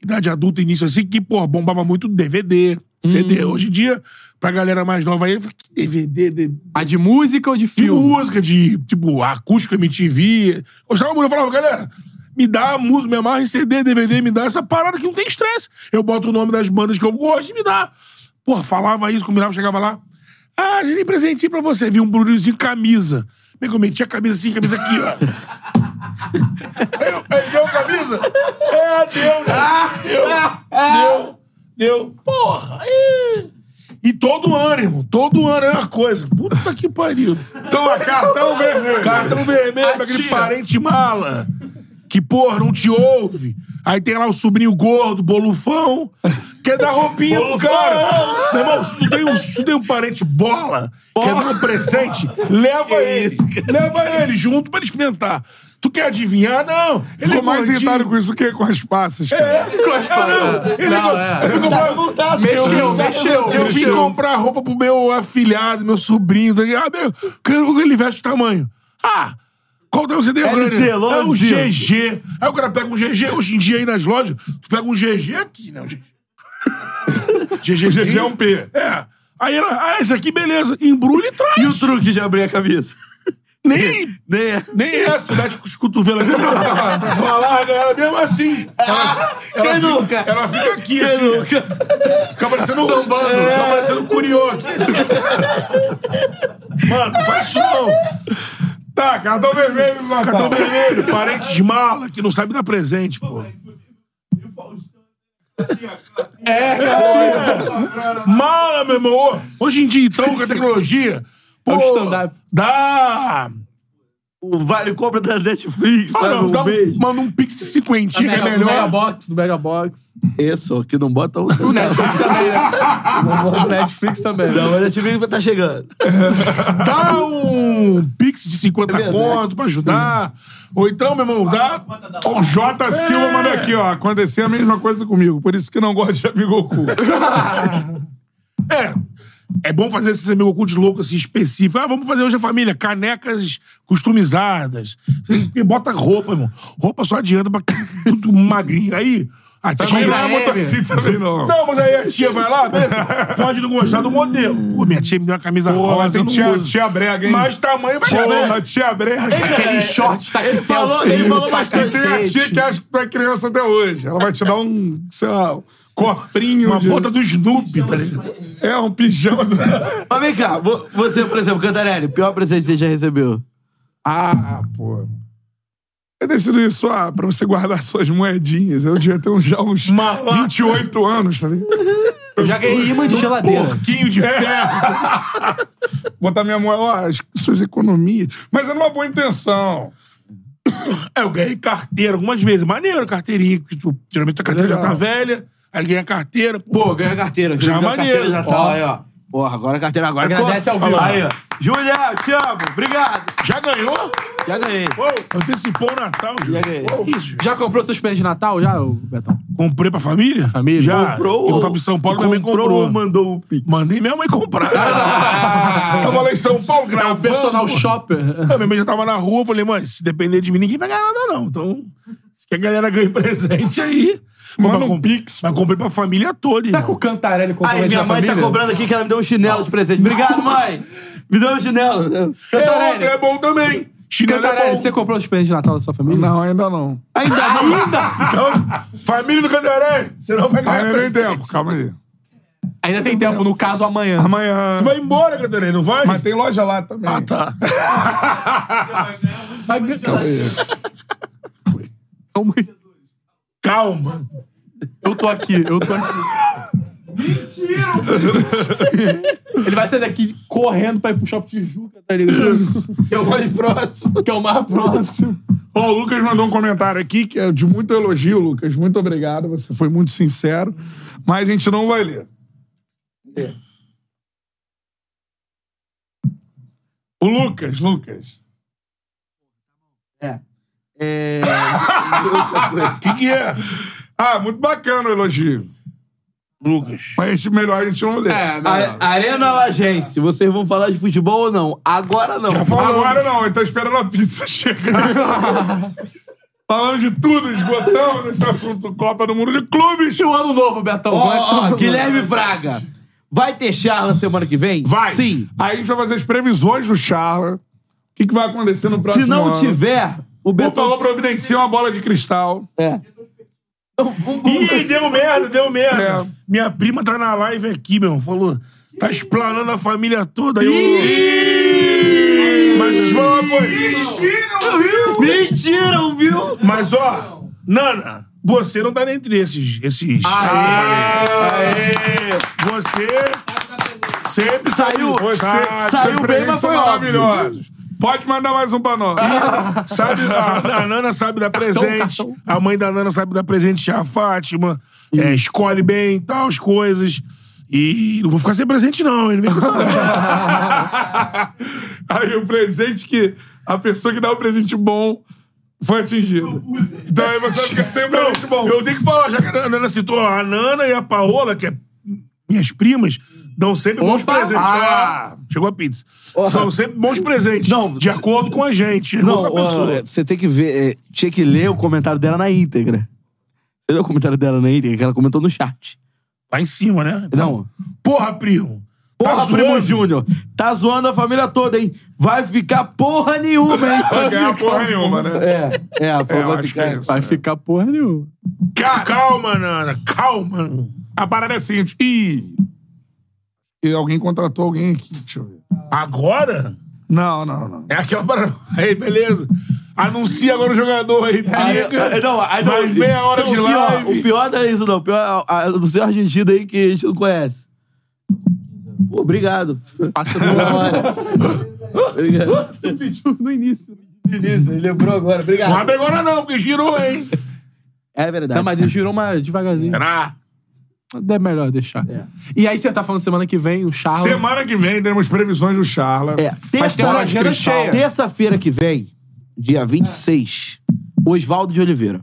S2: idade adulta, início assim, que, pô, bombava muito DVD, CD. Hoje em dia, pra galera mais nova aí, eu falo, que DVD, de,
S4: A de música ou de
S2: de
S4: filme?
S2: música, de, tipo, acústica MTV. Gostava muito, eu falava, galera, me dá música, me amarra em CD, DVD, me dá essa parada que não tem estresse. Eu boto o nome das bandas que eu gosto e me dá. Porra, falava isso, combinava, chegava lá. Ah, gente, presentinho pra você. Vi um Brunozinho camisa. Bem que eu meti a camisa assim, camisa aqui, ó. Aí eu- aí deu a camisa? É, deu, né? Deu, deu, deu. Porra, aí... E todo ano, irmão, todo ano é uma coisa. Puta que pariu.
S1: Toma, cartão vermelho.
S2: Cartão vermelho pra aquele parente mala. Que, porra, não te ouve. Aí tem lá o sobrinho gordo, bolufão, quer dar roupinha pro cara. Meu irmão, se tu tem um, se tu tem um parente bola, quer dar um presente, leva ele. leva ele junto pra ele experimentar. Tu quer adivinhar? Não. Ele
S1: Ficou
S2: é
S1: mais
S2: gordinho.
S1: irritado com isso que com as passas, cara.
S2: É, não, ele
S4: Não,
S2: go-
S4: é.
S2: ele comprou-
S4: Mexeu, mexeu.
S2: eu vim
S4: mexeu.
S2: comprar roupa pro meu afilhado, meu sobrinho. Tá ligado? ah, meu, quero que ele veste o tamanho. Ah, qual tamanho que você tem agora?
S3: LZ,
S2: né? É um
S3: LZ.
S2: GG. Aí o cara pega um GG. Hoje em dia aí nas lojas, tu pega um GG aqui, né? Um GG.
S1: GG
S2: GG
S1: é um P.
S2: É. Aí ela, ah, esse aqui beleza. Embrulha e traz.
S3: E o truque de abrir a cabeça?
S2: Nem,
S3: Né?
S2: nem essa, tu dá de os cotovelos aqui. tu alarga ela mesmo assim. Ela, ela,
S3: Quem
S2: fica,
S3: nunca?
S2: ela fica aqui assim. Fica parecendo um. Fica parecendo um curió aqui. Mano, não faz isso não.
S1: Tá, cartão vermelho no Natal.
S2: Cartão vermelho, parente de mala, que não sabe dar presente, pô. É, Mala, meu irmão. Hoje em dia, então, com a tecnologia. Pô,
S4: É o stand-up.
S2: Dá.
S3: O vale compra da Netflix,
S2: Ah,
S3: sabe?
S2: não,
S3: um
S2: dá um-
S3: beijo.
S2: manda um pix de cinquentinha, que é
S4: Mega- Do
S2: melhor.
S4: Megabox, do Megabox.
S3: Isso, que não bota um o...
S4: O Netflix também, né? O Netflix também. né?
S3: Não, a Netflix vai estar tá chegando.
S2: Dá um pix de 50
S3: verdade.
S2: conto pra ajudar. Ou então, meu irmão, dá. um
S1: Ó, O J. Silva manda aqui, ó. Acontecia a mesma coisa comigo, por isso que não gosto de amigo oculto.
S2: É. É bom fazer esses amigos ocultos loucos assim, específicos. Ah, vamos fazer hoje a família. Canecas customizadas. E bota roupa, irmão. Roupa só adianta pra tudo magrinho. Aí, a
S1: Também não é
S2: tia.
S1: muito assim também, não.
S2: Não, mas aí a tia vai lá, beleza? Pode não gostar do modelo. Pô, minha tia me deu uma camisa
S1: Porra,
S2: rosa, eu
S1: tem
S2: não
S1: tia,
S2: uso.
S1: tia brega, hein?
S2: Mas tamanho vai
S1: Porra,
S2: saber.
S1: tia brega.
S4: Aquele short tá aqui.
S3: falou- ele falou
S1: E tem a tia que acha que tu é criança até hoje. Ela vai te dar um, sei lá, um cofrinho.
S2: Uma
S1: de-
S2: bota do Snoopy, tá ligado?
S1: É, um pijama do.
S3: Mas vem cá, vo- você, por exemplo, Cantarelli, o pior presente que você já recebeu?
S1: Ah, pô. Eu decido isso, ah, pra você guardar suas moedinhas. Eu devia ter uns, já uns 28 anos, tá ligado?
S4: Eu já ganhei imã de geladeira.
S2: Porquinho de ferro.
S1: Botar minha moeda, ó, as suas economias. Mas era uma boa intenção.
S2: É, eu ganhei carteira algumas vezes. Maneiro, carteirinha. Que tu, geralmente a carteira já tá
S1: Legal.
S2: velha. Aí ganha a carteira. Pô,
S3: Pô, ganha carteira. tá
S2: Já
S3: ganhou
S2: maneiro.
S3: carteira de Natal, aí, é ó. Porra, agora a carteira agora
S4: Agradece
S3: ficou...
S4: ao vivo.
S3: Aí, ó. Júlia, eu te amo. Obrigado.
S2: já ganhou?
S3: Já ganhei.
S2: Pô, antecipou o Natal, Ju.
S3: ganhei.
S2: Pô, isso, Ju.
S4: Já comprou seus presentes de Natal, já, ô, Betão?
S2: Comprei pra família?
S4: Família.
S2: Já.
S3: Comprou.
S2: Eu tava em São Paulo, minha mãe comprou.
S3: ou mandou um pix?
S2: Mandei minha mãe comprar. tava lá em São Paulo
S4: O
S2: gravando.
S4: um personal
S2: pô.
S4: shopper.
S2: Ah, minha mãe já tava na rua. Eu falei, mãe, se depender de mim, ninguém vai ganhar nada, não. Então, se que a galera ganhe presente aí...
S1: Manda
S2: Mas
S1: um
S2: com-
S1: pix.
S2: Mas comprei pra família toda,
S4: Será que
S2: irmão.
S4: o Cantarelli comprou
S3: Aí,
S4: presente
S3: minha
S4: da
S3: mãe
S4: família?
S3: tá cobrando aqui que ela me deu um chinelo de presente. Obrigado, mãe. Me deu um chinelo.
S2: É,
S4: Cantarelli.
S2: outra, é bom também. Chinelo é
S4: Cantarelli,
S2: bom.
S4: você comprou os presentes de Natal da sua família?
S1: Não, ainda não.
S2: Então, família do Cantarelli, você não vai
S1: Ah,
S2: ganhar
S1: Ainda tem
S2: presente.
S1: tempo, calma aí.
S4: Ainda tem tempo, no caso, amanhã.
S1: Amanhã.
S2: Vai embora, Cantarelli, não vai?
S1: Mas tem loja lá também.
S2: Ah, tá.
S4: Calma aí.
S2: Calma.
S4: tô aqui, eu tô aqui. Mentira! Ele vai sair daqui correndo pra ir pro Shopping Tijuca, tá ligado? Que é o mais próximo. Que é o mais próximo.
S1: Ó, o Lucas mandou um comentário aqui que é de muito elogio, Lucas. Muito obrigado, você foi muito sincero. Mas a gente não vai ler. O Lucas, Lucas.
S3: É.
S2: O que, que é?
S1: Ah, muito bacana o elogio.
S2: Lucas.
S1: Mas a gente- melhor a gente É, não lê.
S3: É, A- Arena Lagense, vocês vão falar de futebol ou não? Agora não.
S1: Agora não, ele tá esperando a pizza chegar. Falando de tudo, esgotamos esse assunto Copa do Mundo de Clubes.
S3: é
S4: O ano novo, Betão.
S3: Ó,
S4: vai
S3: ó,
S4: tomar-
S3: ó, Guilherme Fraga. Vai ter charla semana que vem?
S1: Vai.
S3: Sim.
S1: Aí a gente vai fazer as previsões do Charla. O que, que vai acontecer no próximo
S3: Se não
S1: ano.
S3: tiver, o
S1: Por
S3: Betão...
S1: favor, providencia uma bola de cristal.
S3: É.
S2: Ih, deu merda, deu merda.
S1: É.
S2: Minha prima tá na live aqui, meu. Falou, tá explanando a família toda. Aí Eu... Mas vamos,
S3: Mentiram, viu?
S2: Mas ó, Nana, você não tá entre esses. esses Você sempre
S3: Saiu-
S2: sabe-
S3: sa-
S2: sabe,
S3: saiu
S2: sempre
S3: bem, mas foi
S1: São
S3: óbvio.
S1: maravilhosos. Pode mandar mais um pra nós.
S2: Sabe, a, a Nana sabe dar presente.
S4: cartão.
S2: A mãe da Nana sabe dar presente a Fátima. É, escolhe bem e tal, as coisas. E não vou ficar sem presente, não. Ele vem com essa
S1: Aí o presente que. A pessoa que dá o presente bom foi atingida. Então aí você vai ficar sem presente bom.
S2: Eu tenho que falar, já que a Nana citou a Nana e a Paola, que é minhas primas, dão sempre bons
S4: Opa!
S2: presentes.
S1: Ah!
S2: Chegou a pizza. São sempre bons presentes. de acordo com a gente. de acordo
S3: Não,
S2: com a pessoa.
S3: ó, você tem que ver... é, tinha que ler o comentário dela na íntegra. Você leu o comentário dela na íntegra? Que ela comentou no chat.
S2: Lá em cima, né?
S3: Não.
S1: Tá
S2: Porra, primo.
S3: Porra,
S2: tá
S3: Primo
S2: zoando.
S3: Júnior. Tá zoando a família toda, hein? Vai ficar porra nenhuma, hein?
S1: Vai ganhar porra nenhuma, né?
S3: É, é,
S1: É,
S3: a
S1: eu
S3: vai
S1: acho que
S3: ficar...
S1: é isso.
S4: Vai ficar porra nenhuma.
S2: Ca- Calma, Nana. Calma.
S1: A parada é a seguinte. Ih! E alguém contratou alguém aqui, deixa eu ver.
S2: Agora?
S1: Não, não, não.
S2: É aquela parada. Aí, beleza. Anuncia agora o jogador aí.
S3: Aí,
S2: pica.
S3: ah, não, aí não,
S2: mais meia hora
S3: então,
S2: de
S3: o pior-
S2: live.
S3: O pior não é isso, não. O pior é a- a do seu argentino aí que a gente não conhece. Pô, obrigado.
S4: Passa
S3: Na hora. obrigado. Você pediu no início. No início, ele lembrou agora.
S2: Não
S3: Obrigado.
S2: abre agora, não, porque girou, hein?
S3: É verdade.
S4: Não, mas ele girou uma devagarzinho.
S2: Será?
S4: É melhor deixar. E aí você tá falando semana que vem, o
S2: Ah.
S4: Charla.
S1: Semana que vem teremos previsões do Charla.
S3: É,
S4: Mas tem uma
S3: terça-
S4: agenda cheia.
S3: Terça-feira que vem, dia 26, Oswaldo de Oliveira.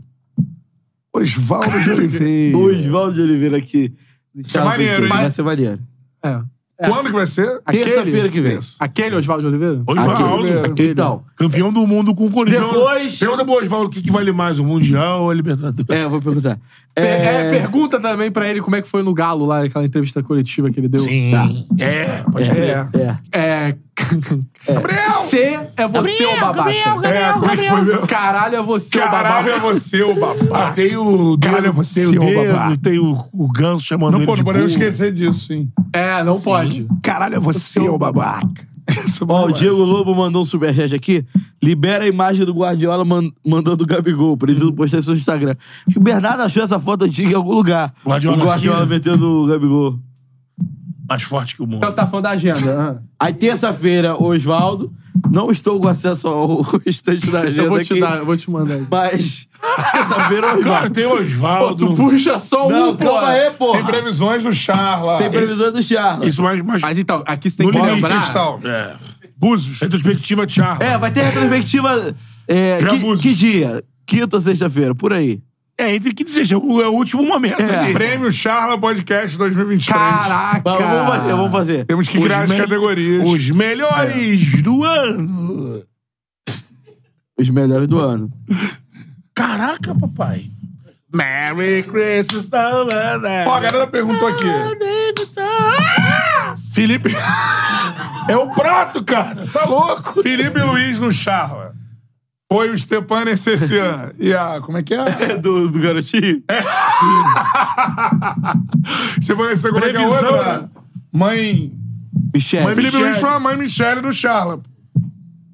S1: Osvaldo de Oliveira.
S3: Oswaldo de Oliveira aqui.
S1: Isso é maneiro, hein?
S3: Vai ser maneiro.
S4: É.
S1: Quando que vai ser?
S3: Terça-feira que vem.
S4: Aquele Oswaldo de Oliveira?
S2: Osvaldo.
S1: Aquele.
S3: Então,
S2: Campeão do mundo com o Corinthians.
S3: Depois-
S2: Pergunta pro Osvaldo o que, que vale mais, o Mundial ou a Libertadores?
S3: é, eu vou perguntar.
S4: Per-
S3: É,
S4: é, pergunta também pra ele como é que foi no Galo lá, aquela entrevista coletiva que ele deu. Tá.
S2: É, pode
S3: é,
S2: crer.
S3: é.
S4: É. C é você ou babaca?
S1: É, como é que foi meu?
S4: Caralho é você ou
S1: Caralho,
S4: babaca?
S1: é você, o
S2: Ah,
S1: babá.
S2: tem o
S1: Caralho,
S2: dedo,
S1: você é
S2: tem o
S1: o babá.
S2: dedo, tem o, o ganso chamando
S1: Não
S2: ele
S1: pode,
S2: de
S1: podemos
S2: burro.
S1: esquecer disso, hein?
S4: É, não pode.
S1: Caralho, é você, o babaca. Isso é
S3: Ó, o
S1: babá.
S3: Diego Lobo mandou um superchat aqui. Libera a imagem do Guardiola man- mandando o Gabigol. Preciso postar isso no Instagram. Acho que o Bernardo achou essa foto antiga em algum lugar.
S2: Guardiola
S4: é
S3: o Guardiola
S2: aqui, né?
S3: metendo o Gabigol.
S2: Mais forte que o mundo.
S4: Então você tá falando da agenda.
S3: Aí, terça-feira, Osvaldo. Não estou com acesso ao restante da agenda
S4: eu vou
S3: aqui,
S4: te dar, eu vou te mandar. aí.
S3: Mas, terça-feira,
S2: Cara,
S3: Osvaldo.
S2: tem o
S4: Pô, tu
S2: Osvaldo.
S4: puxa só
S3: Não,
S4: um, pô.
S3: calma aí,
S1: Tem
S3: porra.
S1: previsões do Charla.
S3: Tem previsão do Charla.
S2: Isso mais. mais...
S4: Mas então, aqui você tem
S2: No
S4: que
S2: limite,
S4: lembrar.
S1: Cristal.
S2: É. Búzios. Retrospectiva Thiago.
S3: É, vai ter retrospectiva... é,
S2: Já
S3: que,
S2: abuso.
S3: que dia? Quinta ou sexta-feira? Por aí.
S2: É, entre que dizer, é o é o último momento.
S3: É.
S2: ali.
S1: Prêmio Charla Podcast 2023.
S4: Caraca!
S3: Mas Vamos fazer, vamos fazer.
S1: Temos que
S2: Os
S1: criar as
S2: me-
S1: categorias.
S2: Os melhores do ano.
S3: Os melhores do ano.
S2: Caraca, papai. Merry Christmas, Domanda.
S1: Ó, a galera perguntou aqui.
S2: Ah, tá.
S1: Felipe...
S2: É o prato, cara. Tá louco.
S1: Felipe Luiz no Charla. Foi o Stepan Cessian. E a... Como é que é?
S3: Do, do garotinho?
S1: Stepan Cessian, como é que é a
S2: Previsão,
S1: outra?
S2: né?
S1: Mãe...
S3: Michel.
S1: Felipe
S2: Michele.
S1: Luiz foi a mãe Michele do Charla.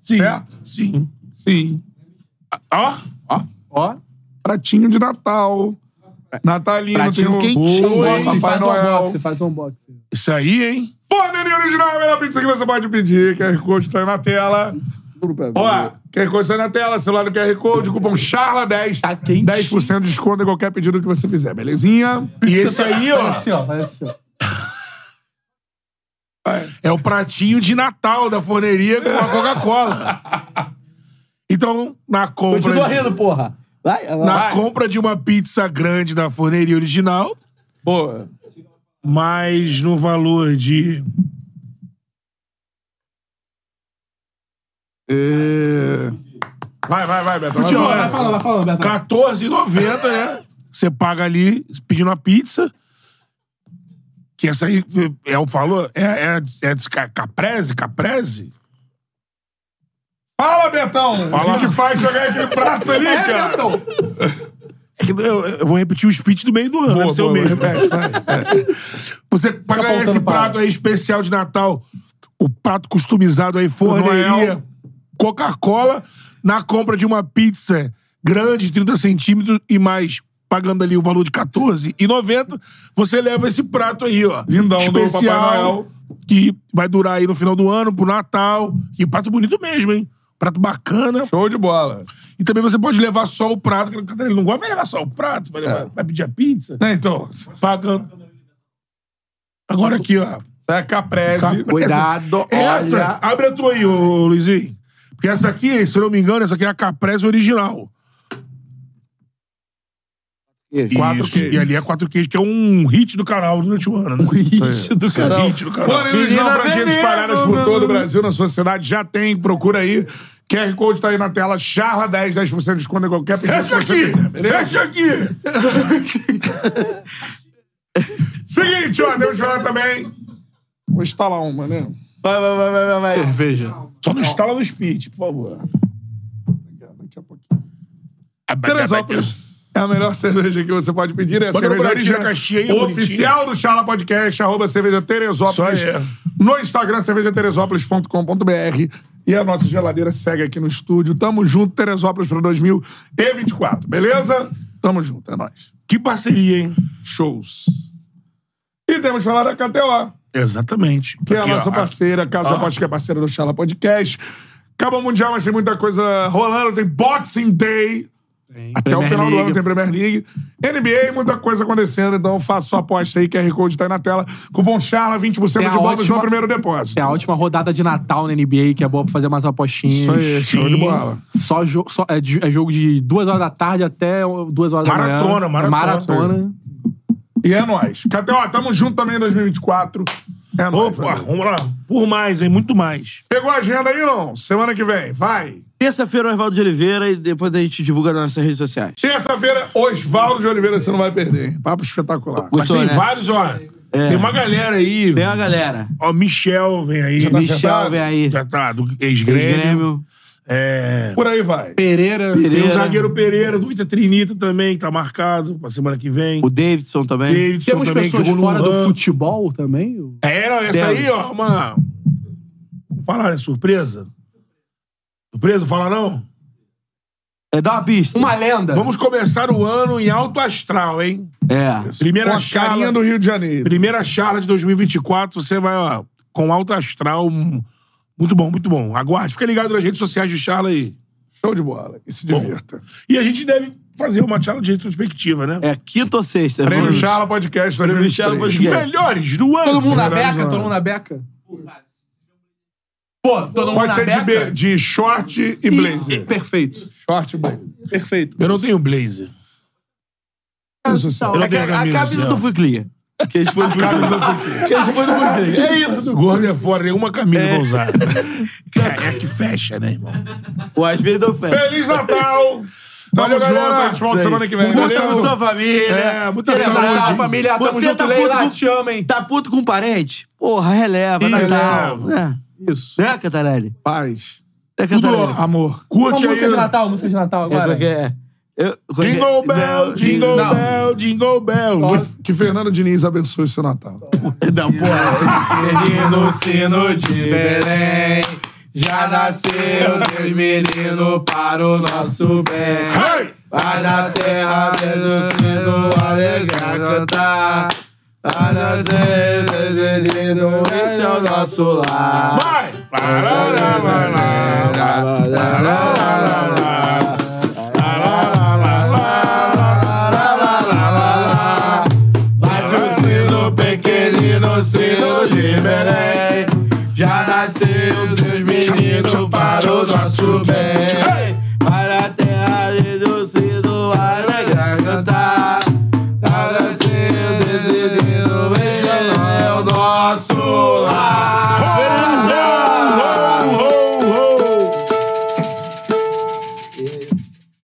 S2: Sim.
S1: Certo?
S2: Sim.
S1: Sim.
S2: Ó.
S4: Ó,
S1: Pratinho de Natal. Natalino, tem
S3: Pratinho
S1: o
S3: quentinho,
S1: Oi,
S3: hein?
S1: Papai
S4: Você faz um
S1: Noel.
S4: unboxing, faz um unboxing.
S2: Isso aí, hein?
S1: Forneria original, a melhor pizza que você pode pedir. QR Code tá aí na tela. Ó, QR Code tá aí na tela, celular do QR Code, cupom CHARLA10.
S4: Tá quente.
S1: 10% de desconto em qualquer pedido que você fizer, É, belezinha?
S2: E esse aí, ó,
S4: Faz assim, ó. Faz assim, ó.
S2: é o pratinho de Natal da forneria com a Coca-Cola. Então, na compra...
S3: Continua rindo, porra. Vai, vai.
S2: Na compra de uma pizza grande da forneria original,
S1: Boa.
S2: mas no valor de.
S1: É. Vai, vai, vai, Beto. Vai,
S2: Continua.
S1: vai.
S4: Vai falando, vai falando, Beto.
S2: R$14,90, né? Você paga ali pedindo a pizza. Que essa aí é o valor. É, é, é de ca- caprese? Caprese?
S1: Fala, Betão!
S2: Fala.
S1: O que faz jogar aquele prato ali, cara?
S2: É que Eu, eu vou repetir o speech do meio do ano, deve ser o mesmo. É,
S1: É.
S2: Você paga
S4: apontando
S2: esse
S4: pra lá.
S2: prato aí especial de Natal, o prato customizado aí, forneria,
S1: Noel.
S2: Coca-Cola, na compra de uma pizza grande, 30 centímetros e mais, pagando ali o valor de R$14,90, você leva esse prato aí, ó.
S1: Lindão do Papai
S2: especial,
S1: Noel.
S2: que vai durar aí no final do ano, pro Natal. E prato bonito mesmo, hein? Prato bacana.
S1: Show de bola.
S2: E também você pode levar só o prato, que ele não gosta, vai levar só o prato, vai, levar- vai pedir a pizza.
S1: Né, É. Então, isso
S2: Pagando. Agora aqui, ó.
S1: é caprese.
S3: Cuidado,
S2: Essa,
S3: olha.
S2: abre a tua aí, ô, Luizinho. Porque essa aqui, se eu não me engano, essa aqui é a Caprese original. Quatro
S1: queijos.
S2: queijos. E ali é quatro queijos, que é um hit do canal durante o ano, né? Um hit do canal. hit do canal.
S1: Forneria original, franquias espalhadas por todo o Brasil, na sua cidade, já tem, procura aí. QR Code tá aí na tela, charla 10, 10% de desconto em qualquer pedido
S2: Fecha
S1: que você
S2: aqui!
S1: fizer, beleza?
S2: Fecha aqui!
S1: Seguinte, ó, temos que falar também... Vou instalar uma, né?
S3: Vai, vai, vai, vai, vai, vai.
S4: Cerveja.
S2: Só não instala no speed, por favor.
S1: Daqui a pouquinho. Teresópolis é a melhor cerveja que você pode pedir. É a
S2: Bota no
S1: cerveja
S2: pratinho
S1: original,
S2: a caixinha aí,
S1: oficial do Charla Podcast, arroba cerveja Teresópolis.
S2: Só é.
S1: No Instagram, cervejateresópolis.com.br. E a nossa geladeira segue aqui no estúdio. Tamo junto, Teresópolis para 2024, beleza? Tamo junto, é nóis.
S2: Que parceria, hein?
S1: Shows. E temos que falar da KTO.
S2: Exatamente.
S1: Que é a
S2: Aqui, ó,
S1: nossa parceira, Casa
S2: Ó.
S1: Aposta, que é parceira do Charla Podcast. Acaba o Mundial, mas tem muita coisa rolando. Tem Boxing Day. Até o
S4: Premier
S1: final do
S4: League.
S1: ano tem Premier League. NBA, muita coisa acontecendo. Então faça sua aposta aí. QR Code tá aí na tela. Cupom Charla, 20%
S4: Tem a
S1: de bônus
S4: ótima-
S1: no primeiro depósito.
S4: Tem é a última rodada de Natal na NBA, que é boa pra fazer mais apostinhas.
S1: Isso aí, show de
S2: Sim.
S1: bola.
S4: Só, jo- só- é, ju- é jogo de duas horas da tarde até duas horas
S2: Maratona,
S4: da manhã.
S2: maratona.
S4: Maratona.
S1: E é nóis. KTO, tamo junto também em 2024. É nóis.
S2: Opa,
S1: valeu.
S2: vamos lá. Por mais, hein? Muito mais.
S1: Pegou a agenda aí, não? Semana que vem, vai.
S3: Terça-feira, o Oswaldo de Oliveira e depois a gente divulga nas nossas redes sociais.
S1: Terça-feira, Osvaldo de Oliveira, você não vai perder. hein? Papo espetacular.
S2: Mas
S3: Gostou,
S2: tem
S3: né?
S2: vários, ó. Tem uma galera aí.
S3: Tem uma galera.
S2: Ó, Michel vem aí.
S1: tá
S3: Michel
S1: sentado?
S3: vem aí.
S2: Já tá, do ex-grêmio.
S3: Grêmio.
S2: É.
S1: Por aí vai.
S4: Pereira.
S2: Tem
S3: Pereira.
S2: o zagueiro Pereira, do Ita Trinita também, que tá marcado pra semana que vem.
S3: O Davidson também.
S2: Davidson
S4: Temos
S2: também, que
S4: pessoas
S2: jogou no
S4: fora do
S2: Ram.
S4: futebol também. o-
S2: É, não, essa
S3: Temos.
S2: aí, ó, uma... Vamos falar, é surpresa? Surpresa? Não Fala não?
S3: É, dá uma pista.
S4: Uma lenda.
S2: Vamos começar o ano em alto astral, hein?
S3: É.
S1: Com
S2: Primeira
S1: a carinha
S2: charla,
S1: do Rio de Janeiro.
S2: primeira charla de 2024, você vai, ó, com alto astral. hum, Muito bom, muito bom. Aguarde, fica ligado nas redes sociais de charla aí.
S1: Show de bola. E se divirta.
S2: E a gente deve fazer uma charla de retrospectiva, né?
S3: É quinta ou sexta?
S1: Prêmio
S3: vamos.
S1: Charla Podcast
S3: Prêmio
S1: 2023.
S3: Charla
S2: Os
S3: Podcast.
S2: melhores do ano.
S4: Todo mundo na
S1: Melhores
S4: beca?
S1: não.
S4: Todo mundo na beca? Pô, todo mundo
S1: Pode
S4: na
S1: ser de,
S4: beca?
S1: be- de short e blazer.
S4: Perfeito.
S1: Short e blazer.
S4: Perfeito.
S2: Eu não tenho blazer. é Eu não
S3: A,
S2: tenho
S3: ca- a
S2: camisa
S3: camisa
S2: social.
S3: do Fui Clear. Que a gente foi no Fui Clear. Que a gente foi no Fui Clear. É isso.
S2: Gordo é fora, nenhuma camisa pra usar. É, é que fecha, né, irmão?
S3: O Asbir do Fé.
S1: Feliz Natal! Tamo
S2: Valeu,
S1: junto,
S2: galera.
S1: a gente volta
S2: Isso aí.
S1: semana que vem.
S3: Muita
S1: Valeu.
S3: saúde, sua família.
S2: É, muita
S3: Queria
S2: saúde.
S3: abraçar
S4: Tamo
S3: Você
S4: junto,
S3: tá
S4: Leila,
S3: puto com-
S4: te amo, hein?
S3: Tá puto com parente? Porra, releva,
S2: Isso.
S3: Natal.
S2: Releva.
S3: Né,
S4: Isso.
S3: né Cantarelli?
S1: Paz,
S3: Né,
S2: Tudo
S3: Cantarelli?
S1: amor.
S4: Uma
S2: Curte aí.
S4: música de Natal, música de
S3: É,
S4: Natal
S3: como
S4: agora.
S3: é que é? Eu- como é que é?
S2: Jingle Bell, Jingle
S3: Não.
S2: Bell, Jingle Bell.
S1: Que, que Fernando Diniz abençoe seu Natal.
S3: Não, porra.
S4: Menino sino de Belém, já nasceu Deus menino para o nosso bem.
S2: Hey!
S3: Vai da terra, Deus do sino, aleluia. cantar. Esse é o nosso lar.
S2: Vai! Pararararará. Pararararará.
S3: Bate o sino pequenino, sino de Belém. Já Tá é